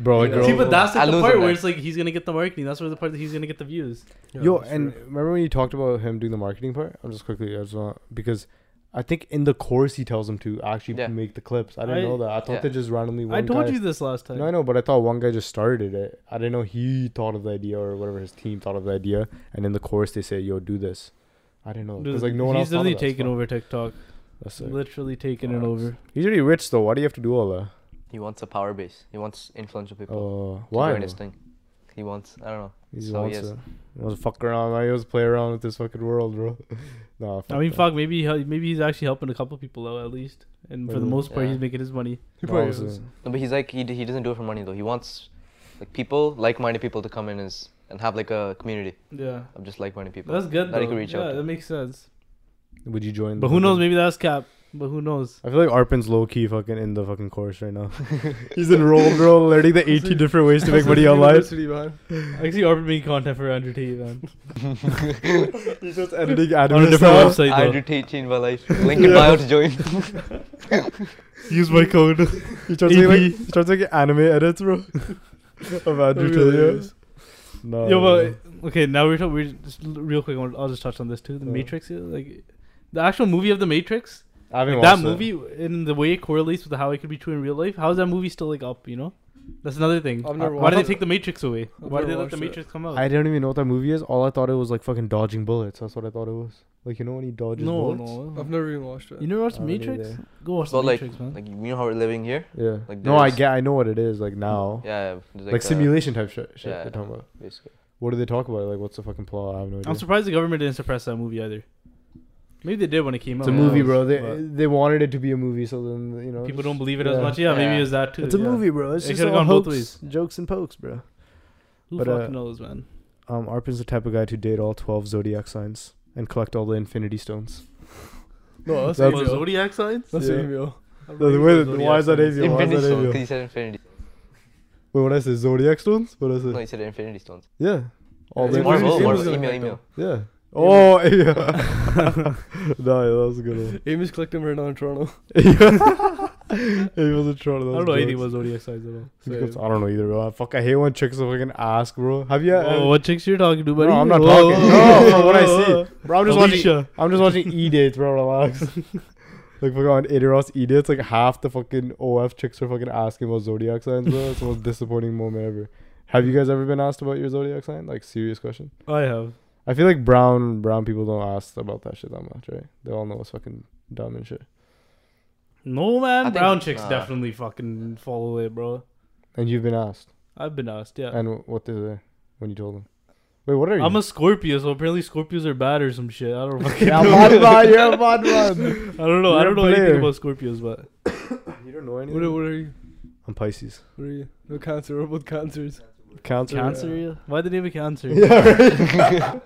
[SPEAKER 1] bro. Like,
[SPEAKER 3] Yeah.
[SPEAKER 1] girl,
[SPEAKER 2] See, but that's
[SPEAKER 4] I
[SPEAKER 2] like the
[SPEAKER 4] lose
[SPEAKER 2] part
[SPEAKER 4] on
[SPEAKER 2] where
[SPEAKER 4] that.
[SPEAKER 2] it's like he's gonna get the marketing. That's where the part that he's gonna get the views.
[SPEAKER 3] Yeah,
[SPEAKER 1] yo,
[SPEAKER 3] that's
[SPEAKER 1] and
[SPEAKER 3] true.
[SPEAKER 1] remember when you talked about him doing the marketing part? I'm just quickly, I just want because I think in the course he tells him to actually
[SPEAKER 4] Yeah.
[SPEAKER 1] make the clips. I didn't
[SPEAKER 2] I-
[SPEAKER 1] know that. I thought
[SPEAKER 4] Yeah.
[SPEAKER 1] they just randomly. One
[SPEAKER 2] I told
[SPEAKER 1] guy,
[SPEAKER 2] you this last time.
[SPEAKER 1] No, I know, but I thought one guy just started it. I didn't know he thought of the idea or whatever his team thought of the idea, and in the course they say, "Yo, do this." I didn't know
[SPEAKER 2] Dude,
[SPEAKER 1] because like no one
[SPEAKER 2] he's
[SPEAKER 1] else. thought of
[SPEAKER 2] literally
[SPEAKER 1] that. It's
[SPEAKER 2] taking
[SPEAKER 1] fun.
[SPEAKER 2] over TikTok.
[SPEAKER 1] That's sick.
[SPEAKER 2] Literally taking it
[SPEAKER 1] Facts.
[SPEAKER 2] over.
[SPEAKER 1] He's already rich though. Why do you have to do all that?
[SPEAKER 4] he wants a power base. He wants influential people
[SPEAKER 1] Oh,
[SPEAKER 4] to
[SPEAKER 1] why?
[SPEAKER 4] join his
[SPEAKER 1] though?
[SPEAKER 4] thing. He wants. I don't know.
[SPEAKER 1] He just
[SPEAKER 4] So,
[SPEAKER 1] wants
[SPEAKER 4] yes.
[SPEAKER 1] to, he wants to fuck around. Man. He wants to play around with this fucking world, bro. nah,
[SPEAKER 2] I mean,
[SPEAKER 1] that.
[SPEAKER 2] fuck. Maybe he, maybe he's actually helping a couple people out at least, and for the
[SPEAKER 1] Maybe.
[SPEAKER 2] most part,
[SPEAKER 4] Yeah.
[SPEAKER 2] he's making his money.
[SPEAKER 3] he
[SPEAKER 1] No,
[SPEAKER 3] probably
[SPEAKER 1] obviously.
[SPEAKER 3] is.
[SPEAKER 4] No, but he's like he, d- he doesn't do it for money though. He wants like people, like-minded people to come in and s- and have like a community
[SPEAKER 2] Yeah,
[SPEAKER 4] of just like-minded people.
[SPEAKER 2] that's good.
[SPEAKER 4] That he
[SPEAKER 2] though.
[SPEAKER 4] could reach
[SPEAKER 2] yeah,
[SPEAKER 4] out.
[SPEAKER 2] that
[SPEAKER 4] To.
[SPEAKER 2] makes sense.
[SPEAKER 1] Would you join?
[SPEAKER 2] But
[SPEAKER 1] the
[SPEAKER 2] who knows?
[SPEAKER 1] fucking-
[SPEAKER 2] Maybe that's cap. But who knows?
[SPEAKER 1] I feel like Arpin's low key fucking in the fucking course right now. He's enrolled, bro, learning the 18 different ways to make money online.
[SPEAKER 3] University, man.
[SPEAKER 2] I can see Arbor making content for Andrew Tate, man.
[SPEAKER 1] He's just editing
[SPEAKER 2] On a
[SPEAKER 1] anime
[SPEAKER 2] different
[SPEAKER 1] stuff.
[SPEAKER 2] website,
[SPEAKER 4] I
[SPEAKER 2] though.
[SPEAKER 4] do Tate change my life. Link in bio to join.
[SPEAKER 2] Use my code.
[SPEAKER 1] E He starts, making, like, he starts making anime edits, bro. of Andrew
[SPEAKER 2] Really
[SPEAKER 1] Talia.
[SPEAKER 2] is.
[SPEAKER 1] No.
[SPEAKER 2] Yo,
[SPEAKER 1] no, no.
[SPEAKER 2] but okay, now we're talking. We're just, real quick. I'll I'll just touch on this too. The
[SPEAKER 1] Uh, Yeah.
[SPEAKER 2] Matrix, yeah, like the actual movie of the Matrix.
[SPEAKER 1] I haven't
[SPEAKER 2] Like,
[SPEAKER 1] watched
[SPEAKER 2] that movie in the way it correlates with how it could be true in real life. How is that movie still like up? You know, that's another thing.
[SPEAKER 3] I've never
[SPEAKER 2] Why did they
[SPEAKER 3] watched
[SPEAKER 2] take the Matrix away?
[SPEAKER 3] I've
[SPEAKER 2] Why did they
[SPEAKER 3] never
[SPEAKER 2] let the
[SPEAKER 3] watched it.
[SPEAKER 2] Matrix come out?
[SPEAKER 1] I don't even know what that movie is. All I thought it was like fucking dodging bullets. That's what I thought it was. Like you know when he dodges
[SPEAKER 2] no,
[SPEAKER 1] bullets.
[SPEAKER 3] I've
[SPEAKER 2] no.
[SPEAKER 3] never even watched it.
[SPEAKER 2] You never watched
[SPEAKER 1] I haven't
[SPEAKER 2] Matrix?
[SPEAKER 1] either.
[SPEAKER 2] Go watch
[SPEAKER 4] So
[SPEAKER 2] the
[SPEAKER 4] like,
[SPEAKER 2] Matrix, man.
[SPEAKER 4] like you know how we're living here.
[SPEAKER 1] Yeah.
[SPEAKER 4] Like
[SPEAKER 1] no, I
[SPEAKER 4] there's-
[SPEAKER 1] get. I know what it is. Like now.
[SPEAKER 4] Yeah, there's,
[SPEAKER 1] Oh. Like,
[SPEAKER 4] a-
[SPEAKER 1] simulation type shit. shit
[SPEAKER 4] yeah.
[SPEAKER 1] they're talking about.
[SPEAKER 4] basically.
[SPEAKER 1] What do they talk about? Like what's the fucking plot? I have no idea.
[SPEAKER 2] I'm surprised the government didn't suppress that movie either. Maybe they did when it came
[SPEAKER 1] it's
[SPEAKER 2] out.
[SPEAKER 1] a
[SPEAKER 2] who
[SPEAKER 1] movie,
[SPEAKER 2] knows?
[SPEAKER 1] bro. They
[SPEAKER 2] But
[SPEAKER 1] they wanted it to be a movie, so then you know
[SPEAKER 2] people
[SPEAKER 1] just-
[SPEAKER 2] don't believe it as
[SPEAKER 1] yeah.
[SPEAKER 2] much. Yeah, maybe
[SPEAKER 4] Yeah.
[SPEAKER 2] it was that too.
[SPEAKER 1] It's a
[SPEAKER 2] yeah.
[SPEAKER 1] movie, bro. It's
[SPEAKER 2] It
[SPEAKER 1] just
[SPEAKER 2] could've
[SPEAKER 1] all
[SPEAKER 2] gone both
[SPEAKER 1] hoax,
[SPEAKER 2] ways.
[SPEAKER 1] jokes and pokes, bro.
[SPEAKER 2] Who
[SPEAKER 1] but, uh,
[SPEAKER 2] fucking knows, man?
[SPEAKER 1] Um, Arpin's the type of guy to date all twelve zodiac signs and collect all the infinity stones.
[SPEAKER 3] No, that's
[SPEAKER 1] That's-
[SPEAKER 2] Well,
[SPEAKER 3] Avio.
[SPEAKER 2] zodiac signs?
[SPEAKER 3] That's
[SPEAKER 1] Yeah.
[SPEAKER 3] Avio.
[SPEAKER 1] No, the way that- why is that
[SPEAKER 2] Zodiac signs.
[SPEAKER 1] Avio? Why is that
[SPEAKER 4] Infinity Stone.
[SPEAKER 1] Avio?
[SPEAKER 4] 'cause he said Infinity.
[SPEAKER 1] Wait, what I say? Zodiac stones? What I say?
[SPEAKER 4] No, he said Infinity Stones.
[SPEAKER 1] yeah. All
[SPEAKER 3] It's
[SPEAKER 1] the
[SPEAKER 3] Infinity
[SPEAKER 4] Marvel,
[SPEAKER 1] infinity
[SPEAKER 3] Stones
[SPEAKER 4] Marvel,
[SPEAKER 1] stones.
[SPEAKER 3] is gonna
[SPEAKER 4] email,
[SPEAKER 3] affect
[SPEAKER 4] email.
[SPEAKER 1] Yeah. Oh, yeah. no, that was a good one.
[SPEAKER 3] Amy's collecting right now in Toronto.
[SPEAKER 1] he was in Toronto.
[SPEAKER 2] I
[SPEAKER 1] that
[SPEAKER 2] don't know
[SPEAKER 1] was
[SPEAKER 2] anything
[SPEAKER 1] jokes.
[SPEAKER 2] about zodiac signs at all.
[SPEAKER 1] Because I don't know either, bro. Fuck, I hate when chicks fucking ask, bro. Have you?
[SPEAKER 2] Oh, what chicks you're talking to, buddy? Oh.
[SPEAKER 1] no, I'm not
[SPEAKER 2] Whoa,
[SPEAKER 1] talking.
[SPEAKER 2] whoa,
[SPEAKER 1] No,
[SPEAKER 2] whoa,
[SPEAKER 1] from what I
[SPEAKER 2] whoa,
[SPEAKER 1] see,
[SPEAKER 2] whoa.
[SPEAKER 1] bro. I'm just watching.
[SPEAKER 2] Alicia.
[SPEAKER 1] I'm just watching E dates, bro. Relax. like fucking on Eros E dates, like half the fucking OF chicks are fucking asking about zodiac signs, bro. It's the most disappointing moment ever. Have you guys ever been asked about your zodiac sign? Like serious question.
[SPEAKER 2] I have.
[SPEAKER 1] I feel like brown brown people don't ask about that shit that much, right? They all know it's fucking dumb and shit.
[SPEAKER 2] No,
[SPEAKER 4] I
[SPEAKER 2] man.
[SPEAKER 4] think-
[SPEAKER 2] Brown chicks
[SPEAKER 4] nah.
[SPEAKER 2] definitely fucking follow it, bro.
[SPEAKER 1] And you've been asked.
[SPEAKER 2] I've been asked, yeah.
[SPEAKER 1] And wh- what did they when you told them? Wait, what are you?
[SPEAKER 2] I'm a Scorpio, so apparently Scorpios are bad or some shit. I don't fucking
[SPEAKER 1] yeah,
[SPEAKER 2] know.
[SPEAKER 1] mod man, you're a mod man.
[SPEAKER 2] I don't know.
[SPEAKER 1] You're
[SPEAKER 2] I
[SPEAKER 1] a
[SPEAKER 2] don't know anything
[SPEAKER 1] player.
[SPEAKER 2] about Scorpios, but
[SPEAKER 1] You don't know
[SPEAKER 3] What are, what are you?
[SPEAKER 1] I'm Pisces.
[SPEAKER 3] What are you? No cancer. What about cancers?
[SPEAKER 1] Cancer.
[SPEAKER 2] cancer. yeah. Why did they have a cancer?
[SPEAKER 1] Yeah, right.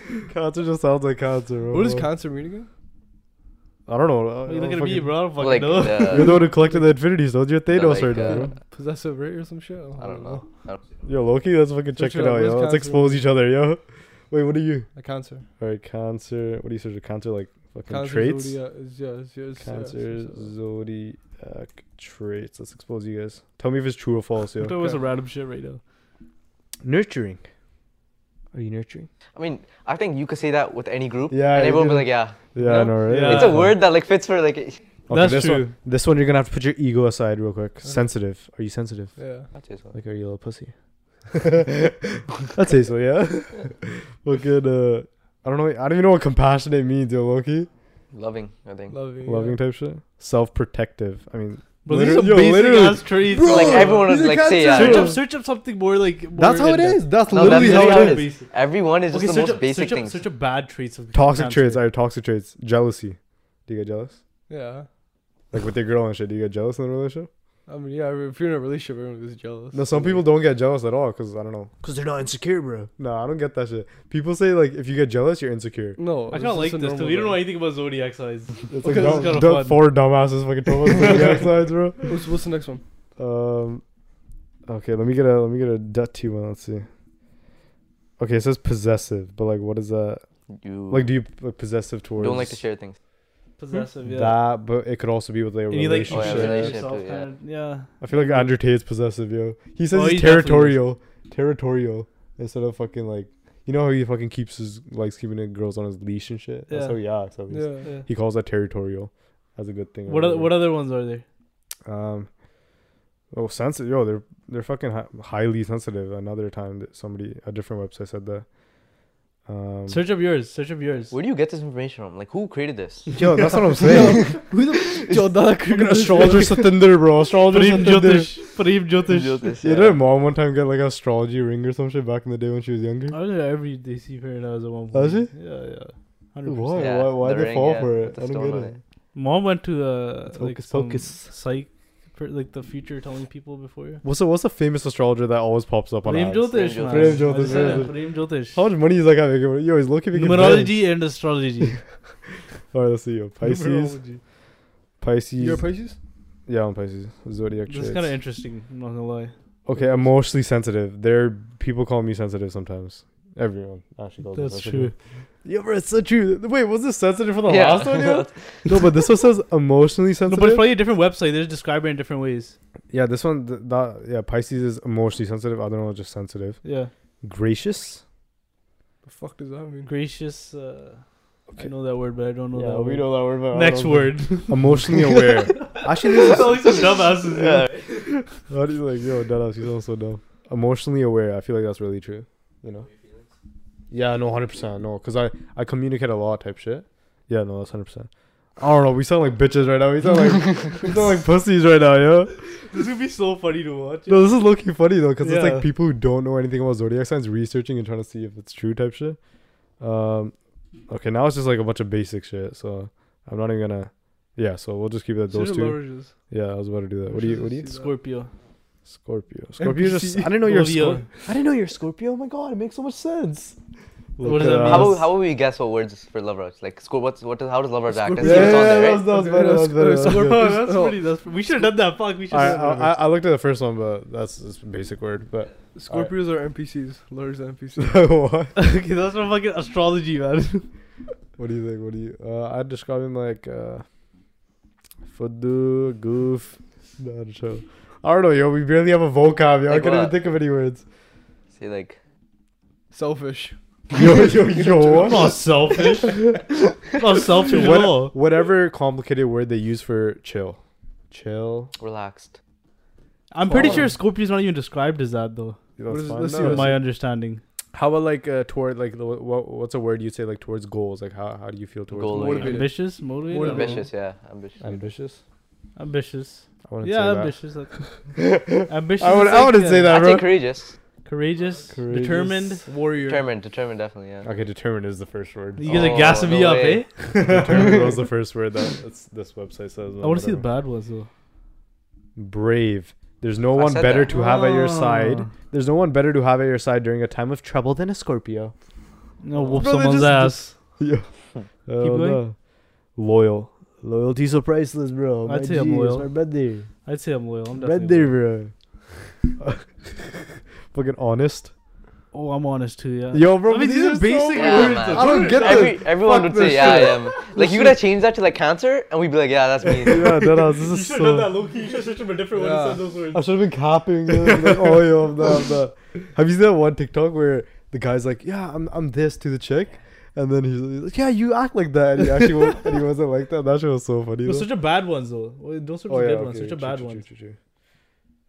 [SPEAKER 1] cancer just sounds like cancer, bro.
[SPEAKER 3] What does cancer mean again?
[SPEAKER 1] I don't know. I
[SPEAKER 2] What are you
[SPEAKER 1] don't
[SPEAKER 2] looking at me,
[SPEAKER 1] fucking-
[SPEAKER 2] bro? I don't fucking
[SPEAKER 4] Like,
[SPEAKER 2] know.
[SPEAKER 4] uh,
[SPEAKER 1] You're the one who collected the Infinity Stones. You're
[SPEAKER 4] the,
[SPEAKER 1] Thanos
[SPEAKER 4] like,
[SPEAKER 1] right
[SPEAKER 4] uh,
[SPEAKER 1] now, bro.
[SPEAKER 3] Possessive, right, or some shit? Oh,
[SPEAKER 4] I don't know. I don't-
[SPEAKER 1] Yo, Loki, let's fucking check
[SPEAKER 3] Search it
[SPEAKER 1] it
[SPEAKER 3] up.
[SPEAKER 1] out,
[SPEAKER 3] What is
[SPEAKER 1] yo. Let's
[SPEAKER 3] Cancer,
[SPEAKER 1] expose
[SPEAKER 3] bro?
[SPEAKER 1] each other, yo. Wait, what are you?
[SPEAKER 3] A cancer.
[SPEAKER 1] All right, cancer. What do you search? for? Cancer, like fucking
[SPEAKER 3] Cancer.
[SPEAKER 1] traits.
[SPEAKER 3] zodiac is- yeah, is- yeah, is- yeah,
[SPEAKER 1] Cancer
[SPEAKER 3] is- is-
[SPEAKER 1] zodiac traits. Let's expose you guys. Tell me if it's true or false,
[SPEAKER 2] I'm
[SPEAKER 1] yo.
[SPEAKER 2] talking about some random shit right now.
[SPEAKER 1] Nurturing. Are you nurturing?
[SPEAKER 4] I mean, I think you could say that with any group,
[SPEAKER 1] Yeah,
[SPEAKER 4] and
[SPEAKER 1] you
[SPEAKER 4] everyone would be
[SPEAKER 1] can.
[SPEAKER 4] like, yeah.
[SPEAKER 1] Yeah, I
[SPEAKER 2] Yeah.
[SPEAKER 1] know, right?
[SPEAKER 2] Yeah.
[SPEAKER 4] It's a word that like fits for like.
[SPEAKER 1] Okay,
[SPEAKER 2] That's
[SPEAKER 1] this
[SPEAKER 2] true. Uh-huh.
[SPEAKER 1] One, this one you're gonna have to put your ego aside real quick.
[SPEAKER 3] Okay.
[SPEAKER 1] Sensitive. Are you sensitive?
[SPEAKER 3] Yeah.
[SPEAKER 1] Like, are you a little pussy? I'd say so, yeah. Fucking, uh, I don't know. I don't even know what compassionate means, yo, Loki.
[SPEAKER 4] Loving, I think.
[SPEAKER 3] Loving.
[SPEAKER 1] Loving type shit. Self protective. I mean,
[SPEAKER 2] Bro,
[SPEAKER 1] Literally-
[SPEAKER 2] these
[SPEAKER 1] yo,
[SPEAKER 2] are basic
[SPEAKER 1] literally.
[SPEAKER 2] ass traits.
[SPEAKER 1] Bro,
[SPEAKER 4] like everyone
[SPEAKER 1] he's
[SPEAKER 4] would
[SPEAKER 1] a
[SPEAKER 4] like say,
[SPEAKER 1] cancer.
[SPEAKER 4] yeah.
[SPEAKER 2] search
[SPEAKER 1] True.
[SPEAKER 2] up, search up something more like. More
[SPEAKER 1] that's how it
[SPEAKER 2] in-depth.
[SPEAKER 1] is. That's
[SPEAKER 4] No, that's
[SPEAKER 1] literally
[SPEAKER 4] literally
[SPEAKER 1] how it
[SPEAKER 4] how
[SPEAKER 1] is.
[SPEAKER 4] it is. Everyone is just
[SPEAKER 2] Okay,
[SPEAKER 4] the
[SPEAKER 2] search
[SPEAKER 4] most
[SPEAKER 2] up,
[SPEAKER 4] basic
[SPEAKER 2] search up,
[SPEAKER 4] things.
[SPEAKER 2] search up bad traits of
[SPEAKER 1] Toxic
[SPEAKER 2] cancer.
[SPEAKER 1] traits. I toxic traits. Jealousy. Do you get jealous?
[SPEAKER 3] Yeah.
[SPEAKER 1] Like with your girl and shit. Do you get jealous in a relationship?
[SPEAKER 3] I mean, yeah. If you're in a relationship, everyone is jealous.
[SPEAKER 1] No, some people don't get jealous at all because I don't know. Because they're not insecure, bro. No, I don't get that shit. People say like if you get jealous, you're insecure.
[SPEAKER 3] No.
[SPEAKER 2] I kind
[SPEAKER 3] it's
[SPEAKER 2] of
[SPEAKER 3] just
[SPEAKER 2] like
[SPEAKER 3] a
[SPEAKER 2] this because
[SPEAKER 3] normal
[SPEAKER 2] we don't know
[SPEAKER 3] thing.
[SPEAKER 2] anything about zodiac signs.
[SPEAKER 1] It's like
[SPEAKER 3] Okay, this is
[SPEAKER 1] dumb,
[SPEAKER 2] kinda
[SPEAKER 1] dumb-
[SPEAKER 2] fun.
[SPEAKER 1] four dumbasses fucking told us the dark sides, bro.
[SPEAKER 3] What's, what's the next one?
[SPEAKER 1] Um, okay, let me get a let me get a dirty one. Let's see. Okay, it says possessive, but like, what is that?
[SPEAKER 4] You
[SPEAKER 1] Like, do you like possessive towards?
[SPEAKER 4] don't like to share things.
[SPEAKER 2] Possessive, yeah.
[SPEAKER 1] That, but it could also be with like a
[SPEAKER 2] And you like
[SPEAKER 1] relationship.
[SPEAKER 4] Oh, yeah,
[SPEAKER 2] shit
[SPEAKER 4] relationship.
[SPEAKER 2] yourself,
[SPEAKER 4] yeah.
[SPEAKER 2] kinda, yeah.
[SPEAKER 1] I feel like Andrew Tate's possessive, yo. He says
[SPEAKER 2] Oh,
[SPEAKER 1] he's
[SPEAKER 2] he definitely is.
[SPEAKER 1] territorial, territorial instead of fucking like, you know how he fucking keeps his likes keeping the girls on his leash and shit. That's
[SPEAKER 2] Yeah.
[SPEAKER 1] how he acts. obviously.
[SPEAKER 3] Yeah.
[SPEAKER 2] yeah.
[SPEAKER 1] He calls that territorial. That's a good thing. or
[SPEAKER 2] What other,
[SPEAKER 1] whatever.
[SPEAKER 2] what other ones are there?
[SPEAKER 1] Um, oh, sensitive. Yo, they're they're fucking hi- highly sensitive. Another time that somebody, a different website said that. Um,
[SPEAKER 2] Search up yours. Search up yours.
[SPEAKER 4] Where do you get this information from? Like, who created this?
[SPEAKER 1] yo, that's what I'm saying.
[SPEAKER 3] Yo, that
[SPEAKER 1] fucking astrologer satinder, bro. Astrologer
[SPEAKER 2] Preem
[SPEAKER 1] satinder.
[SPEAKER 2] Jyotish. Preem Jyotish.
[SPEAKER 4] Jyotish,
[SPEAKER 1] You
[SPEAKER 4] yeah.
[SPEAKER 1] know, mom one time got like an astrology ring or some shit back in the day when she was younger.
[SPEAKER 2] I was at every DC fair and I was at one point.
[SPEAKER 1] Was it?
[SPEAKER 2] Yeah, yeah. 100%.
[SPEAKER 1] Why?
[SPEAKER 4] Yeah,
[SPEAKER 1] why? Why
[SPEAKER 4] the
[SPEAKER 1] they
[SPEAKER 4] ring,
[SPEAKER 1] fall
[SPEAKER 4] yeah,
[SPEAKER 1] for
[SPEAKER 4] with
[SPEAKER 1] it?
[SPEAKER 4] the
[SPEAKER 1] I
[SPEAKER 4] stone
[SPEAKER 1] don't
[SPEAKER 4] on
[SPEAKER 1] get it.
[SPEAKER 4] it.
[SPEAKER 2] Mom went to the
[SPEAKER 1] It's
[SPEAKER 2] like
[SPEAKER 1] hocus
[SPEAKER 2] some
[SPEAKER 1] pocus.
[SPEAKER 2] psych, for, like the future telling people before.
[SPEAKER 1] What's a, what's a famous astrologer that always pops up on
[SPEAKER 2] Preem
[SPEAKER 1] ads?
[SPEAKER 2] Jyotish.
[SPEAKER 4] Preem
[SPEAKER 2] man.
[SPEAKER 1] Jyotish. Preem
[SPEAKER 2] I just said it,
[SPEAKER 1] Jyotish.
[SPEAKER 2] Preem Jyotish.
[SPEAKER 1] How much money is that guy making? Yo, he's looking making bands.
[SPEAKER 2] Numerology and astrology.
[SPEAKER 1] All right, let's see. Yo, Pisces,
[SPEAKER 2] Numerology.
[SPEAKER 1] Pisces.
[SPEAKER 3] You're a Pisces?
[SPEAKER 1] yeah, I'm Pisces. Zodiac
[SPEAKER 2] This is
[SPEAKER 1] traits.
[SPEAKER 2] kind of interesting. I'm not gonna lie.
[SPEAKER 1] Okay, emotionally sensitive. There, people call me sensitive sometimes. Everyone actually calls him
[SPEAKER 2] That's
[SPEAKER 1] sensitive.
[SPEAKER 2] true.
[SPEAKER 1] Yeah, bro, it's so true. Wait, was this sensitive for the
[SPEAKER 4] Yeah.
[SPEAKER 1] last one? Yeah? no, but this one says emotionally
[SPEAKER 2] No,
[SPEAKER 1] sensitive.
[SPEAKER 2] but it's probably a different website. They're describing it in different ways.
[SPEAKER 1] yeah, this one, th- that, yeah, Pisces is emotionally sensitive. I don't know, just sensitive.
[SPEAKER 2] Yeah.
[SPEAKER 1] Gracious.
[SPEAKER 3] The fuck does that mean?
[SPEAKER 2] Gracious. Uh, I
[SPEAKER 1] Okay.
[SPEAKER 2] know that word, but I don't know that word.
[SPEAKER 1] know that word. but I
[SPEAKER 2] Next
[SPEAKER 1] don't-
[SPEAKER 2] word.
[SPEAKER 1] Emotionally aware. actually, this is,
[SPEAKER 2] Like some dumbasses, yeah.
[SPEAKER 1] how do you like, yo, deadass, you sound so dumb. Emotionally aware. I feel like that's really true. You know? Yeah, no, 100%. No, because I, I communicate a lot type shit. Yeah, no, that's 100%. I don't know. We sound like bitches right now. We sound like we sound like pussies right now, yo.
[SPEAKER 2] This would be so funny to watch.
[SPEAKER 1] No, this is low key funny though, because it's
[SPEAKER 2] Yeah.
[SPEAKER 1] like people who don't know anything about zodiac signs researching and trying to see if it's true type shit. Um, okay, now it's just like a bunch of basic shit, so I'm not even gonna. Yeah, so we'll just keep that those
[SPEAKER 2] Should've
[SPEAKER 1] two.
[SPEAKER 2] lowered this.
[SPEAKER 1] Yeah, I was about to do that. What do you? What do you?
[SPEAKER 2] Scorpio.
[SPEAKER 1] Scorpio. Scorpio. Just.
[SPEAKER 3] NPC.
[SPEAKER 1] I didn't know you're. a
[SPEAKER 2] Leo.
[SPEAKER 1] Scorp- I didn't know you're a Scorpio. Oh my god, it makes so much sense.
[SPEAKER 2] What
[SPEAKER 1] Look
[SPEAKER 2] does
[SPEAKER 1] at
[SPEAKER 2] that mean?
[SPEAKER 1] us.
[SPEAKER 4] How, will- how will we guess what words for love routes? Like, score, what's, what does, how does love routes act? And
[SPEAKER 1] Yeah,
[SPEAKER 4] see
[SPEAKER 1] yeah,
[SPEAKER 4] what's on
[SPEAKER 1] yeah,
[SPEAKER 4] there,
[SPEAKER 1] that
[SPEAKER 4] right?
[SPEAKER 1] was, that was
[SPEAKER 3] Okay,
[SPEAKER 1] better. That
[SPEAKER 3] let's
[SPEAKER 1] was
[SPEAKER 3] go
[SPEAKER 1] better.
[SPEAKER 3] to
[SPEAKER 1] that was
[SPEAKER 3] Scorpio.
[SPEAKER 1] good.
[SPEAKER 2] Oh, that's
[SPEAKER 3] Oh.
[SPEAKER 2] pretty. That's we should have done that. Fuck, we should
[SPEAKER 1] I,
[SPEAKER 2] have.
[SPEAKER 1] I, I I looked at the first one, but that's it's basic word. But
[SPEAKER 3] Scorpios are NPCs. Lurs are NPCs.
[SPEAKER 1] what?
[SPEAKER 2] okay, that's from fucking astrology, man.
[SPEAKER 1] What do you think? What do you? Uh, I'd describe him like uh, Fuddu, Goof. Not show. I don't know, yo. We barely have a vocab, yo. I
[SPEAKER 4] Like
[SPEAKER 1] can't even
[SPEAKER 4] what?
[SPEAKER 1] think of any words.
[SPEAKER 4] See, like,
[SPEAKER 3] Selfish.
[SPEAKER 1] Yo, yo, yo.
[SPEAKER 2] I'm not selfish. I'm not selfish at
[SPEAKER 1] what,
[SPEAKER 2] all.
[SPEAKER 1] whatever complicated word they use for chill, chill.
[SPEAKER 4] relaxed.
[SPEAKER 2] I'm pretty
[SPEAKER 3] Wow.
[SPEAKER 2] sure Scorpio's not even described as that, though,
[SPEAKER 1] That's
[SPEAKER 3] is-
[SPEAKER 1] fine.
[SPEAKER 3] let's
[SPEAKER 1] No,
[SPEAKER 3] see
[SPEAKER 2] from
[SPEAKER 3] what
[SPEAKER 1] it's-
[SPEAKER 2] my understanding.
[SPEAKER 1] How about like uh, toward like the, what, what's a word you'd say like towards goals? Like how, how do you feel towards
[SPEAKER 4] Goal
[SPEAKER 1] goals?
[SPEAKER 3] oriented. Motivated.
[SPEAKER 2] Ambitious, motivated,
[SPEAKER 3] Motivated.
[SPEAKER 4] Ambitious, yeah. Ambitious.
[SPEAKER 1] ambitious.
[SPEAKER 2] ambitious.
[SPEAKER 1] I wouldn't
[SPEAKER 2] Yeah,
[SPEAKER 1] say
[SPEAKER 2] ambitious. Like, ambitious.
[SPEAKER 1] I would-
[SPEAKER 2] is
[SPEAKER 1] I wouldn't
[SPEAKER 2] uh,
[SPEAKER 1] say that.
[SPEAKER 4] I'd say
[SPEAKER 1] bro.
[SPEAKER 4] courageous.
[SPEAKER 2] Courageous,
[SPEAKER 1] Courageous.
[SPEAKER 2] determined.
[SPEAKER 3] Warrior.
[SPEAKER 4] Determined, determined, definitely, yeah.
[SPEAKER 1] that. Okay, determined is the first word.
[SPEAKER 2] You guys
[SPEAKER 4] Oh,
[SPEAKER 2] are gassing me
[SPEAKER 4] no
[SPEAKER 2] up, eh?
[SPEAKER 4] way.
[SPEAKER 1] determined was the first word that it's, this website says.
[SPEAKER 2] I want to see the
[SPEAKER 1] whatever.
[SPEAKER 2] bad ones though.
[SPEAKER 1] brave. There's no
[SPEAKER 4] I
[SPEAKER 1] one
[SPEAKER 4] said
[SPEAKER 1] better
[SPEAKER 4] that.
[SPEAKER 1] to have at your side.
[SPEAKER 2] Ah.
[SPEAKER 1] There's no one better to have at your side during a time of trouble than a Scorpio.
[SPEAKER 2] No, whoop
[SPEAKER 1] Brother,
[SPEAKER 2] someone's
[SPEAKER 1] just-
[SPEAKER 2] ass.
[SPEAKER 1] yeah. Hell
[SPEAKER 2] going.
[SPEAKER 1] no. Loyal. Loyalty so priceless, bro.
[SPEAKER 2] I'd say I'm loyal.
[SPEAKER 1] brother.
[SPEAKER 2] I'd say I'm loyal. I'm
[SPEAKER 1] Brother,
[SPEAKER 2] definitely. loyal.
[SPEAKER 1] bro. Fucking honest.
[SPEAKER 2] Oh, I'm honest too. Yeah.
[SPEAKER 1] Yo, bro,
[SPEAKER 2] I mean,
[SPEAKER 1] these,
[SPEAKER 2] these
[SPEAKER 1] are
[SPEAKER 2] are so
[SPEAKER 1] basic
[SPEAKER 2] bad.
[SPEAKER 1] words.
[SPEAKER 4] man.
[SPEAKER 1] I don't get this.
[SPEAKER 4] Every, everyone
[SPEAKER 1] Fuck
[SPEAKER 4] would say,
[SPEAKER 1] this
[SPEAKER 4] yeah, I
[SPEAKER 1] shit.
[SPEAKER 4] am. Like, you could have changed that to, like, cancer, and we'd be like, yeah, that's me.
[SPEAKER 1] yeah, that was, this is so.
[SPEAKER 2] Loki. You should switch from a different
[SPEAKER 3] one and Yeah. said
[SPEAKER 2] those words.
[SPEAKER 1] I should have been capping. uh, like, oh, yo, I'm the, I'm the. Have you seen that one TikTok where the guy's like, "Yeah, I'm, I'm this" to the chick, and then he's like, "Yeah, you act like that." And he actually was, and he wasn't like that. That shit was so funny.
[SPEAKER 2] No,
[SPEAKER 1] though.
[SPEAKER 2] such a bad ones though. Well, Don't switch to good ones. Such a bad
[SPEAKER 1] Oh, true,
[SPEAKER 2] one.
[SPEAKER 1] True, true, true.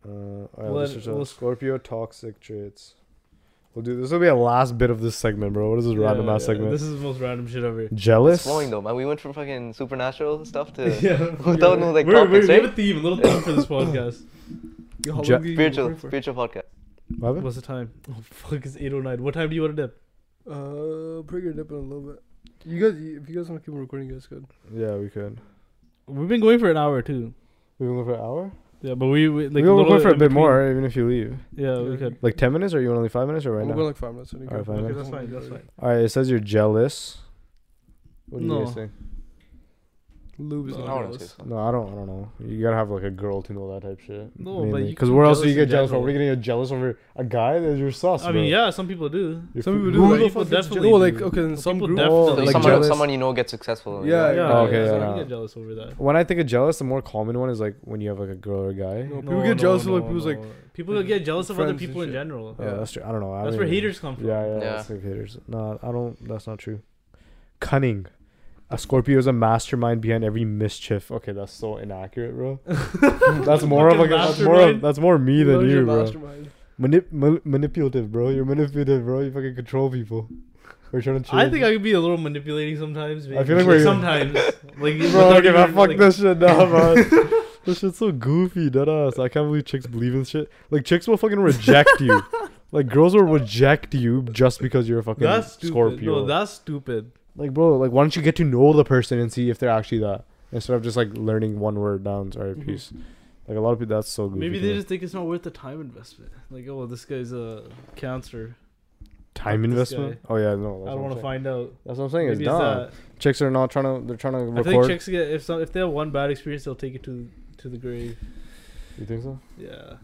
[SPEAKER 1] Uh, all right,
[SPEAKER 2] Well,
[SPEAKER 1] let's
[SPEAKER 2] then
[SPEAKER 1] switch on.
[SPEAKER 2] we'll-
[SPEAKER 1] Scorpio toxic traits. We'll do this. Will be a last bit of this segment, bro. What is this random ass segment?
[SPEAKER 2] This is the most random shit ever.
[SPEAKER 1] Jealous.
[SPEAKER 4] It's flowing, though, man. We went from fucking supernatural stuff to
[SPEAKER 2] yeah.
[SPEAKER 4] without no, like,
[SPEAKER 2] we're, we're,
[SPEAKER 4] topics,
[SPEAKER 2] we
[SPEAKER 1] eh?
[SPEAKER 2] have a
[SPEAKER 4] right?
[SPEAKER 2] theme, a little theme for this podcast.
[SPEAKER 3] Yo, how
[SPEAKER 1] Je-
[SPEAKER 3] long do you
[SPEAKER 4] Spiritual,
[SPEAKER 3] work for?
[SPEAKER 4] spiritual podcast.
[SPEAKER 1] What happened?
[SPEAKER 2] What's the time? Oh fuck, it's 8:09. What time do you want to dip?
[SPEAKER 3] Uh, break your dip in a little bit. You guys, if you guys want to keep recording, you guys could.
[SPEAKER 1] Yeah, we could.
[SPEAKER 2] We've been going for an hour too.
[SPEAKER 1] We can go for an hour.
[SPEAKER 2] Yeah, but we, we like
[SPEAKER 1] we
[SPEAKER 2] a
[SPEAKER 1] will go
[SPEAKER 2] little
[SPEAKER 1] for a
[SPEAKER 2] in
[SPEAKER 1] bit
[SPEAKER 2] between.
[SPEAKER 1] more, even if you leave.
[SPEAKER 2] Yeah, we could.
[SPEAKER 1] Like ten minutes, or you want only five minutes, or right
[SPEAKER 3] I'm
[SPEAKER 1] now?
[SPEAKER 3] going like five minutes. so you
[SPEAKER 1] All right,
[SPEAKER 3] can-
[SPEAKER 1] five
[SPEAKER 2] Okay,
[SPEAKER 1] minutes.
[SPEAKER 2] that's fine. That's fine.
[SPEAKER 1] All right. It says you're jealous. What do you
[SPEAKER 2] No.
[SPEAKER 1] guys think?
[SPEAKER 3] Lube is
[SPEAKER 2] No,
[SPEAKER 3] not
[SPEAKER 4] I wanna
[SPEAKER 3] jealous.
[SPEAKER 4] say something.
[SPEAKER 1] No, I don't. I don't know. You gotta have like a girl to know that type shit.
[SPEAKER 2] No, but you
[SPEAKER 1] because
[SPEAKER 2] can
[SPEAKER 1] where
[SPEAKER 2] be
[SPEAKER 1] else do you
[SPEAKER 2] jealous
[SPEAKER 1] get
[SPEAKER 2] in
[SPEAKER 1] jealous from?
[SPEAKER 2] general.
[SPEAKER 1] We're gonna get jealous over a guy that's your sus.
[SPEAKER 2] I
[SPEAKER 1] bro.
[SPEAKER 2] mean, yeah, some people do.
[SPEAKER 1] You're
[SPEAKER 3] Some
[SPEAKER 1] fu-
[SPEAKER 3] people
[SPEAKER 2] Who
[SPEAKER 3] do.
[SPEAKER 2] the
[SPEAKER 3] Like,
[SPEAKER 2] fuck
[SPEAKER 3] people
[SPEAKER 2] definitely
[SPEAKER 3] definitely. No, like
[SPEAKER 2] do.
[SPEAKER 3] okay, in some
[SPEAKER 2] people
[SPEAKER 3] group.
[SPEAKER 2] definitely-
[SPEAKER 1] Like
[SPEAKER 4] someone,
[SPEAKER 1] jealous. Oh,
[SPEAKER 4] someone you know gets successful. you
[SPEAKER 3] Yeah,
[SPEAKER 4] know,
[SPEAKER 3] yeah.
[SPEAKER 2] Yeah,
[SPEAKER 1] okay,
[SPEAKER 2] yeah,
[SPEAKER 1] yeah,
[SPEAKER 2] so
[SPEAKER 1] no.
[SPEAKER 2] you get jealous over that.
[SPEAKER 1] When I think of jealous, the more common one is like when you have like a girl or a guy.
[SPEAKER 3] No, people get jealous of, like, people's, like,
[SPEAKER 2] people get jealous of
[SPEAKER 3] friends
[SPEAKER 2] other
[SPEAKER 3] and
[SPEAKER 2] people in
[SPEAKER 3] shit.
[SPEAKER 2] general.
[SPEAKER 1] Oh,
[SPEAKER 3] Yeah.
[SPEAKER 1] that's true. I don't know. I
[SPEAKER 2] That's
[SPEAKER 1] don't
[SPEAKER 2] where
[SPEAKER 1] even-
[SPEAKER 2] haters come from.
[SPEAKER 1] Yeah, yeah,
[SPEAKER 4] Yeah.
[SPEAKER 1] That's like haters. No, I don't. That's not true. Cunning. A Scorpio is a mastermind behind every mischief. Okay, that's so inaccurate, bro. that's more of a that's more of,
[SPEAKER 2] Fucking mastermind.
[SPEAKER 1] that's more me than
[SPEAKER 3] Lures are
[SPEAKER 1] you, bro.
[SPEAKER 3] mastermind.
[SPEAKER 1] Manip- ma- manipulative, bro. You're manipulative, bro. You fucking control people. We're trying to.
[SPEAKER 2] I
[SPEAKER 1] change-
[SPEAKER 2] think I could be a little manipulating sometimes. Maybe.
[SPEAKER 1] I feel like we're-
[SPEAKER 2] sometimes like
[SPEAKER 1] Bro,
[SPEAKER 2] without
[SPEAKER 1] okay, man,
[SPEAKER 2] even,
[SPEAKER 1] fuck
[SPEAKER 2] like-
[SPEAKER 1] this shit now, man. this shit's so goofy, deadass. I can't believe chicks believe in this shit. Like, chicks will fucking reject you. Like, girls will reject you just because you're a fucking
[SPEAKER 2] That's stupid.
[SPEAKER 1] Scorpio.
[SPEAKER 2] No, that's stupid.
[SPEAKER 1] like, bro, like, why don't you get to know the person and see if they're actually that? Instead of just, like, learning one word down. Sorry,
[SPEAKER 3] Mhm.
[SPEAKER 1] peace. Like, a lot of people, that's so goofy.
[SPEAKER 2] Mm-hmm. Maybe
[SPEAKER 1] to
[SPEAKER 2] they
[SPEAKER 1] me.
[SPEAKER 2] just think it's not worth the time investment. Like, oh, this guy's a cancer.
[SPEAKER 1] Time
[SPEAKER 2] this
[SPEAKER 1] investment? Oh, yeah, no. That's
[SPEAKER 2] I don't
[SPEAKER 1] want to
[SPEAKER 2] find out.
[SPEAKER 1] That's what I'm saying. It's
[SPEAKER 2] Maybe it's
[SPEAKER 1] dumb.
[SPEAKER 2] that.
[SPEAKER 1] Chicks are not trying to, they're trying to
[SPEAKER 2] I think
[SPEAKER 1] record.
[SPEAKER 2] chicks get if some, if they have one bad experience, they'll take it to to the grave.
[SPEAKER 1] you think so?
[SPEAKER 2] Yeah.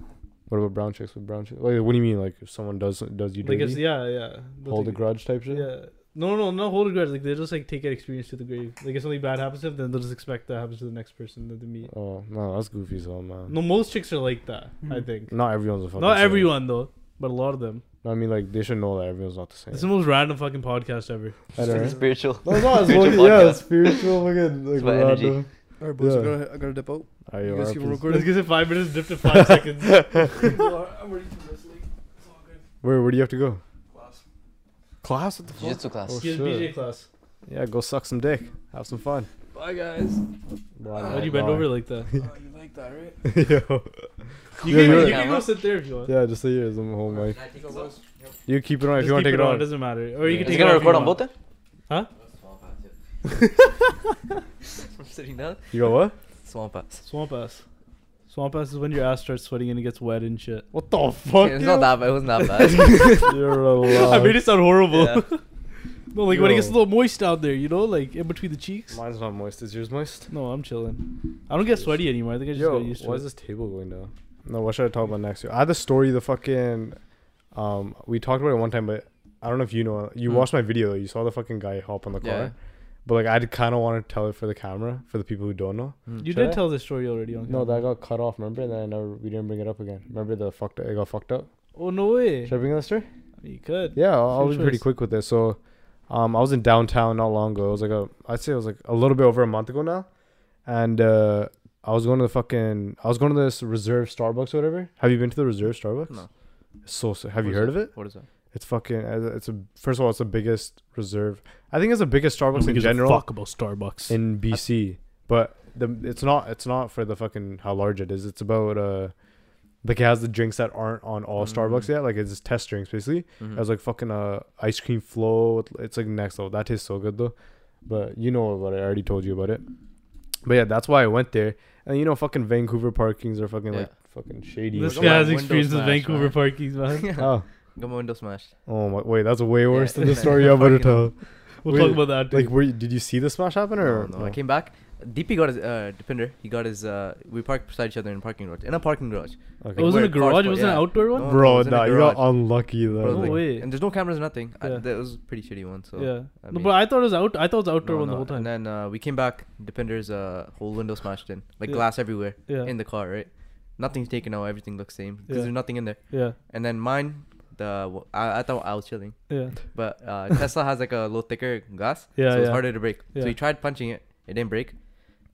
[SPEAKER 1] What about brown chicks with brown chicks? Like, what do you mean? Like, if someone does does you
[SPEAKER 2] like
[SPEAKER 1] dirty,
[SPEAKER 2] it's, yeah, yeah. They'll
[SPEAKER 1] hold a
[SPEAKER 2] take-
[SPEAKER 1] grudge type shit.
[SPEAKER 2] Yeah. No, no, no. Hold a grudge. Like they just like take that experience to the grave. Like if something bad happens to them, then they'll just expect that happens to the next person that they meet.
[SPEAKER 1] Oh no, that's goofy as hell, man.
[SPEAKER 2] No, most chicks are like that. I
[SPEAKER 3] Mhm.
[SPEAKER 2] think.
[SPEAKER 1] Not everyone's a fucking.
[SPEAKER 2] Not
[SPEAKER 1] same.
[SPEAKER 2] everyone though, but a lot of them.
[SPEAKER 1] No, I mean, like they should know that everyone's not the same.
[SPEAKER 2] It's the most random fucking podcast ever.
[SPEAKER 1] I don't know.
[SPEAKER 4] Spiritual.
[SPEAKER 1] No, it's not. It's
[SPEAKER 4] Spiritual
[SPEAKER 1] fucking- yeah,
[SPEAKER 4] podcast.
[SPEAKER 1] it's spiritual fucking like
[SPEAKER 4] It's my energy.
[SPEAKER 1] random.
[SPEAKER 3] All right, boys,
[SPEAKER 1] Yeah.
[SPEAKER 3] I, gotta, I gotta dip out.
[SPEAKER 1] Are
[SPEAKER 3] You
[SPEAKER 1] you
[SPEAKER 3] guys
[SPEAKER 1] alright,
[SPEAKER 3] keep
[SPEAKER 1] please?
[SPEAKER 2] Let's
[SPEAKER 3] recording?
[SPEAKER 2] give it five minutes, dip to
[SPEAKER 1] Oh,
[SPEAKER 2] five seconds.
[SPEAKER 3] I'm ready for this league. It's all good.
[SPEAKER 1] Where where do you have to go?
[SPEAKER 3] Class. Class? What the fuck?
[SPEAKER 4] Jiu-jitsu class.
[SPEAKER 1] Oh,
[SPEAKER 2] She has
[SPEAKER 1] shit.
[SPEAKER 2] BJ class.
[SPEAKER 1] Yeah, go suck some dick. Have some fun.
[SPEAKER 3] Bye, guys.
[SPEAKER 1] Why
[SPEAKER 2] Why'd you bend over like that?
[SPEAKER 3] oh, you like that, right?
[SPEAKER 1] Yo.
[SPEAKER 2] You
[SPEAKER 1] Yeah,
[SPEAKER 2] can,
[SPEAKER 1] you're
[SPEAKER 2] you
[SPEAKER 4] right.
[SPEAKER 2] can go sit there if you want.
[SPEAKER 1] Yeah, just say here is the whole mic. You keep it on if
[SPEAKER 2] Just
[SPEAKER 1] you want to
[SPEAKER 2] keep
[SPEAKER 1] take it on.
[SPEAKER 2] Doesn't matter. Or you
[SPEAKER 4] Is
[SPEAKER 2] can
[SPEAKER 4] it
[SPEAKER 2] take
[SPEAKER 4] gonna
[SPEAKER 2] it off if
[SPEAKER 4] record
[SPEAKER 2] you
[SPEAKER 4] on both
[SPEAKER 2] want.
[SPEAKER 4] then?
[SPEAKER 2] Huh?
[SPEAKER 4] I'm sitting down.
[SPEAKER 1] You go what?
[SPEAKER 4] Swamp ass.
[SPEAKER 2] Swamp ass. Swamp ass is when your ass starts sweating and it gets wet and shit.
[SPEAKER 1] What the fuck?
[SPEAKER 4] It's not that bad. It wasn't that bad.
[SPEAKER 1] that. You're a
[SPEAKER 2] I
[SPEAKER 1] lot.
[SPEAKER 2] made it sound horrible.
[SPEAKER 4] Yeah.
[SPEAKER 2] No, like when it gets a
[SPEAKER 1] Yo.
[SPEAKER 2] little moist out there, you know, like in between the cheeks.
[SPEAKER 1] Mine's not moist. Is yours moist?
[SPEAKER 2] No, I'm chilling. I don't get
[SPEAKER 1] Jeez.
[SPEAKER 2] sweaty anymore. I think I just
[SPEAKER 1] Yo,
[SPEAKER 2] got used to
[SPEAKER 1] why
[SPEAKER 2] it.
[SPEAKER 1] is this table going down? No, what should I talk about next? I had the story. The fucking, um, we talked about it one time, but I don't know if you know. You
[SPEAKER 4] Hmm.
[SPEAKER 1] watched my video. You saw the fucking guy hop on the car.
[SPEAKER 4] Yeah.
[SPEAKER 1] But like, I kind of want to tell it for the camera for the people who don't know.
[SPEAKER 2] You
[SPEAKER 1] Should
[SPEAKER 2] did
[SPEAKER 1] I?
[SPEAKER 2] tell this story already on
[SPEAKER 1] No,
[SPEAKER 2] camera.
[SPEAKER 1] that got cut off. Remember? And then I never we didn't bring it up again. Remember the fucked? It got fucked up.
[SPEAKER 2] Oh no way.
[SPEAKER 1] Should I bring up the story?
[SPEAKER 2] You could.
[SPEAKER 1] Yeah, I'll, I'll
[SPEAKER 2] Free
[SPEAKER 1] be pretty
[SPEAKER 2] choice.
[SPEAKER 1] quick with this. So, um, I was in downtown not long ago. It was like a, I'd say it was like a little bit over a month ago now, and uh, I was going to the fucking, I was going to this reserve Starbucks or whatever. Have you been to the reserve Starbucks?
[SPEAKER 4] No.
[SPEAKER 1] It's so sick. have
[SPEAKER 4] What
[SPEAKER 1] you
[SPEAKER 4] is
[SPEAKER 1] heard of it?
[SPEAKER 4] What is that?
[SPEAKER 1] It's fucking. uh, It's a first of all, it's the biggest reserve. I think it's the biggest Starbucks in general
[SPEAKER 2] Fuck about Starbucks.
[SPEAKER 1] in BC, but the it's not it's not for the fucking how large it is. It's about uh, like it has the drinks that aren't on all Starbucks
[SPEAKER 4] Mm.
[SPEAKER 1] yet. Like it's just test drinks basically.
[SPEAKER 4] Mhm.
[SPEAKER 1] It has like fucking uh ice cream flow. It's like next level. That tastes so good though. But you know about it. I already told you about it. But yeah, that's why I went there. And you know, fucking Vancouver parkings are fucking like fucking shady.
[SPEAKER 2] this
[SPEAKER 4] Look
[SPEAKER 2] guy
[SPEAKER 4] at
[SPEAKER 2] has
[SPEAKER 4] my
[SPEAKER 2] experience
[SPEAKER 4] window
[SPEAKER 2] with
[SPEAKER 4] smash,
[SPEAKER 2] Vancouver
[SPEAKER 4] man.
[SPEAKER 2] parkings, man.
[SPEAKER 1] oh,
[SPEAKER 4] Got my window smashed.
[SPEAKER 1] oh my! Wait, that's way worse than the
[SPEAKER 4] Yeah.
[SPEAKER 1] story I'm about to
[SPEAKER 4] Fucking-
[SPEAKER 1] tell.
[SPEAKER 2] We'll
[SPEAKER 1] Wait,
[SPEAKER 2] talk about that.
[SPEAKER 1] Like,
[SPEAKER 2] Dude.
[SPEAKER 1] were you, did you see the smash happen
[SPEAKER 4] No,
[SPEAKER 1] or?
[SPEAKER 4] no, I came back. DP got his uh, Depinder. He got his. Uh, we parked beside each other in a parking garage. In a parking garage.
[SPEAKER 2] it
[SPEAKER 1] Okay.
[SPEAKER 2] was in a
[SPEAKER 4] where cars
[SPEAKER 2] garage. It
[SPEAKER 4] put-
[SPEAKER 2] was an
[SPEAKER 4] yeah.
[SPEAKER 2] outdoor one.
[SPEAKER 4] No, Oh, it
[SPEAKER 1] Bro,
[SPEAKER 4] was in a
[SPEAKER 1] nah, you got
[SPEAKER 4] garage.
[SPEAKER 1] unlucky though.
[SPEAKER 4] Bro,
[SPEAKER 2] no
[SPEAKER 4] like-
[SPEAKER 2] way.
[SPEAKER 4] And there's no cameras, nothing. I,
[SPEAKER 2] Yeah.
[SPEAKER 4] that was a pretty shitty one. So
[SPEAKER 2] yeah.
[SPEAKER 4] I
[SPEAKER 2] no,
[SPEAKER 4] mean-
[SPEAKER 2] but I thought it was out. I thought it was outdoor
[SPEAKER 4] No,
[SPEAKER 2] one
[SPEAKER 4] no,
[SPEAKER 2] the whole time.
[SPEAKER 4] And then uh, we came back. Dependers, uh, whole window smashed in, like
[SPEAKER 2] Yeah.
[SPEAKER 4] glass everywhere
[SPEAKER 2] Yeah.
[SPEAKER 4] in the car, right? Nothing's taken out. Everything looks same because
[SPEAKER 2] Yeah.
[SPEAKER 4] there's nothing in there.
[SPEAKER 2] yeah.
[SPEAKER 4] And then mine, the I, I thought I was chilling,
[SPEAKER 2] Yeah.
[SPEAKER 4] but uh, Tesla has like a little thicker glass,
[SPEAKER 2] Yeah,
[SPEAKER 4] so it's
[SPEAKER 2] yeah.
[SPEAKER 4] harder to break.
[SPEAKER 2] Yeah.
[SPEAKER 4] So we tried punching it. It didn't break,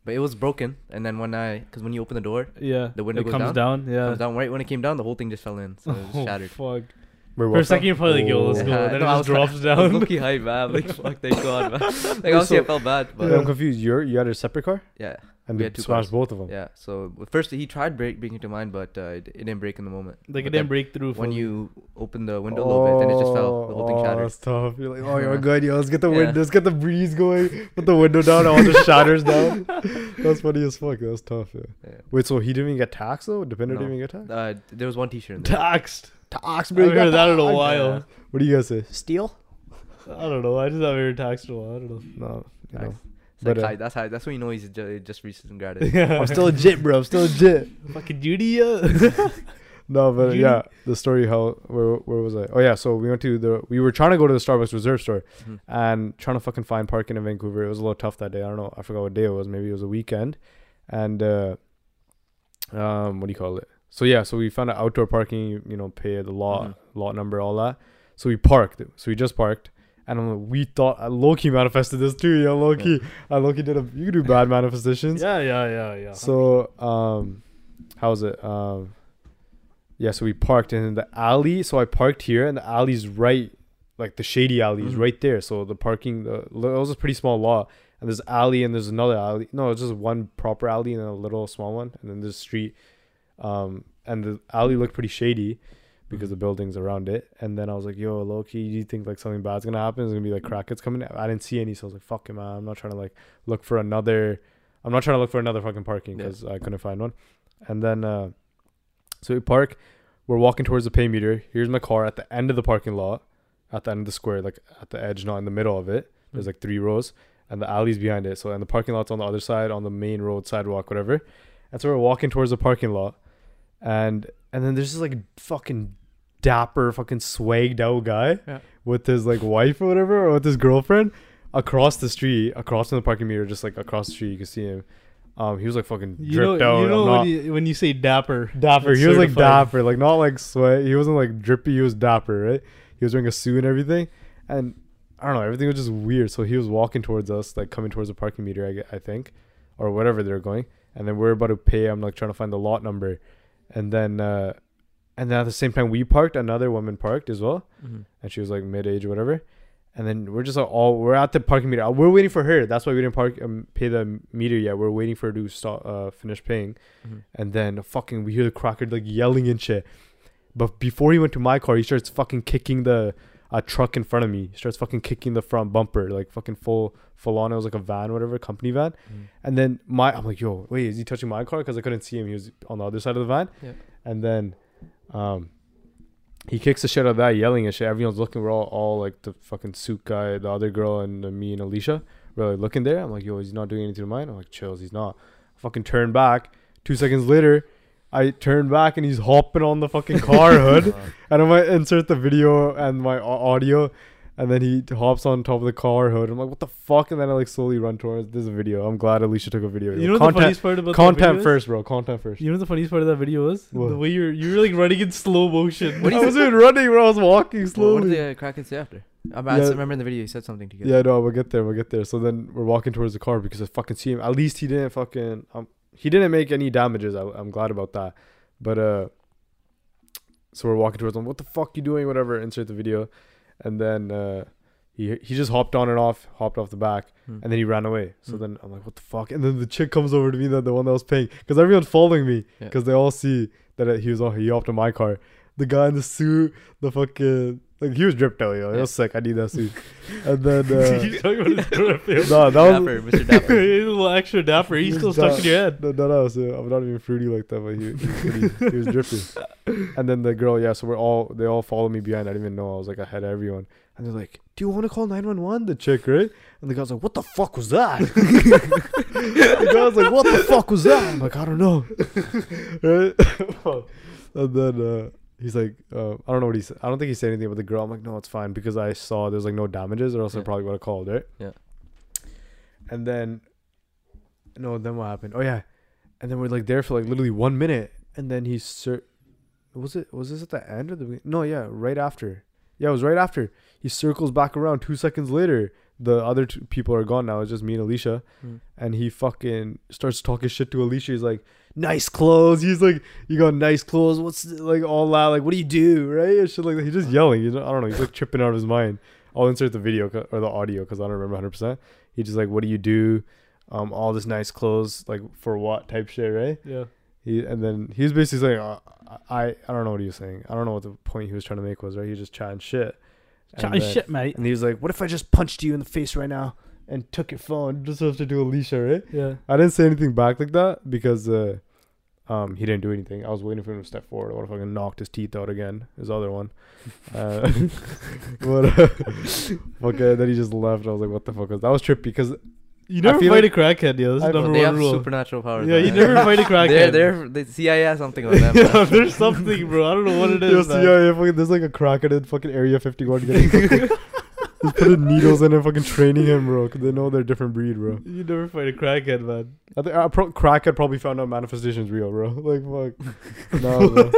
[SPEAKER 4] but it was broken. And then when I, because when you open the door,
[SPEAKER 2] Yeah.
[SPEAKER 4] The window
[SPEAKER 2] it
[SPEAKER 4] goes
[SPEAKER 2] comes down. yeah.
[SPEAKER 4] comes down right when it came down, the whole thing just fell in, so it was
[SPEAKER 2] Oh,
[SPEAKER 4] shattered.
[SPEAKER 2] fuck.
[SPEAKER 1] Wait,
[SPEAKER 2] For a
[SPEAKER 1] what?
[SPEAKER 2] second, you're probably like, yo, let's go.
[SPEAKER 1] Yeah,
[SPEAKER 2] Then
[SPEAKER 4] no,
[SPEAKER 2] it just
[SPEAKER 4] I was-
[SPEAKER 2] drops
[SPEAKER 4] I was
[SPEAKER 2] down.
[SPEAKER 4] low-key hype, man. Like fuck, thank God, man. Like
[SPEAKER 1] You're
[SPEAKER 4] obviously,
[SPEAKER 1] so-
[SPEAKER 4] I felt bad, but
[SPEAKER 1] I'm confused. You're you had a separate car
[SPEAKER 4] yeah.
[SPEAKER 1] and
[SPEAKER 4] We
[SPEAKER 1] they
[SPEAKER 4] had two
[SPEAKER 1] smashed
[SPEAKER 4] cars.
[SPEAKER 1] both of them.
[SPEAKER 4] Yeah. So w- first he tried break, breaking to mine, but uh, it, it didn't break in the moment.
[SPEAKER 2] Like it
[SPEAKER 4] But
[SPEAKER 2] didn't
[SPEAKER 4] then
[SPEAKER 2] break through.
[SPEAKER 4] When
[SPEAKER 2] fully.
[SPEAKER 4] you open the window a little bit, then it just fell. The whole thing
[SPEAKER 1] oh,
[SPEAKER 4] shattered.
[SPEAKER 1] That's tough. You're like, oh, you're
[SPEAKER 4] Yeah.
[SPEAKER 1] good. Yo, let's get the
[SPEAKER 4] Yeah.
[SPEAKER 1] wind. Let's get the breeze going. Put the window down. I want the shatters down. That's funny as fuck. That's tough. Yeah.
[SPEAKER 4] Yeah.
[SPEAKER 1] Wait, so he didn't even get taxed though? Dependent
[SPEAKER 4] No.
[SPEAKER 1] didn't even get taxed.
[SPEAKER 4] Uh, there was one T-shirt in there.
[SPEAKER 2] taxed.
[SPEAKER 1] Taxed,
[SPEAKER 2] I haven't
[SPEAKER 1] got
[SPEAKER 2] heard that in a
[SPEAKER 1] taxed.
[SPEAKER 2] while.
[SPEAKER 1] What do you guys say? Steal?
[SPEAKER 2] I don't know. I just haven't heard taxed in a while. I don't know.
[SPEAKER 1] No, you know.
[SPEAKER 4] Taxed. It's like
[SPEAKER 1] But, uh,
[SPEAKER 4] high- that's high. That's when you know he's ju- just recently graduated.
[SPEAKER 2] Yeah.
[SPEAKER 1] I'm still legit, bro. I'm still legit.
[SPEAKER 2] fucking Judy. uh.
[SPEAKER 1] No, but uh,
[SPEAKER 2] You-
[SPEAKER 1] yeah, the story how where where was I? Oh yeah, so we went to the we were trying to go to the Starbucks Reserve store
[SPEAKER 4] Mhm.
[SPEAKER 1] and trying to fucking find parking in Vancouver. It was a little tough that day. I don't know. I forgot what day it was. Maybe it was a weekend, and uh, um, what do you call it? So yeah, so we found an outdoor parking. You, you know, pay the lot
[SPEAKER 4] Mhm.
[SPEAKER 1] lot number, all that. So we parked. So we just parked. And I'm- we thought uh, Loki manifested this too, yo. Loki, uh, Loki did a. You can do bad manifestations.
[SPEAKER 2] yeah, yeah, yeah, yeah.
[SPEAKER 1] So um, how's it? Um, yeah. So we parked and in the alley. So I parked here, and the alley's right, like the shady alley is
[SPEAKER 4] Mhm.
[SPEAKER 1] right there. So the parking, the it was a pretty small lot, and there's alley, and there's another alley. No, it's just one proper alley and a little small one, and then there's street. Um, and the alley looked pretty shady
[SPEAKER 4] Mm-hmm.
[SPEAKER 1] because the buildings around it. And then I was like, yo, low key, do you think like something bad's gonna happen? It's gonna be
[SPEAKER 4] Mm-hmm.
[SPEAKER 1] like crackheads coming. I didn't see any, so I was like, fuck it, man. I'm not trying to like look for another. I'm not trying to look for another fucking parking
[SPEAKER 4] Yeah.
[SPEAKER 1] because I couldn't find one. And then, uh, so we park. We're walking towards the pay meter. Here's my car at the end of the parking lot, at the end of the square, like at the edge, not in the middle of it. There's
[SPEAKER 4] Mm.
[SPEAKER 1] like three rows, and the alley's behind it. So and the parking lot's on the other side, on the main road sidewalk, whatever. And so we're walking towards the parking lot, and and then there's this like fucking dapper, fucking swagged out guy
[SPEAKER 3] Yeah.
[SPEAKER 1] with his like wife or whatever, or with his girlfriend across the street, across from the parking meter, just like across the street, you can see him. Um, he was like fucking dripped
[SPEAKER 2] You know,
[SPEAKER 1] out.
[SPEAKER 2] you know
[SPEAKER 1] I'm
[SPEAKER 2] when,
[SPEAKER 1] not-
[SPEAKER 2] you, when you say dapper,
[SPEAKER 1] dapper.
[SPEAKER 2] it's
[SPEAKER 1] He was like
[SPEAKER 2] certified.
[SPEAKER 1] dapper, like not like sweat. He wasn't like drippy. He was dapper, right? He was wearing a suit and everything, and I don't know. Everything was just weird. So he was walking towards us, like coming towards the parking meter, I, gue- I think, or whatever they're going. And then we're about to pay. I'm like trying to find the lot number, and then, uh and then at the same time we parked. Another woman parked as well, and she was like mid age or whatever. And then we're just like, all we're at the parking meter. Uh, We're waiting for her. That's why we didn't park um, pay the meter yet. We're waiting for her to stop uh, finish paying.
[SPEAKER 5] Mhm.
[SPEAKER 1] And then fucking we hear the cracker like yelling and shit. But before he went to my car, he starts fucking kicking the uh, truck in front of me. He starts fucking kicking the front bumper like fucking full full on. It was like a van, whatever company van.
[SPEAKER 4] Mm.
[SPEAKER 5] Mhm.
[SPEAKER 1] And then my I'm like, yo, wait, is he touching my car? Because I couldn't see him. He was on the other side of the van.
[SPEAKER 3] Yeah.
[SPEAKER 1] And then, um, he kicks the shit out of that, yelling and shit. Everyone's looking. We're all, all like the fucking suit guy, the other girl, and uh, me and Alicia. We're like looking there. I'm like, yo, he's not doing anything to mine. I'm like, chills, he's not. fucking turn back. Two seconds later, I turn back and he's hopping on the fucking car hood. And I'm gonna insert the video and my au- audio. And then he hops on top of the car hood. I'm like, what the fuck? And then I like slowly run towards this is a video. I'm glad Alicia took a video.
[SPEAKER 2] You know what the
[SPEAKER 1] content,
[SPEAKER 2] funniest part about that video
[SPEAKER 1] content
[SPEAKER 2] is?
[SPEAKER 1] first, bro. Content first.
[SPEAKER 2] You know what the funniest part of that video was?
[SPEAKER 1] What?
[SPEAKER 2] The way you're you're like running in slow motion.
[SPEAKER 5] What do
[SPEAKER 1] I
[SPEAKER 5] you-
[SPEAKER 1] wasn't running, bro. I was walking
[SPEAKER 5] Well, what did
[SPEAKER 1] slowly.
[SPEAKER 5] the uh, Kraken say after? I, I
[SPEAKER 1] Yeah.
[SPEAKER 5] remember in the video he said something together.
[SPEAKER 1] Yeah, no, we'll get there. We'll get there. So then we're walking towards the car because I fucking see him. At least he didn't fucking um, he didn't make any damages. I, I'm glad about that. But uh, so we're walking towards him. What the fuck you doing? Whatever. Insert the video, and then uh, he he just hopped on and off, hopped off the back,
[SPEAKER 5] Hmm.
[SPEAKER 1] and then he ran away. So
[SPEAKER 5] Hmm.
[SPEAKER 1] then I'm like, what the fuck? And then the chick comes over to me, the, the one that was paying, because everyone's following me,
[SPEAKER 5] Yeah.
[SPEAKER 1] because they all see that uh, he was he hopped in my car. The guy in the suit, the fucking like he was dripped out, yo. It
[SPEAKER 5] Yeah.
[SPEAKER 1] was sick. I need that suit. and then uh,
[SPEAKER 2] you talking about his
[SPEAKER 1] no, that was
[SPEAKER 5] Dapper, Mr. Dapper.
[SPEAKER 2] a little extra dapper. He's still stuck in your head.
[SPEAKER 1] No, no, no. So I'm not even fruity like that, but he, he, was pretty- he was dripping. And then the girl, yeah. So we're all they all follow me behind. I didn't even know I was like ahead of everyone. And they're like, "Do you want to call 911?" The chick, right? And the guy's like, "What the fuck was that?" the guy's like, "What the fuck was that?" I'm like, "I don't know." right? and then. uh He's like, uh, I don't know what he said. I don't think he said anything about the girl. I'm like, no, it's fine because I saw there's like no damages, or else I
[SPEAKER 5] Yeah.
[SPEAKER 1] probably would have called, right?
[SPEAKER 5] Yeah.
[SPEAKER 1] And then, no, then what happened? Oh yeah, and then we're like there for like literally one minute, and then he sur- was it was this at the end of the begin- no yeah right after yeah it was right after he circles back around two seconds later the other two people are gone now it's just me and Alicia
[SPEAKER 5] Hmm.
[SPEAKER 1] and he fucking starts talking shit to Alicia he's like nice clothes he's like you got nice clothes what's th- like all that like what do you do right and shit like that. he's just yelling you know I don't know he's like tripping out of his mind I'll insert the video co- or the audio because I don't remember hundred percent he's just like what do you do um all this nice clothes like for what type shit right
[SPEAKER 2] Yeah.
[SPEAKER 1] he and then he was basically saying, uh, I I don't know what he was saying. I don't know what the point he was trying to make was. Right? He was just chatting shit. And
[SPEAKER 2] Chatting
[SPEAKER 1] then-
[SPEAKER 2] shit, mate.
[SPEAKER 1] And he was like, "What if I just punched you in the face right now and took your phone?" Just have to do Alicia, right?
[SPEAKER 2] Yeah.
[SPEAKER 1] I didn't say anything back like that because uh, um, he didn't do anything. I was waiting for him to step forward. What if I fucking knocked his teeth out again? His other one. Uh, but uh, okay, then he just left. I was like, "What the fuck was that?was trippy?" Because
[SPEAKER 2] You never
[SPEAKER 1] feel
[SPEAKER 2] fight a crackhead, yo. This
[SPEAKER 1] I-
[SPEAKER 2] is number
[SPEAKER 5] they
[SPEAKER 2] one
[SPEAKER 5] have
[SPEAKER 2] rule.
[SPEAKER 5] supernatural powers.
[SPEAKER 2] Yeah,
[SPEAKER 5] man.
[SPEAKER 2] you never fight a
[SPEAKER 5] They're,
[SPEAKER 2] crackhead.
[SPEAKER 5] they're, the CIA has something on them.
[SPEAKER 2] yeah, there's something, bro. I don't know what it
[SPEAKER 1] Yo,
[SPEAKER 2] is.
[SPEAKER 1] so
[SPEAKER 2] man.
[SPEAKER 1] yeah, yeah, fucking, there's like a crackhead in fucking Area 51 getting fucking, just putting needles in and fucking training him, bro. 'cause they know they're a different breed, bro.
[SPEAKER 2] You never fight a crackhead, man.
[SPEAKER 1] I think uh, pro- crackhead probably found out manifestation's real, bro. Like fuck, no, bro.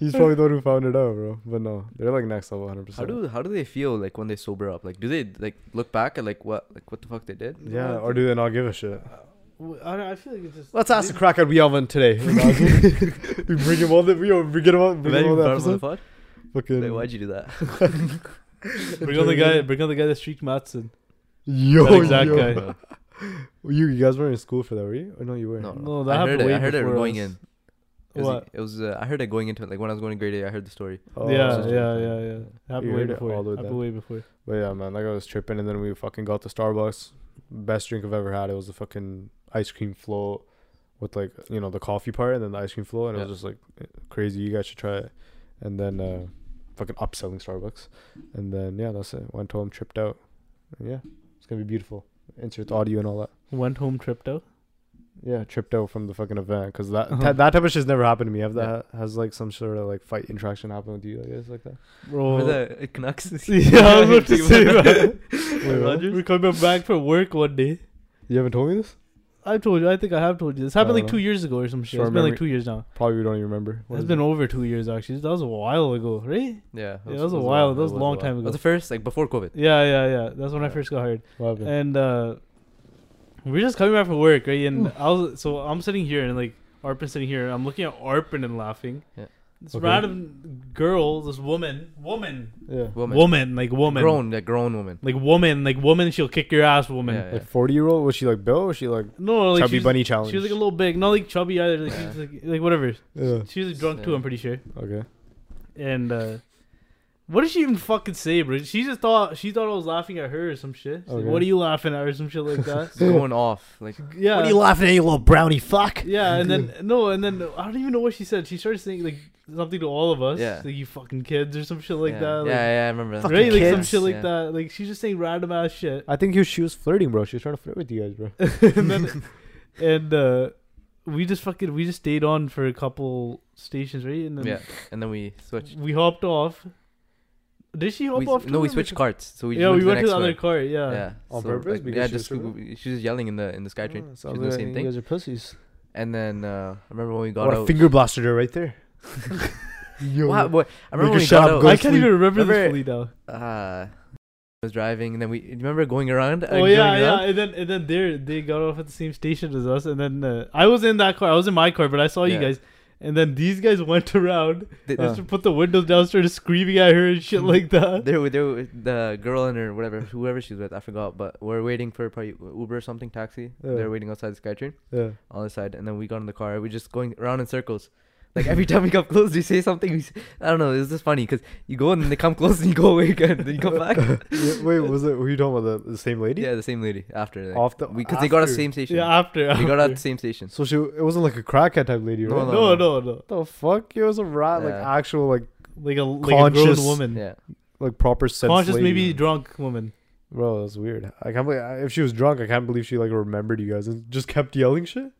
[SPEAKER 1] He's probably the one who found it out, bro. But no, they're like next level, 100.
[SPEAKER 5] How
[SPEAKER 1] percent
[SPEAKER 5] do how do they feel like when they sober up? Like do they like look back at like what like what the fuck they did?
[SPEAKER 1] Yeah, or do they not give a shit?
[SPEAKER 2] I, don't- I feel like it's just.
[SPEAKER 1] Let's ask the crackhead we have on today. we bring him on the we we get him on, bring him
[SPEAKER 5] Imagine you brought him
[SPEAKER 1] on the
[SPEAKER 5] on the
[SPEAKER 1] episode.
[SPEAKER 5] pod?
[SPEAKER 1] Fucking
[SPEAKER 5] Like, why'd you do that?
[SPEAKER 2] Bring on the guy. Bring on the guy that streaked Matson.
[SPEAKER 1] yo,
[SPEAKER 2] That exact
[SPEAKER 1] yo.
[SPEAKER 2] guy.
[SPEAKER 1] You, you guys were in school for that, were you? Or no, you were.
[SPEAKER 2] No, that
[SPEAKER 5] I heard
[SPEAKER 2] happened
[SPEAKER 5] it.
[SPEAKER 2] way
[SPEAKER 5] I heard it
[SPEAKER 2] before
[SPEAKER 5] going
[SPEAKER 2] us.
[SPEAKER 5] in. It was,
[SPEAKER 2] What?
[SPEAKER 5] It was. Uh, I heard it going into it. Like when I was going to grade eight, I heard the story.
[SPEAKER 1] Oh,
[SPEAKER 2] yeah,
[SPEAKER 5] so-
[SPEAKER 2] yeah, yeah, yeah. Happened way
[SPEAKER 1] heard it
[SPEAKER 2] before.
[SPEAKER 1] all the way
[SPEAKER 2] Happened
[SPEAKER 1] down.
[SPEAKER 2] way before.
[SPEAKER 1] But yeah, man, like I was tripping, and then we fucking got the Starbucks. Best drink I've ever had. It was the fucking ice cream float with like you know the coffee part, and then the ice cream float, and it
[SPEAKER 5] Yeah.
[SPEAKER 1] was just like crazy. You guys should try it. And then uh, fucking upselling Starbucks, and then yeah, that's it. Went home, tripped out, and yeah, it's gonna be beautiful. Insert the audio and all that.
[SPEAKER 2] Went home tripped out.
[SPEAKER 1] yeah, tripped out from the fucking event because that
[SPEAKER 2] Uh-huh.
[SPEAKER 1] that that type of shit's never happened to me. Have that has like some sort of like fight interaction happened with you? I guess like that.
[SPEAKER 2] bro.
[SPEAKER 4] Remember the uh, Canucks?
[SPEAKER 2] Yeah, I was about to say that.
[SPEAKER 1] Wait, what?
[SPEAKER 2] We're coming back from work one day.
[SPEAKER 1] You haven't told me this.
[SPEAKER 2] I told you. I think I have told you. This happened
[SPEAKER 1] I
[SPEAKER 2] like
[SPEAKER 1] don't
[SPEAKER 2] two years ago or some shit.
[SPEAKER 1] Short
[SPEAKER 2] it's been like
[SPEAKER 1] memory.
[SPEAKER 2] two years now.
[SPEAKER 1] Probably you don't even remember. What
[SPEAKER 2] It's
[SPEAKER 1] is
[SPEAKER 2] been
[SPEAKER 1] it?
[SPEAKER 2] over two years actually. That was a while ago, right?
[SPEAKER 4] Yeah,
[SPEAKER 2] that was a while- that was a
[SPEAKER 4] a
[SPEAKER 2] long
[SPEAKER 4] while.
[SPEAKER 2] time
[SPEAKER 4] That
[SPEAKER 2] ago.
[SPEAKER 4] was the first, like before COVID.
[SPEAKER 2] Yeah, yeah, yeah. That's when I
[SPEAKER 4] Yeah.
[SPEAKER 2] first got hired.
[SPEAKER 1] What happened?
[SPEAKER 2] And uh we were just coming back from work, right? And I was so I'm sitting here and like Arpin's sitting here. I'm looking at Arpin and laughing.
[SPEAKER 4] Yeah.
[SPEAKER 2] This
[SPEAKER 1] Okay.
[SPEAKER 2] random girl, this woman, woman,
[SPEAKER 1] yeah,
[SPEAKER 4] Woman.
[SPEAKER 2] woman, like woman,
[SPEAKER 4] Grown, like grown woman.
[SPEAKER 2] like woman, like woman. She'll kick your ass, woman.
[SPEAKER 4] Yeah, yeah.
[SPEAKER 1] like forty year old was she like Bill? Was she like
[SPEAKER 2] No, like
[SPEAKER 1] chubby
[SPEAKER 2] she's,
[SPEAKER 1] bunny challenge?
[SPEAKER 2] she was like a little big, not like chubby either. Like, she was, like, like whatever.
[SPEAKER 1] yeah.
[SPEAKER 2] She was like, drunk too.
[SPEAKER 4] Yeah.
[SPEAKER 2] I'm pretty sure.
[SPEAKER 1] Okay.
[SPEAKER 2] And uh what did she even fucking say, bro? She just thought she thought I was laughing at her or some shit. She's like,
[SPEAKER 1] Okay.
[SPEAKER 2] what are you laughing at or some shit like that?
[SPEAKER 4] It's going off. Like
[SPEAKER 2] yeah.
[SPEAKER 1] laughing at, you little brownie fuck?
[SPEAKER 2] yeah, and then no, and then I don't even know what she said. She started saying like something to all of us,
[SPEAKER 4] Yeah.
[SPEAKER 2] like you fucking kids or some shit like
[SPEAKER 4] yeah.
[SPEAKER 2] that. Like,
[SPEAKER 4] yeah, yeah, I remember. that.
[SPEAKER 2] Right, like some
[SPEAKER 1] kids.
[SPEAKER 2] shit like
[SPEAKER 4] Yeah.
[SPEAKER 2] that. Like she's just saying random ass shit.
[SPEAKER 1] I think he was, she was flirting, bro. She was trying to flirt with you guys, bro.
[SPEAKER 2] and then, and uh, we just fucking we just stayed on for a couple stations, right? And then
[SPEAKER 4] Yeah, and then we switched.
[SPEAKER 2] we hopped off. Did she hop
[SPEAKER 4] We,
[SPEAKER 2] off?
[SPEAKER 4] no, we
[SPEAKER 2] too?
[SPEAKER 4] switched carts. So we
[SPEAKER 2] yeah,
[SPEAKER 4] went
[SPEAKER 2] we
[SPEAKER 4] to
[SPEAKER 2] went
[SPEAKER 4] the,
[SPEAKER 2] to
[SPEAKER 4] next
[SPEAKER 2] the other
[SPEAKER 4] one.
[SPEAKER 2] car. Yeah.
[SPEAKER 4] Yeah.
[SPEAKER 1] On
[SPEAKER 4] so,
[SPEAKER 1] purpose?
[SPEAKER 4] Like,
[SPEAKER 1] Because
[SPEAKER 4] yeah,
[SPEAKER 1] she
[SPEAKER 4] just
[SPEAKER 1] was
[SPEAKER 4] we- we- she was yelling in the in the
[SPEAKER 2] Mm.
[SPEAKER 4] SkyTrain.
[SPEAKER 1] Oh,
[SPEAKER 4] she
[SPEAKER 1] sounds
[SPEAKER 4] was doing the
[SPEAKER 1] like
[SPEAKER 4] same
[SPEAKER 1] You
[SPEAKER 4] thing.
[SPEAKER 1] guys are pussies.
[SPEAKER 4] And then uh, I remember when we got
[SPEAKER 1] What a
[SPEAKER 4] out.
[SPEAKER 1] finger blasted her right there. Yo.
[SPEAKER 4] Wow, boy, I remember
[SPEAKER 1] a
[SPEAKER 4] when we
[SPEAKER 1] shop
[SPEAKER 4] got out.
[SPEAKER 1] go
[SPEAKER 2] I
[SPEAKER 1] to
[SPEAKER 2] can't
[SPEAKER 1] sleep.
[SPEAKER 2] even remember, this
[SPEAKER 4] Remember-
[SPEAKER 2] fully now.
[SPEAKER 4] uh, was driving, and then we you remember going around. uh,
[SPEAKER 2] oh
[SPEAKER 4] going
[SPEAKER 2] yeah, yeah,
[SPEAKER 4] around?
[SPEAKER 2] and then and then they they got off at the same station as us, and then uh, I was in that car. I was in my car, but I saw you
[SPEAKER 4] Yeah.
[SPEAKER 2] guys. And then these guys went around,
[SPEAKER 4] Th-
[SPEAKER 2] just to put the windows down, started screaming at her and shit like that.
[SPEAKER 4] There, were- there, were- the girl and her whatever, whoever she's with, I forgot. But we're waiting for probably Uber or something, taxi.
[SPEAKER 1] Yeah.
[SPEAKER 4] They're waiting outside the SkyTrain
[SPEAKER 1] Yeah.
[SPEAKER 4] on the side, and then we got in the car. We're just going around in circles. Like every time we come close, you say something. We, s- I don't know. It's just funny because you go and then they come close and you go away again, then you come back.
[SPEAKER 1] Yeah, Wait, was it? Were you talking about the, the same lady?
[SPEAKER 4] yeah, the same lady after. Like,
[SPEAKER 1] Off the
[SPEAKER 4] because they got us
[SPEAKER 1] after.
[SPEAKER 4] same station.
[SPEAKER 2] Yeah, after,
[SPEAKER 4] we got
[SPEAKER 2] after.
[SPEAKER 4] at the same station.
[SPEAKER 1] So she, it wasn't like a crackhead type lady, right?
[SPEAKER 2] No,
[SPEAKER 4] No,
[SPEAKER 2] no, no,
[SPEAKER 1] What the fuck? It was a rat,
[SPEAKER 4] Yeah.
[SPEAKER 1] like actual, like
[SPEAKER 2] like a like a grown
[SPEAKER 1] Conscious-
[SPEAKER 2] woman,
[SPEAKER 4] Yeah,
[SPEAKER 1] like proper sense.
[SPEAKER 2] conscious
[SPEAKER 1] lady.
[SPEAKER 2] maybe drunk woman.
[SPEAKER 1] Bro, that's weird. I can't believe I- if she was drunk. I can't believe she like remembered you guys and just kept yelling shit.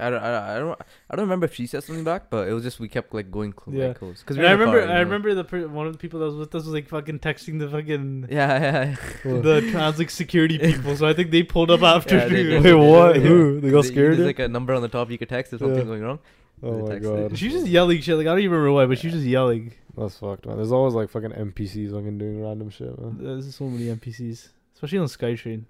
[SPEAKER 4] I don't, I don't, I don't, I don't remember if she said something back, but it was just we kept like going cl-
[SPEAKER 2] Yeah.
[SPEAKER 4] like, close. Because
[SPEAKER 2] And I remember, I remember the per- one of the people that was with us was like fucking texting the fucking
[SPEAKER 4] Yeah, yeah, yeah.
[SPEAKER 2] the trans like security people. So I think they pulled up after.
[SPEAKER 4] Yeah, they
[SPEAKER 2] too.
[SPEAKER 4] did.
[SPEAKER 1] Wait, what?
[SPEAKER 4] Yeah.
[SPEAKER 1] Who? They got scared.
[SPEAKER 4] There's
[SPEAKER 1] Like,
[SPEAKER 4] like a number on the top you could text if
[SPEAKER 1] Yeah.
[SPEAKER 4] something's going wrong.
[SPEAKER 1] oh my
[SPEAKER 4] text
[SPEAKER 1] god,
[SPEAKER 4] it.
[SPEAKER 2] She was just yelling shit. Like I don't even remember why, but she was just yelling.
[SPEAKER 1] that's fucked, man. There's always like fucking NPCs fucking doing random shit, man.
[SPEAKER 2] There's so many NPCs, especially on SkyTrain.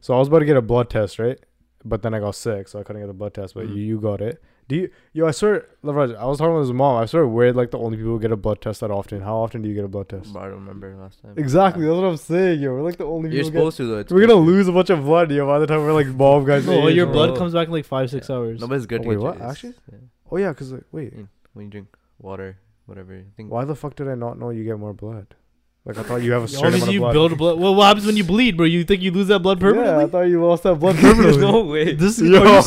[SPEAKER 1] So I was about to get a blood test, right? But then I got sick, so I couldn't get the blood test. But you, you got it. Do you? Yo, I swear, Lavraj, I was talking with his mom. I swear, we're like the only people who get a blood test that often. How often do you get a blood test?
[SPEAKER 4] Bro, I don't remember last time.
[SPEAKER 1] Exactly, that's what I'm saying. Yo, we're like the only
[SPEAKER 4] You're
[SPEAKER 1] people. who
[SPEAKER 4] supposed to though. it's
[SPEAKER 1] Get, we're gonna
[SPEAKER 4] supposed to.
[SPEAKER 1] lose a bunch of blood, yo. By the time we're like mom guys.
[SPEAKER 2] No,
[SPEAKER 1] age,
[SPEAKER 2] Oh, your
[SPEAKER 1] bro.
[SPEAKER 2] blood comes back in like five, six hours.
[SPEAKER 4] No, but it's good.
[SPEAKER 1] Oh,
[SPEAKER 4] to
[SPEAKER 1] wait,
[SPEAKER 4] get
[SPEAKER 1] what?
[SPEAKER 4] checked.
[SPEAKER 1] Actually?
[SPEAKER 4] It's- yeah.
[SPEAKER 1] Oh yeah, cause like wait,
[SPEAKER 4] when you drink water, whatever. I think.
[SPEAKER 1] why the fuck did I not know you get more blood? Like I thought you have a
[SPEAKER 2] Yeah,
[SPEAKER 1] certain amount
[SPEAKER 2] Obviously,
[SPEAKER 1] of
[SPEAKER 2] you
[SPEAKER 1] blood.
[SPEAKER 2] build blood. Well, what happens when you bleed, bro? You think you lose that blood
[SPEAKER 1] yeah, I
[SPEAKER 2] permanently?
[SPEAKER 1] thought you lost that blood permanently.
[SPEAKER 4] no way.
[SPEAKER 2] this
[SPEAKER 1] Yo,
[SPEAKER 2] are you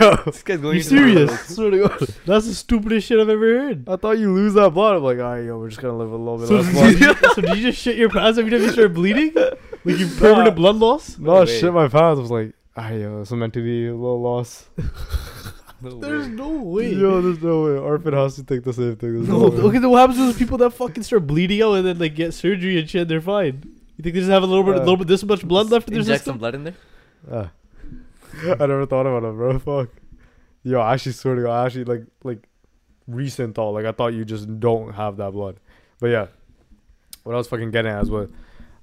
[SPEAKER 1] Yo,
[SPEAKER 4] This guy's going.
[SPEAKER 2] You
[SPEAKER 4] into the
[SPEAKER 2] serious?
[SPEAKER 4] hospital.
[SPEAKER 1] swear to God.
[SPEAKER 2] That's the stupidest shit I've ever heard.
[SPEAKER 1] I thought you lose that blood. I'm like, all right, yo, we're just gonna live a little bit
[SPEAKER 2] So
[SPEAKER 1] less
[SPEAKER 2] did,
[SPEAKER 1] blood.
[SPEAKER 2] you, so did you just shit your pants every time you started bleeding? Like you permanent blood loss?
[SPEAKER 1] No, I
[SPEAKER 4] Wait.
[SPEAKER 1] shit my pants. I was like, ah, yo, it's meant to be a little loss.
[SPEAKER 4] No
[SPEAKER 2] There's
[SPEAKER 4] way.
[SPEAKER 2] no way.
[SPEAKER 1] Yo, there's no way. Arpit has to think the same thing. There's no,
[SPEAKER 2] No,
[SPEAKER 1] way.
[SPEAKER 2] okay, then what happens to those people that fucking start bleeding out and then like get surgery and shit? They're fine. You think they just have a little bit,
[SPEAKER 1] Uh,
[SPEAKER 2] a little bit, this much blood left in their
[SPEAKER 4] Inject some
[SPEAKER 2] system?
[SPEAKER 4] blood in there.
[SPEAKER 1] Ah. I never thought about it, bro. Fuck. Yo, I actually swear to God, I actually like like recent thought. Like I thought you just don't have that blood. But yeah, what I was fucking getting at is what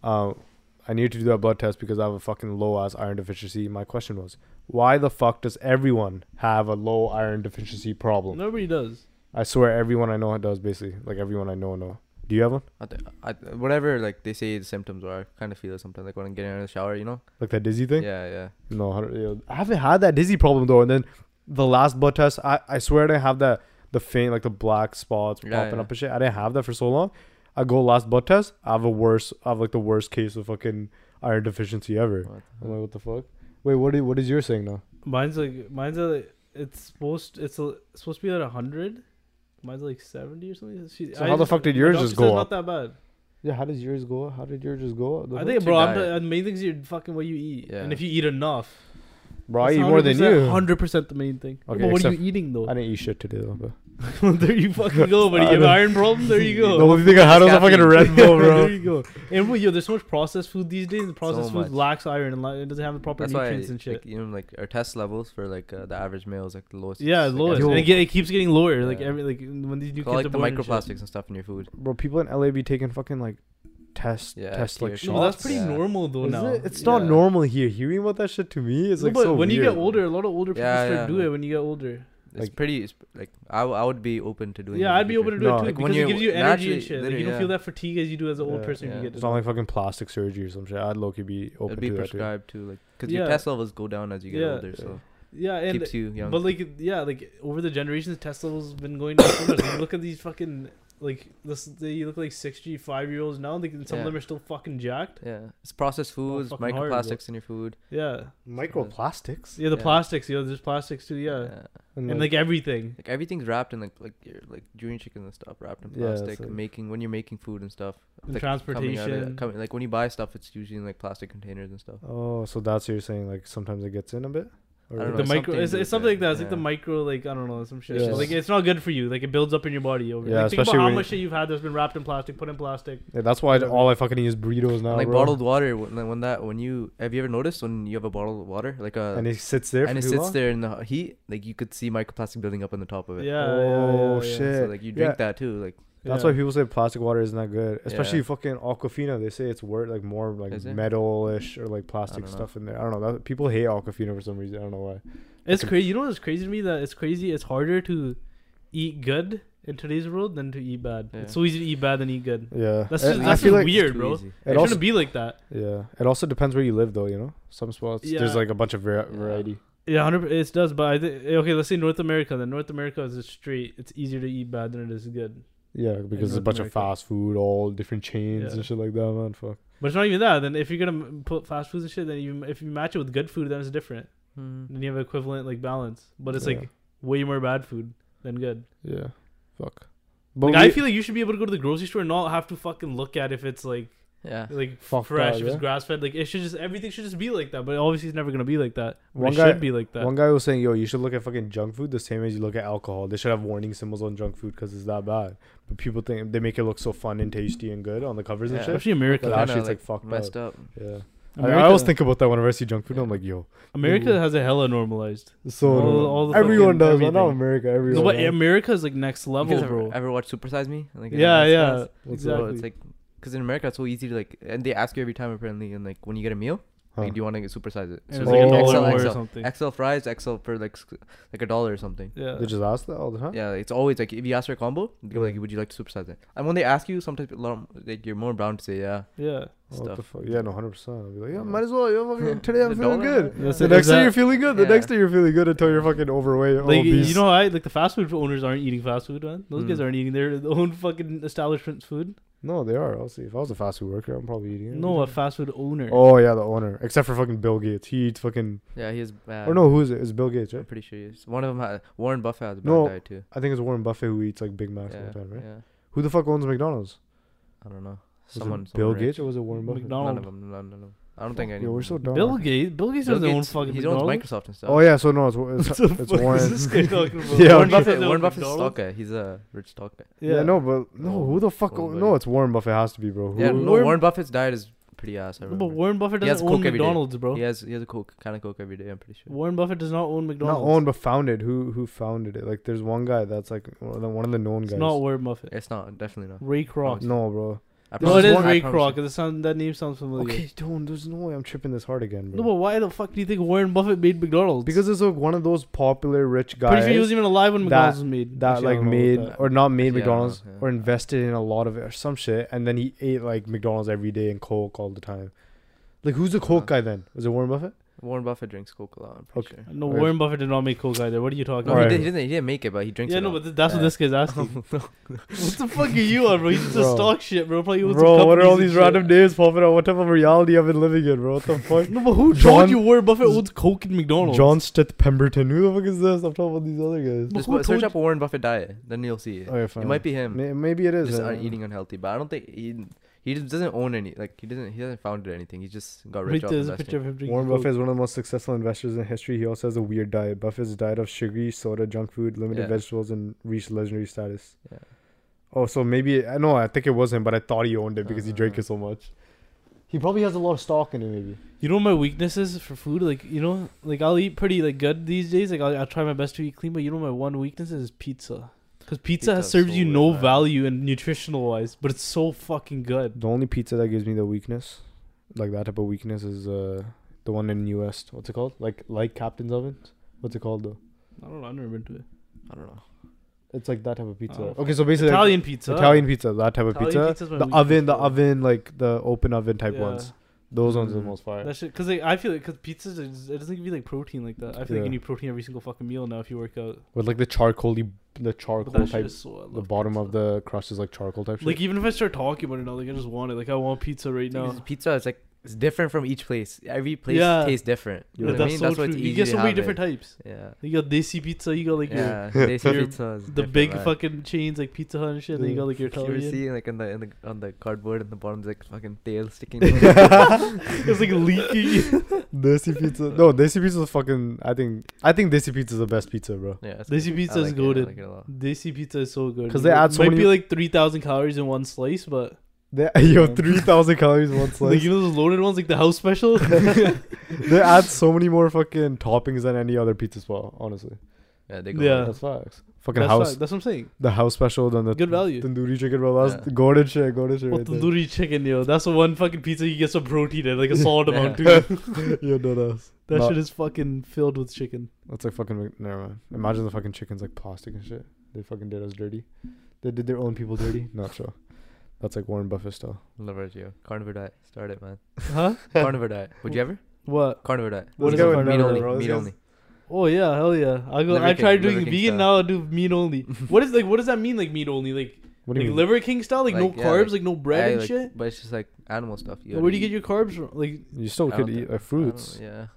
[SPEAKER 1] um, I needed to do that blood test because I have a fucking low ass iron deficiency. My question was, why the fuck does everyone have a low iron deficiency problem?
[SPEAKER 2] Nobody does.
[SPEAKER 1] I swear everyone I know does basically. Like everyone I know know. Do you have one?
[SPEAKER 4] I th- I, whatever like they say the symptoms are, I kind of feel it sometimes. Like when I'm getting out of the shower, you know.
[SPEAKER 1] Like that dizzy thing?
[SPEAKER 4] Yeah, yeah.
[SPEAKER 1] No, I don't- yo, I haven't had that dizzy problem though. And then the last blood test, I, I swear I didn't have that the faint like the black spots
[SPEAKER 4] Yeah,
[SPEAKER 1] popping
[SPEAKER 4] yeah.
[SPEAKER 1] up and shit. I didn't have that for so long. I go last blood test, I have a worse, I have like the worst case of fucking iron deficiency ever.
[SPEAKER 4] What
[SPEAKER 1] I'm like, what the fuck? Wait, what? Is, what is your saying now?
[SPEAKER 2] Mine's like mine's a, it's supposed it's, a, it's supposed to be at hundred. Mine's like seventy or something. She,
[SPEAKER 1] So how the fuck did yours
[SPEAKER 2] my
[SPEAKER 1] just
[SPEAKER 2] doctor said
[SPEAKER 1] go
[SPEAKER 2] it's
[SPEAKER 1] up?
[SPEAKER 2] Not that bad.
[SPEAKER 1] Yeah, how does yours go? How did yours just go? The
[SPEAKER 2] I
[SPEAKER 1] fuck?
[SPEAKER 2] think,
[SPEAKER 4] to
[SPEAKER 2] bro, I'm
[SPEAKER 4] diet.
[SPEAKER 2] the, the main thing is your fucking what you eat, and
[SPEAKER 4] Yeah.
[SPEAKER 2] if you eat enough.
[SPEAKER 1] Bro, I eat more than you.
[SPEAKER 2] Hundred percent the main thing.
[SPEAKER 1] Okay,
[SPEAKER 2] but what are
[SPEAKER 1] except-
[SPEAKER 2] you eating though?
[SPEAKER 1] I didn't eat shit today though. But.
[SPEAKER 2] there you fucking go, buddy. You have an iron problem. There you go.
[SPEAKER 1] The only thing I had was a fucking Red Bull,
[SPEAKER 2] there
[SPEAKER 1] bro.
[SPEAKER 2] you go. And well, yo, there's so much processed food these days. and Processed food
[SPEAKER 4] much.
[SPEAKER 2] lacks iron and li- it doesn't have the proper
[SPEAKER 4] That's why,
[SPEAKER 2] nutrients and
[SPEAKER 4] like,
[SPEAKER 2] shit.
[SPEAKER 4] you know, like our test levels for like uh, the average male is like the lowest.
[SPEAKER 2] yeah,
[SPEAKER 4] it's, like,
[SPEAKER 2] lowest.
[SPEAKER 4] ever.
[SPEAKER 2] And it, get, it keeps getting lower. Like
[SPEAKER 4] Yeah.
[SPEAKER 2] every like when these new
[SPEAKER 4] So,
[SPEAKER 2] kids
[SPEAKER 4] like
[SPEAKER 2] are
[SPEAKER 4] the
[SPEAKER 2] born and shit.
[SPEAKER 4] microplastics and stuff in your food.
[SPEAKER 1] Bro, people in LA be taking fucking like test
[SPEAKER 4] Yeah,
[SPEAKER 1] test like
[SPEAKER 4] tear
[SPEAKER 1] shots.
[SPEAKER 2] No, that's pretty
[SPEAKER 4] Yeah.
[SPEAKER 2] normal though
[SPEAKER 1] Is
[SPEAKER 2] now.
[SPEAKER 1] it? It's not
[SPEAKER 4] Yeah.
[SPEAKER 1] normal here. Hearing about that shit to me is
[SPEAKER 2] No,
[SPEAKER 1] like
[SPEAKER 2] but
[SPEAKER 1] so
[SPEAKER 2] when you
[SPEAKER 1] weird.
[SPEAKER 2] get older, a lot of older people
[SPEAKER 4] Yeah,
[SPEAKER 2] start
[SPEAKER 4] yeah,
[SPEAKER 2] do it
[SPEAKER 4] like-
[SPEAKER 2] when you get older.
[SPEAKER 4] It's
[SPEAKER 1] Like-
[SPEAKER 4] pretty. It's, like I, w- I would be open to doing.
[SPEAKER 2] Yeah,
[SPEAKER 4] it in
[SPEAKER 2] I'd
[SPEAKER 4] the
[SPEAKER 2] be able to
[SPEAKER 4] future.
[SPEAKER 2] do
[SPEAKER 1] No,
[SPEAKER 2] it too
[SPEAKER 1] like,
[SPEAKER 4] when
[SPEAKER 2] because it
[SPEAKER 4] you
[SPEAKER 2] gives you energy
[SPEAKER 4] naturally-
[SPEAKER 2] and shit. Like,
[SPEAKER 4] literally,
[SPEAKER 2] you don't
[SPEAKER 4] yeah.
[SPEAKER 2] feel that fatigue as you do as an old
[SPEAKER 1] Yeah.
[SPEAKER 2] person. If
[SPEAKER 4] Yeah.
[SPEAKER 2] you get
[SPEAKER 1] It's
[SPEAKER 2] it.
[SPEAKER 1] not like fucking plastic surgery or some shit. I'd low key be open
[SPEAKER 4] It'd be
[SPEAKER 1] to that. Too.
[SPEAKER 4] prescribed to like because
[SPEAKER 2] Yeah.
[SPEAKER 4] your test levels go down as you get
[SPEAKER 2] Yeah.
[SPEAKER 4] older, so
[SPEAKER 2] yeah,
[SPEAKER 4] it
[SPEAKER 2] and
[SPEAKER 4] keeps you young.
[SPEAKER 2] But like, yeah, like over the generations, Tesla's been going down. so much. Like, look at these fucking like this. They look like sixty five year olds now. Like, and some of
[SPEAKER 4] Yeah.
[SPEAKER 2] them are still fucking jacked.
[SPEAKER 4] yeah, it's processed foods,
[SPEAKER 2] fucking hard, bro.
[SPEAKER 4] microplastics in your food.
[SPEAKER 2] Yeah,
[SPEAKER 1] Microplastics.
[SPEAKER 2] yeah. The
[SPEAKER 4] Yeah.
[SPEAKER 2] plastics, you know, there's plastics too. Yeah, and like everything.
[SPEAKER 4] Like everything's wrapped in like like your like junior chicken and stuff wrapped in
[SPEAKER 1] Yeah, it's
[SPEAKER 4] plastic.
[SPEAKER 1] like-
[SPEAKER 4] making when you're making food and stuff.
[SPEAKER 2] And
[SPEAKER 4] like, coming out of-
[SPEAKER 2] transportation.
[SPEAKER 4] coming- like when you buy stuff, it's usually in like plastic containers and stuff.
[SPEAKER 1] oh, so that's what you're saying. Like sometimes it gets in a bit. Or
[SPEAKER 4] I don't
[SPEAKER 2] the
[SPEAKER 4] know,
[SPEAKER 2] micro,
[SPEAKER 4] something
[SPEAKER 2] it's,
[SPEAKER 4] to
[SPEAKER 2] it's
[SPEAKER 4] do
[SPEAKER 2] something
[SPEAKER 4] with
[SPEAKER 2] like
[SPEAKER 4] it,
[SPEAKER 2] that. It's like the
[SPEAKER 4] yeah.
[SPEAKER 2] micro, like I don't know, some shit.
[SPEAKER 1] Yeah.
[SPEAKER 2] Like it's not good for you. Like it builds up in your body over.
[SPEAKER 1] Yeah,
[SPEAKER 2] like, think about
[SPEAKER 1] especially
[SPEAKER 2] how
[SPEAKER 1] when-
[SPEAKER 2] much shit you've had that's been wrapped in plastic, put in plastic.
[SPEAKER 1] Yeah, that's why I- all I fucking eat is burritos now,
[SPEAKER 4] like
[SPEAKER 1] bro.
[SPEAKER 4] bottled water when, like, when that when you have you ever noticed when you have a bottle of water like a
[SPEAKER 1] and it sits there.
[SPEAKER 4] and
[SPEAKER 1] for
[SPEAKER 4] it
[SPEAKER 1] too
[SPEAKER 4] sits
[SPEAKER 1] long?
[SPEAKER 4] there in the heat like you could see microplastic building up on the top of
[SPEAKER 2] Yeah,
[SPEAKER 4] it.
[SPEAKER 2] yeah,
[SPEAKER 1] Oh,
[SPEAKER 2] yeah, yeah.
[SPEAKER 1] shit.
[SPEAKER 4] So like you drink
[SPEAKER 1] Yeah.
[SPEAKER 4] that too like
[SPEAKER 1] That's
[SPEAKER 2] Yeah.
[SPEAKER 1] why people say plastic water is not good, especially
[SPEAKER 4] Yeah.
[SPEAKER 1] fucking Aquafina. They say it's worth like more like
[SPEAKER 4] Is it?
[SPEAKER 1] metalish or like plastic
[SPEAKER 4] know.
[SPEAKER 1] stuff in there. I don't know. That, people hate Aquafina for some reason. I don't know why.
[SPEAKER 2] It's crazy. You know what's crazy to me? That it's crazy. It's harder to eat good in today's world than to eat bad.
[SPEAKER 4] Yeah.
[SPEAKER 2] It's so easy to eat bad than eat good.
[SPEAKER 1] Yeah,
[SPEAKER 2] That's
[SPEAKER 1] And
[SPEAKER 2] just,
[SPEAKER 1] I
[SPEAKER 2] that's
[SPEAKER 1] feel
[SPEAKER 2] just
[SPEAKER 1] like-
[SPEAKER 2] weird,
[SPEAKER 4] too
[SPEAKER 2] bro. It,
[SPEAKER 4] easy.
[SPEAKER 1] It
[SPEAKER 2] shouldn't
[SPEAKER 1] also
[SPEAKER 2] be like that.
[SPEAKER 1] yeah. It also depends where you live, though. You know, some spots
[SPEAKER 2] Yeah.
[SPEAKER 1] there's like a bunch of vari-
[SPEAKER 4] Yeah.
[SPEAKER 1] variety.
[SPEAKER 2] Yeah, hundred. It does, but I think okay. Let's say North America. Then North America is just straight. It's easier to eat bad than it is good.
[SPEAKER 1] Yeah, because there's a
[SPEAKER 2] North
[SPEAKER 1] bunch of
[SPEAKER 2] America.
[SPEAKER 1] fast food, all different chains
[SPEAKER 2] Yeah.
[SPEAKER 1] and shit like that, man. Fuck.
[SPEAKER 2] But it's not even that. Then if you're gonna m- put fast foods and shit, then you, if you match it with good food, then it's different. Then you have equivalent like balance. But it's
[SPEAKER 1] Yeah.
[SPEAKER 2] like way more bad food than good.
[SPEAKER 1] Yeah, fuck. But
[SPEAKER 2] Like I
[SPEAKER 1] we-
[SPEAKER 2] feel like you should be able to go to the grocery store and not have to fucking look at if it's like
[SPEAKER 4] Yeah.
[SPEAKER 2] like
[SPEAKER 1] Fucked
[SPEAKER 2] fresh,
[SPEAKER 1] up,
[SPEAKER 2] if it's
[SPEAKER 1] yeah.
[SPEAKER 2] grass fed, like it should just everything should just be like that. But obviously, it's never gonna be like that. But
[SPEAKER 1] One
[SPEAKER 2] it
[SPEAKER 1] guy-
[SPEAKER 2] should be like that.
[SPEAKER 1] one guy was saying, "Yo, you should look at fucking junk food the same as you look at alcohol. They should have warning symbols on junk food because it's that bad." But people think they make it look so fun and tasty and good on the covers and
[SPEAKER 4] Yeah.
[SPEAKER 1] shit.
[SPEAKER 2] Especially America.
[SPEAKER 1] But
[SPEAKER 4] Kinda,
[SPEAKER 1] actually, it's like fucked up.
[SPEAKER 4] messed up.
[SPEAKER 1] Yeah, I,
[SPEAKER 2] America,
[SPEAKER 1] I always think about that whenever I see junk food.
[SPEAKER 4] Yeah.
[SPEAKER 1] I'm like, "Yo,
[SPEAKER 2] America
[SPEAKER 1] Ooh.
[SPEAKER 2] has a hella normalized.
[SPEAKER 1] so
[SPEAKER 2] All-
[SPEAKER 1] normal."
[SPEAKER 2] all the
[SPEAKER 1] everyone
[SPEAKER 2] fucking
[SPEAKER 1] does. I know
[SPEAKER 2] everything.
[SPEAKER 1] America.
[SPEAKER 2] So,
[SPEAKER 1] Everyone."
[SPEAKER 2] but
[SPEAKER 1] does.
[SPEAKER 2] America is like next
[SPEAKER 4] You
[SPEAKER 2] level,
[SPEAKER 4] guys ever,
[SPEAKER 2] bro.
[SPEAKER 4] ever watch Super Size Me? Like, in
[SPEAKER 2] yeah,
[SPEAKER 4] Netflix?
[SPEAKER 2] yeah,
[SPEAKER 1] What's
[SPEAKER 4] Bro,
[SPEAKER 2] exactly.
[SPEAKER 4] uh, it's like because in America it's so easy to like, and they ask you every time apparently, and like when you get a meal,
[SPEAKER 1] Huh.
[SPEAKER 4] like, do you want to get supersize it?
[SPEAKER 2] And
[SPEAKER 4] So
[SPEAKER 2] it's
[SPEAKER 1] Oh.
[SPEAKER 2] like a
[SPEAKER 1] Excel,
[SPEAKER 2] dollar more or
[SPEAKER 4] XL,
[SPEAKER 2] something.
[SPEAKER 4] XL fries, XL for like sc- like a dollar or something.
[SPEAKER 2] Yeah.
[SPEAKER 1] They just ask that all the time.
[SPEAKER 4] Yeah, it's always like if you ask for a combo, they're
[SPEAKER 1] Mm.
[SPEAKER 4] like, would you like to supersize it? And when they ask you, sometimes a lot of- like you're more bound to say yeah.
[SPEAKER 2] Yeah.
[SPEAKER 1] What
[SPEAKER 4] stuff.
[SPEAKER 1] the fuck? Yeah, no, hundred percent. I'll be like, yeah,
[SPEAKER 4] Yeah.
[SPEAKER 1] might as well. Yo, fucking, today I'm
[SPEAKER 4] The
[SPEAKER 1] feeling
[SPEAKER 4] dollar?
[SPEAKER 1] good.
[SPEAKER 2] That's
[SPEAKER 1] The
[SPEAKER 2] it,
[SPEAKER 1] next day you're
[SPEAKER 2] exact-
[SPEAKER 1] feeling good. The
[SPEAKER 4] Yeah.
[SPEAKER 1] next day you're feeling good until you're fucking overweight. or
[SPEAKER 2] Like
[SPEAKER 1] obese.
[SPEAKER 2] you know, I like the fast food owners aren't eating fast food, man. Those guys
[SPEAKER 4] Mm.
[SPEAKER 2] aren't eating their own fucking establishment's food.
[SPEAKER 1] no, they are. I'll see. If I was a fast food worker, I'm probably eating it.
[SPEAKER 2] No, a fast food owner.
[SPEAKER 1] Oh yeah, the owner. Except for fucking Bill Gates. He eats fucking.
[SPEAKER 4] Yeah, he has. Uh,
[SPEAKER 1] Or Oh, no, who is it? It's Bill Gates, right?
[SPEAKER 4] I'm pretty sure he is. One of them had Warren Buffett has a bad
[SPEAKER 1] No,
[SPEAKER 4] diet too.
[SPEAKER 1] I think it's Warren Buffett who eats like Big Macs all
[SPEAKER 4] Yeah,
[SPEAKER 1] the time, right?
[SPEAKER 4] yeah.
[SPEAKER 1] Who the fuck owns McDonald's?
[SPEAKER 4] I don't know.
[SPEAKER 1] Was
[SPEAKER 4] Someone.
[SPEAKER 1] it Bill
[SPEAKER 4] someone rich.
[SPEAKER 1] Gates or was it Warren Buffett?
[SPEAKER 2] McDonald's.
[SPEAKER 4] None of them. None, none of them. I don't think any.
[SPEAKER 1] Yo,
[SPEAKER 4] of
[SPEAKER 1] we're
[SPEAKER 4] them.
[SPEAKER 1] so dumb.
[SPEAKER 2] Bill Gates. Bill Gates
[SPEAKER 4] Bill
[SPEAKER 2] doesn't own
[SPEAKER 4] Gates,
[SPEAKER 2] fucking.
[SPEAKER 4] he owns
[SPEAKER 2] McDonald's.
[SPEAKER 4] Microsoft and stuff.
[SPEAKER 1] Oh yeah, so no, it's it's,
[SPEAKER 2] What
[SPEAKER 1] it's
[SPEAKER 2] the fuck is
[SPEAKER 1] Warren.
[SPEAKER 2] this guy talking about?
[SPEAKER 1] Yeah,
[SPEAKER 4] Warren
[SPEAKER 1] Warren
[SPEAKER 4] Buffett.
[SPEAKER 2] owns
[SPEAKER 4] Warren Buffett's
[SPEAKER 2] McDonald's?
[SPEAKER 4] stock guy. He's a rich stock guy.
[SPEAKER 1] Yeah. no, but no,
[SPEAKER 4] Oh,
[SPEAKER 1] who the fuck?
[SPEAKER 4] oh,
[SPEAKER 1] own-
[SPEAKER 4] buddy.
[SPEAKER 1] no, it's Warren Buffett. Has to be, bro. Who,
[SPEAKER 4] Yeah,
[SPEAKER 2] Warren-
[SPEAKER 4] no, Warren Buffett's diet is pretty ass.
[SPEAKER 2] No,
[SPEAKER 4] I
[SPEAKER 2] But
[SPEAKER 4] remember.
[SPEAKER 2] Warren Buffett
[SPEAKER 4] He has
[SPEAKER 2] doesn't own
[SPEAKER 4] Coke every day.
[SPEAKER 2] McDonald's, bro.
[SPEAKER 4] He has he has a coke kind of coke every day. I'm pretty sure.
[SPEAKER 2] Warren Buffett does not own
[SPEAKER 1] not
[SPEAKER 2] McDonald's.
[SPEAKER 1] owned but founded. Who who founded it? Like, there's one guy that's like one of the, one of the known
[SPEAKER 2] It's
[SPEAKER 1] guys.
[SPEAKER 2] not Warren Buffett.
[SPEAKER 4] It's not definitely not.
[SPEAKER 2] Ray Kroc.
[SPEAKER 1] no, bro.
[SPEAKER 4] I
[SPEAKER 2] No, it
[SPEAKER 4] promise-
[SPEAKER 2] is
[SPEAKER 4] I
[SPEAKER 2] Ray
[SPEAKER 4] promise
[SPEAKER 2] Kroc.
[SPEAKER 4] you.
[SPEAKER 2] The sound, that name sounds familiar.
[SPEAKER 1] Okay, don't. There's no way I'm tripping this hard again,
[SPEAKER 2] No,
[SPEAKER 1] bro.
[SPEAKER 2] but why the fuck do you think Warren Buffett made McDonald's?
[SPEAKER 1] because it's like one of those popular rich guys.
[SPEAKER 2] pretty sure he wasn't even alive when
[SPEAKER 1] that-
[SPEAKER 2] McDonald's was made.
[SPEAKER 1] that
[SPEAKER 2] Actually, I
[SPEAKER 1] like
[SPEAKER 2] don't know
[SPEAKER 1] made
[SPEAKER 2] about that.
[SPEAKER 1] or not made
[SPEAKER 4] Actually, I don't know,
[SPEAKER 1] McDonald's
[SPEAKER 4] yeah.
[SPEAKER 1] or invested in a lot of it or some shit, and then he ate like McDonald's every day and Coke all the time. Like who's the Coke guy then? Was it Warren Buffett?
[SPEAKER 4] Warren Buffett drinks coke a lot. I'm pretty
[SPEAKER 1] Okay.
[SPEAKER 4] sure.
[SPEAKER 2] No,
[SPEAKER 1] Alright.
[SPEAKER 2] Warren Buffett did not make Coke either. What are you talking
[SPEAKER 4] No,
[SPEAKER 1] Alright.
[SPEAKER 2] about?
[SPEAKER 4] he, didn't, he didn't. He didn't make it, but he drinks.
[SPEAKER 2] Yeah,
[SPEAKER 4] it
[SPEAKER 2] no,
[SPEAKER 4] a
[SPEAKER 2] but
[SPEAKER 4] lot.
[SPEAKER 2] th- that's what
[SPEAKER 4] Yeah.
[SPEAKER 2] this guy's asking. what the fuck are you on, bro? You just a
[SPEAKER 1] Bro.
[SPEAKER 2] stock shit, bro. Probably owns some
[SPEAKER 1] Bro, what are
[SPEAKER 2] companies
[SPEAKER 1] all
[SPEAKER 2] and
[SPEAKER 1] these
[SPEAKER 2] shit.
[SPEAKER 1] random names popping out? What type of reality I've been living in, bro? What the fuck?
[SPEAKER 2] No, but who
[SPEAKER 1] John-
[SPEAKER 2] told you Warren Buffett owns Coke and McDonald's?
[SPEAKER 1] John Stith Pemberton. Who the fuck is this? I'm talking about these other guys.
[SPEAKER 4] Just
[SPEAKER 2] who
[SPEAKER 4] w- search
[SPEAKER 2] told
[SPEAKER 4] up Warren Buffett diet, then you'll see it.
[SPEAKER 1] Okay,
[SPEAKER 4] It
[SPEAKER 1] fine.
[SPEAKER 4] might be him.
[SPEAKER 1] May- maybe it is.
[SPEAKER 4] Just
[SPEAKER 1] I
[SPEAKER 4] uh,
[SPEAKER 1] don't know.
[SPEAKER 4] eating unhealthy, but I don't think he he He just doesn't own any. Like he doesn't. He hasn't founded anything. He just got
[SPEAKER 2] Right
[SPEAKER 4] rich off
[SPEAKER 2] there's a picture
[SPEAKER 4] investing.
[SPEAKER 2] of him drinking.
[SPEAKER 1] Warren
[SPEAKER 2] Coke.
[SPEAKER 1] Buffett is one of the most successful investors in history. He also has a weird diet. Buffett's diet of sugary soda, junk food, limited
[SPEAKER 4] Yeah.
[SPEAKER 1] vegetables, and reached legendary status.
[SPEAKER 4] Yeah.
[SPEAKER 1] Oh, so maybe I know. I think it was him, but I thought he owned it because he drank
[SPEAKER 4] Uh-huh.
[SPEAKER 1] it so much. Uh. He probably has a lot of stock in it, maybe.
[SPEAKER 2] You know what my weakness is for food? Like, you know, like I'll eat pretty like good these days. Like I'll, I'll try my best to eat clean, but you know my one weakness is pizza. Cause pizza, has
[SPEAKER 4] Pizza's
[SPEAKER 2] serves
[SPEAKER 4] so
[SPEAKER 2] you
[SPEAKER 4] good,
[SPEAKER 2] no
[SPEAKER 4] man.
[SPEAKER 2] value in nutritional wise, but it's so fucking good.
[SPEAKER 1] The only pizza that gives me the weakness, like that type of weakness, is uh the one in US. What's it called? Like like Captain's Ovens. What's it called though?
[SPEAKER 2] I don't know. I've never been to it.
[SPEAKER 4] I don't know.
[SPEAKER 1] It's like that type of pizza.
[SPEAKER 2] Oh,
[SPEAKER 1] okay, so basically
[SPEAKER 2] Italian pizza.
[SPEAKER 1] Italian pizza, that type of
[SPEAKER 2] Italian
[SPEAKER 1] pizza.
[SPEAKER 2] pizza's my
[SPEAKER 1] the
[SPEAKER 2] weakness,
[SPEAKER 1] oven, the
[SPEAKER 2] bro.
[SPEAKER 1] oven, like the open oven type
[SPEAKER 2] Yeah.
[SPEAKER 1] ones. Those ones are the
[SPEAKER 4] Mm.
[SPEAKER 1] most fire.
[SPEAKER 2] That shit, cause like, I feel like, cause pizza is- it doesn't give you like protein like that. I feel like
[SPEAKER 1] Yeah.
[SPEAKER 2] you need protein every single fucking meal now if you work out.
[SPEAKER 1] With like the charcoaly, the
[SPEAKER 2] But
[SPEAKER 1] charcoal
[SPEAKER 2] that shit
[SPEAKER 1] type.
[SPEAKER 2] is so. I
[SPEAKER 1] The
[SPEAKER 2] love
[SPEAKER 1] bottom of
[SPEAKER 2] pizza.
[SPEAKER 1] the crust is like charcoal type.
[SPEAKER 2] Like
[SPEAKER 1] shit.
[SPEAKER 2] even if I start talking about it now, like I just want it. Like I want pizza right
[SPEAKER 4] Thing is,
[SPEAKER 2] now.
[SPEAKER 4] Pizza is like it's different from each place. Every place
[SPEAKER 2] Yeah.
[SPEAKER 4] tastes different. You know
[SPEAKER 2] Like,
[SPEAKER 4] what I
[SPEAKER 2] that's
[SPEAKER 4] mean?
[SPEAKER 2] so
[SPEAKER 4] why
[SPEAKER 2] true.
[SPEAKER 4] it's
[SPEAKER 2] You
[SPEAKER 4] easy
[SPEAKER 2] get
[SPEAKER 4] to
[SPEAKER 2] so many
[SPEAKER 4] have
[SPEAKER 2] different
[SPEAKER 4] it.
[SPEAKER 2] types.
[SPEAKER 4] Yeah.
[SPEAKER 2] You got desi pizza. You got like your
[SPEAKER 4] Yeah, they sell
[SPEAKER 2] your-
[SPEAKER 4] pizza is
[SPEAKER 2] the
[SPEAKER 4] different,
[SPEAKER 2] big
[SPEAKER 4] man.
[SPEAKER 2] fucking chains like Pizza Hut and shit. Then you
[SPEAKER 1] Yeah.
[SPEAKER 2] got like your
[SPEAKER 4] You ever
[SPEAKER 2] Italian.
[SPEAKER 4] see like in the, in the on the cardboard in the bottom there's like fucking tail sticking.
[SPEAKER 2] it's like leaking.
[SPEAKER 1] desi pizza. No, desi pizza is fucking. I think I think desi pizza is the best pizza, bro.
[SPEAKER 4] yeah, it's
[SPEAKER 2] Desi
[SPEAKER 4] good. I
[SPEAKER 2] pizza is
[SPEAKER 4] like it, I
[SPEAKER 2] goated.
[SPEAKER 4] like it a lot.
[SPEAKER 2] Desi pizza is so good.
[SPEAKER 1] 'Cause they
[SPEAKER 2] It
[SPEAKER 1] add so
[SPEAKER 2] might
[SPEAKER 1] many-
[SPEAKER 2] be like three thousand calories in one slice, but
[SPEAKER 1] They, you
[SPEAKER 2] Yeah.
[SPEAKER 1] have three thousand calories in one
[SPEAKER 2] like
[SPEAKER 1] slice.
[SPEAKER 2] you know those loaded ones, like the house special.
[SPEAKER 1] they add so many more fucking toppings than any other pizza spot. Honestly,
[SPEAKER 4] Yeah, they
[SPEAKER 2] Yeah.
[SPEAKER 4] go.
[SPEAKER 1] that's facts. Fucking
[SPEAKER 2] that's,
[SPEAKER 1] house,
[SPEAKER 2] what, that's what I'm saying.
[SPEAKER 1] the house special, then the
[SPEAKER 2] Good value.
[SPEAKER 1] tandoori chicken, bro. That's
[SPEAKER 4] Yeah.
[SPEAKER 1] golden shit, golden shit.
[SPEAKER 2] Well,
[SPEAKER 1] right there.
[SPEAKER 2] tandoori chicken, yo. That's the one fucking pizza you get some protein in, like a solid
[SPEAKER 4] Yeah.
[SPEAKER 2] amount too.
[SPEAKER 1] yeah, no, that's
[SPEAKER 2] That
[SPEAKER 1] Not-
[SPEAKER 2] shit is fucking filled with chicken.
[SPEAKER 1] That's like fucking. Mc- Never mind. Imagine the fucking chickens like plastic and shit. They fucking did us dirty. They did their own people dirty. Not sure. That's like Warren Buffett style.
[SPEAKER 4] Love it, yo. Carnivore diet. Start it, man.
[SPEAKER 2] Huh?
[SPEAKER 4] Carnivore diet. Would you ever?
[SPEAKER 2] What?
[SPEAKER 4] Carnivore diet.
[SPEAKER 2] What
[SPEAKER 1] This
[SPEAKER 2] is
[SPEAKER 1] guy
[SPEAKER 2] it?
[SPEAKER 1] would
[SPEAKER 4] Meat
[SPEAKER 1] never,
[SPEAKER 4] only.
[SPEAKER 1] bro. This
[SPEAKER 4] Meat
[SPEAKER 1] guy's-
[SPEAKER 4] only.
[SPEAKER 2] Oh yeah, hell yeah. I go.
[SPEAKER 4] Liver
[SPEAKER 2] I tried
[SPEAKER 4] King-
[SPEAKER 2] doing
[SPEAKER 4] Liver King
[SPEAKER 2] vegan
[SPEAKER 4] style.
[SPEAKER 2] now. I do meat only. What is like? What does that mean? Like meat only? Like
[SPEAKER 1] What do
[SPEAKER 2] like
[SPEAKER 1] you mean?
[SPEAKER 2] Liver King style? Like, no
[SPEAKER 4] Like, yeah,
[SPEAKER 2] carbs?
[SPEAKER 4] like-
[SPEAKER 2] like no bread
[SPEAKER 4] Yeah,
[SPEAKER 2] and
[SPEAKER 4] like-
[SPEAKER 2] shit?
[SPEAKER 4] But it's just like animal stuff.
[SPEAKER 2] Where do you get your carbs from? Like,
[SPEAKER 1] You still could eat like fruits.
[SPEAKER 4] Yeah,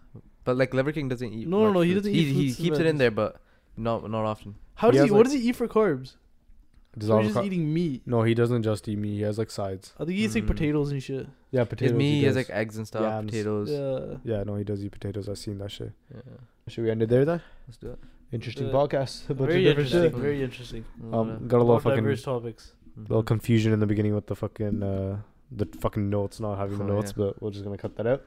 [SPEAKER 4] but like Liver King doesn't eat.
[SPEAKER 2] No, no,
[SPEAKER 4] much
[SPEAKER 2] no, he
[SPEAKER 4] fruits.
[SPEAKER 2] doesn't
[SPEAKER 4] He,
[SPEAKER 2] eat
[SPEAKER 4] he
[SPEAKER 2] fruits and
[SPEAKER 4] keeps it in
[SPEAKER 2] veggies.
[SPEAKER 4] there, but not not often.
[SPEAKER 2] how
[SPEAKER 1] He
[SPEAKER 2] does he?
[SPEAKER 1] has,
[SPEAKER 2] what
[SPEAKER 1] like-
[SPEAKER 2] does he eat for carbs?
[SPEAKER 1] Dissolve
[SPEAKER 2] He's just
[SPEAKER 1] ca-
[SPEAKER 2] eating meat.
[SPEAKER 1] no, he doesn't just eat meat. He has like sides.
[SPEAKER 2] I think he eats like
[SPEAKER 4] Mm.
[SPEAKER 2] potatoes and shit.
[SPEAKER 1] Yeah,
[SPEAKER 4] Potatoes,
[SPEAKER 1] potatoes.
[SPEAKER 4] me, he has
[SPEAKER 1] does.
[SPEAKER 4] like eggs and stuff,
[SPEAKER 1] Yams.
[SPEAKER 4] potatoes. Yeah.
[SPEAKER 2] Yeah.
[SPEAKER 1] Yeah, no, he does eat potatoes. I've seen that shit. Should we end it there then?
[SPEAKER 4] Let's do it.
[SPEAKER 1] Interesting
[SPEAKER 2] Uh,
[SPEAKER 1] podcast. A bunch
[SPEAKER 2] Very
[SPEAKER 1] of different
[SPEAKER 2] interesting.
[SPEAKER 1] shit.
[SPEAKER 4] shit.
[SPEAKER 2] Very interesting.
[SPEAKER 4] uh,
[SPEAKER 1] Um, got a little
[SPEAKER 2] Lot of
[SPEAKER 1] fucking
[SPEAKER 2] diverse topics.
[SPEAKER 4] mm-hmm.
[SPEAKER 1] little confusion in the beginning with the fucking uh the fucking notes not having the
[SPEAKER 4] Oh,
[SPEAKER 1] notes,
[SPEAKER 4] yeah.
[SPEAKER 1] but we're just gonna cut that out.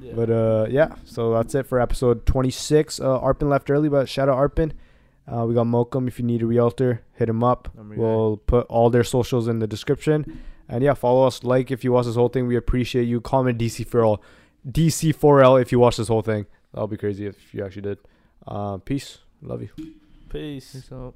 [SPEAKER 2] Yeah.
[SPEAKER 1] But uh, yeah, so that's it for episode 26. Uh, Arpin left early, but shout out Arpin. Uh, we got Mokum. If you need a realtor, hit him up.
[SPEAKER 4] Number guy.
[SPEAKER 1] We'll put all their socials in the description. And yeah, follow us. Like if you watch this whole thing, we appreciate you. Comment DC for all, DC for L if you watch this whole thing. That'll be crazy if you actually did. Uh, peace. Love you.
[SPEAKER 2] Peace.
[SPEAKER 4] So.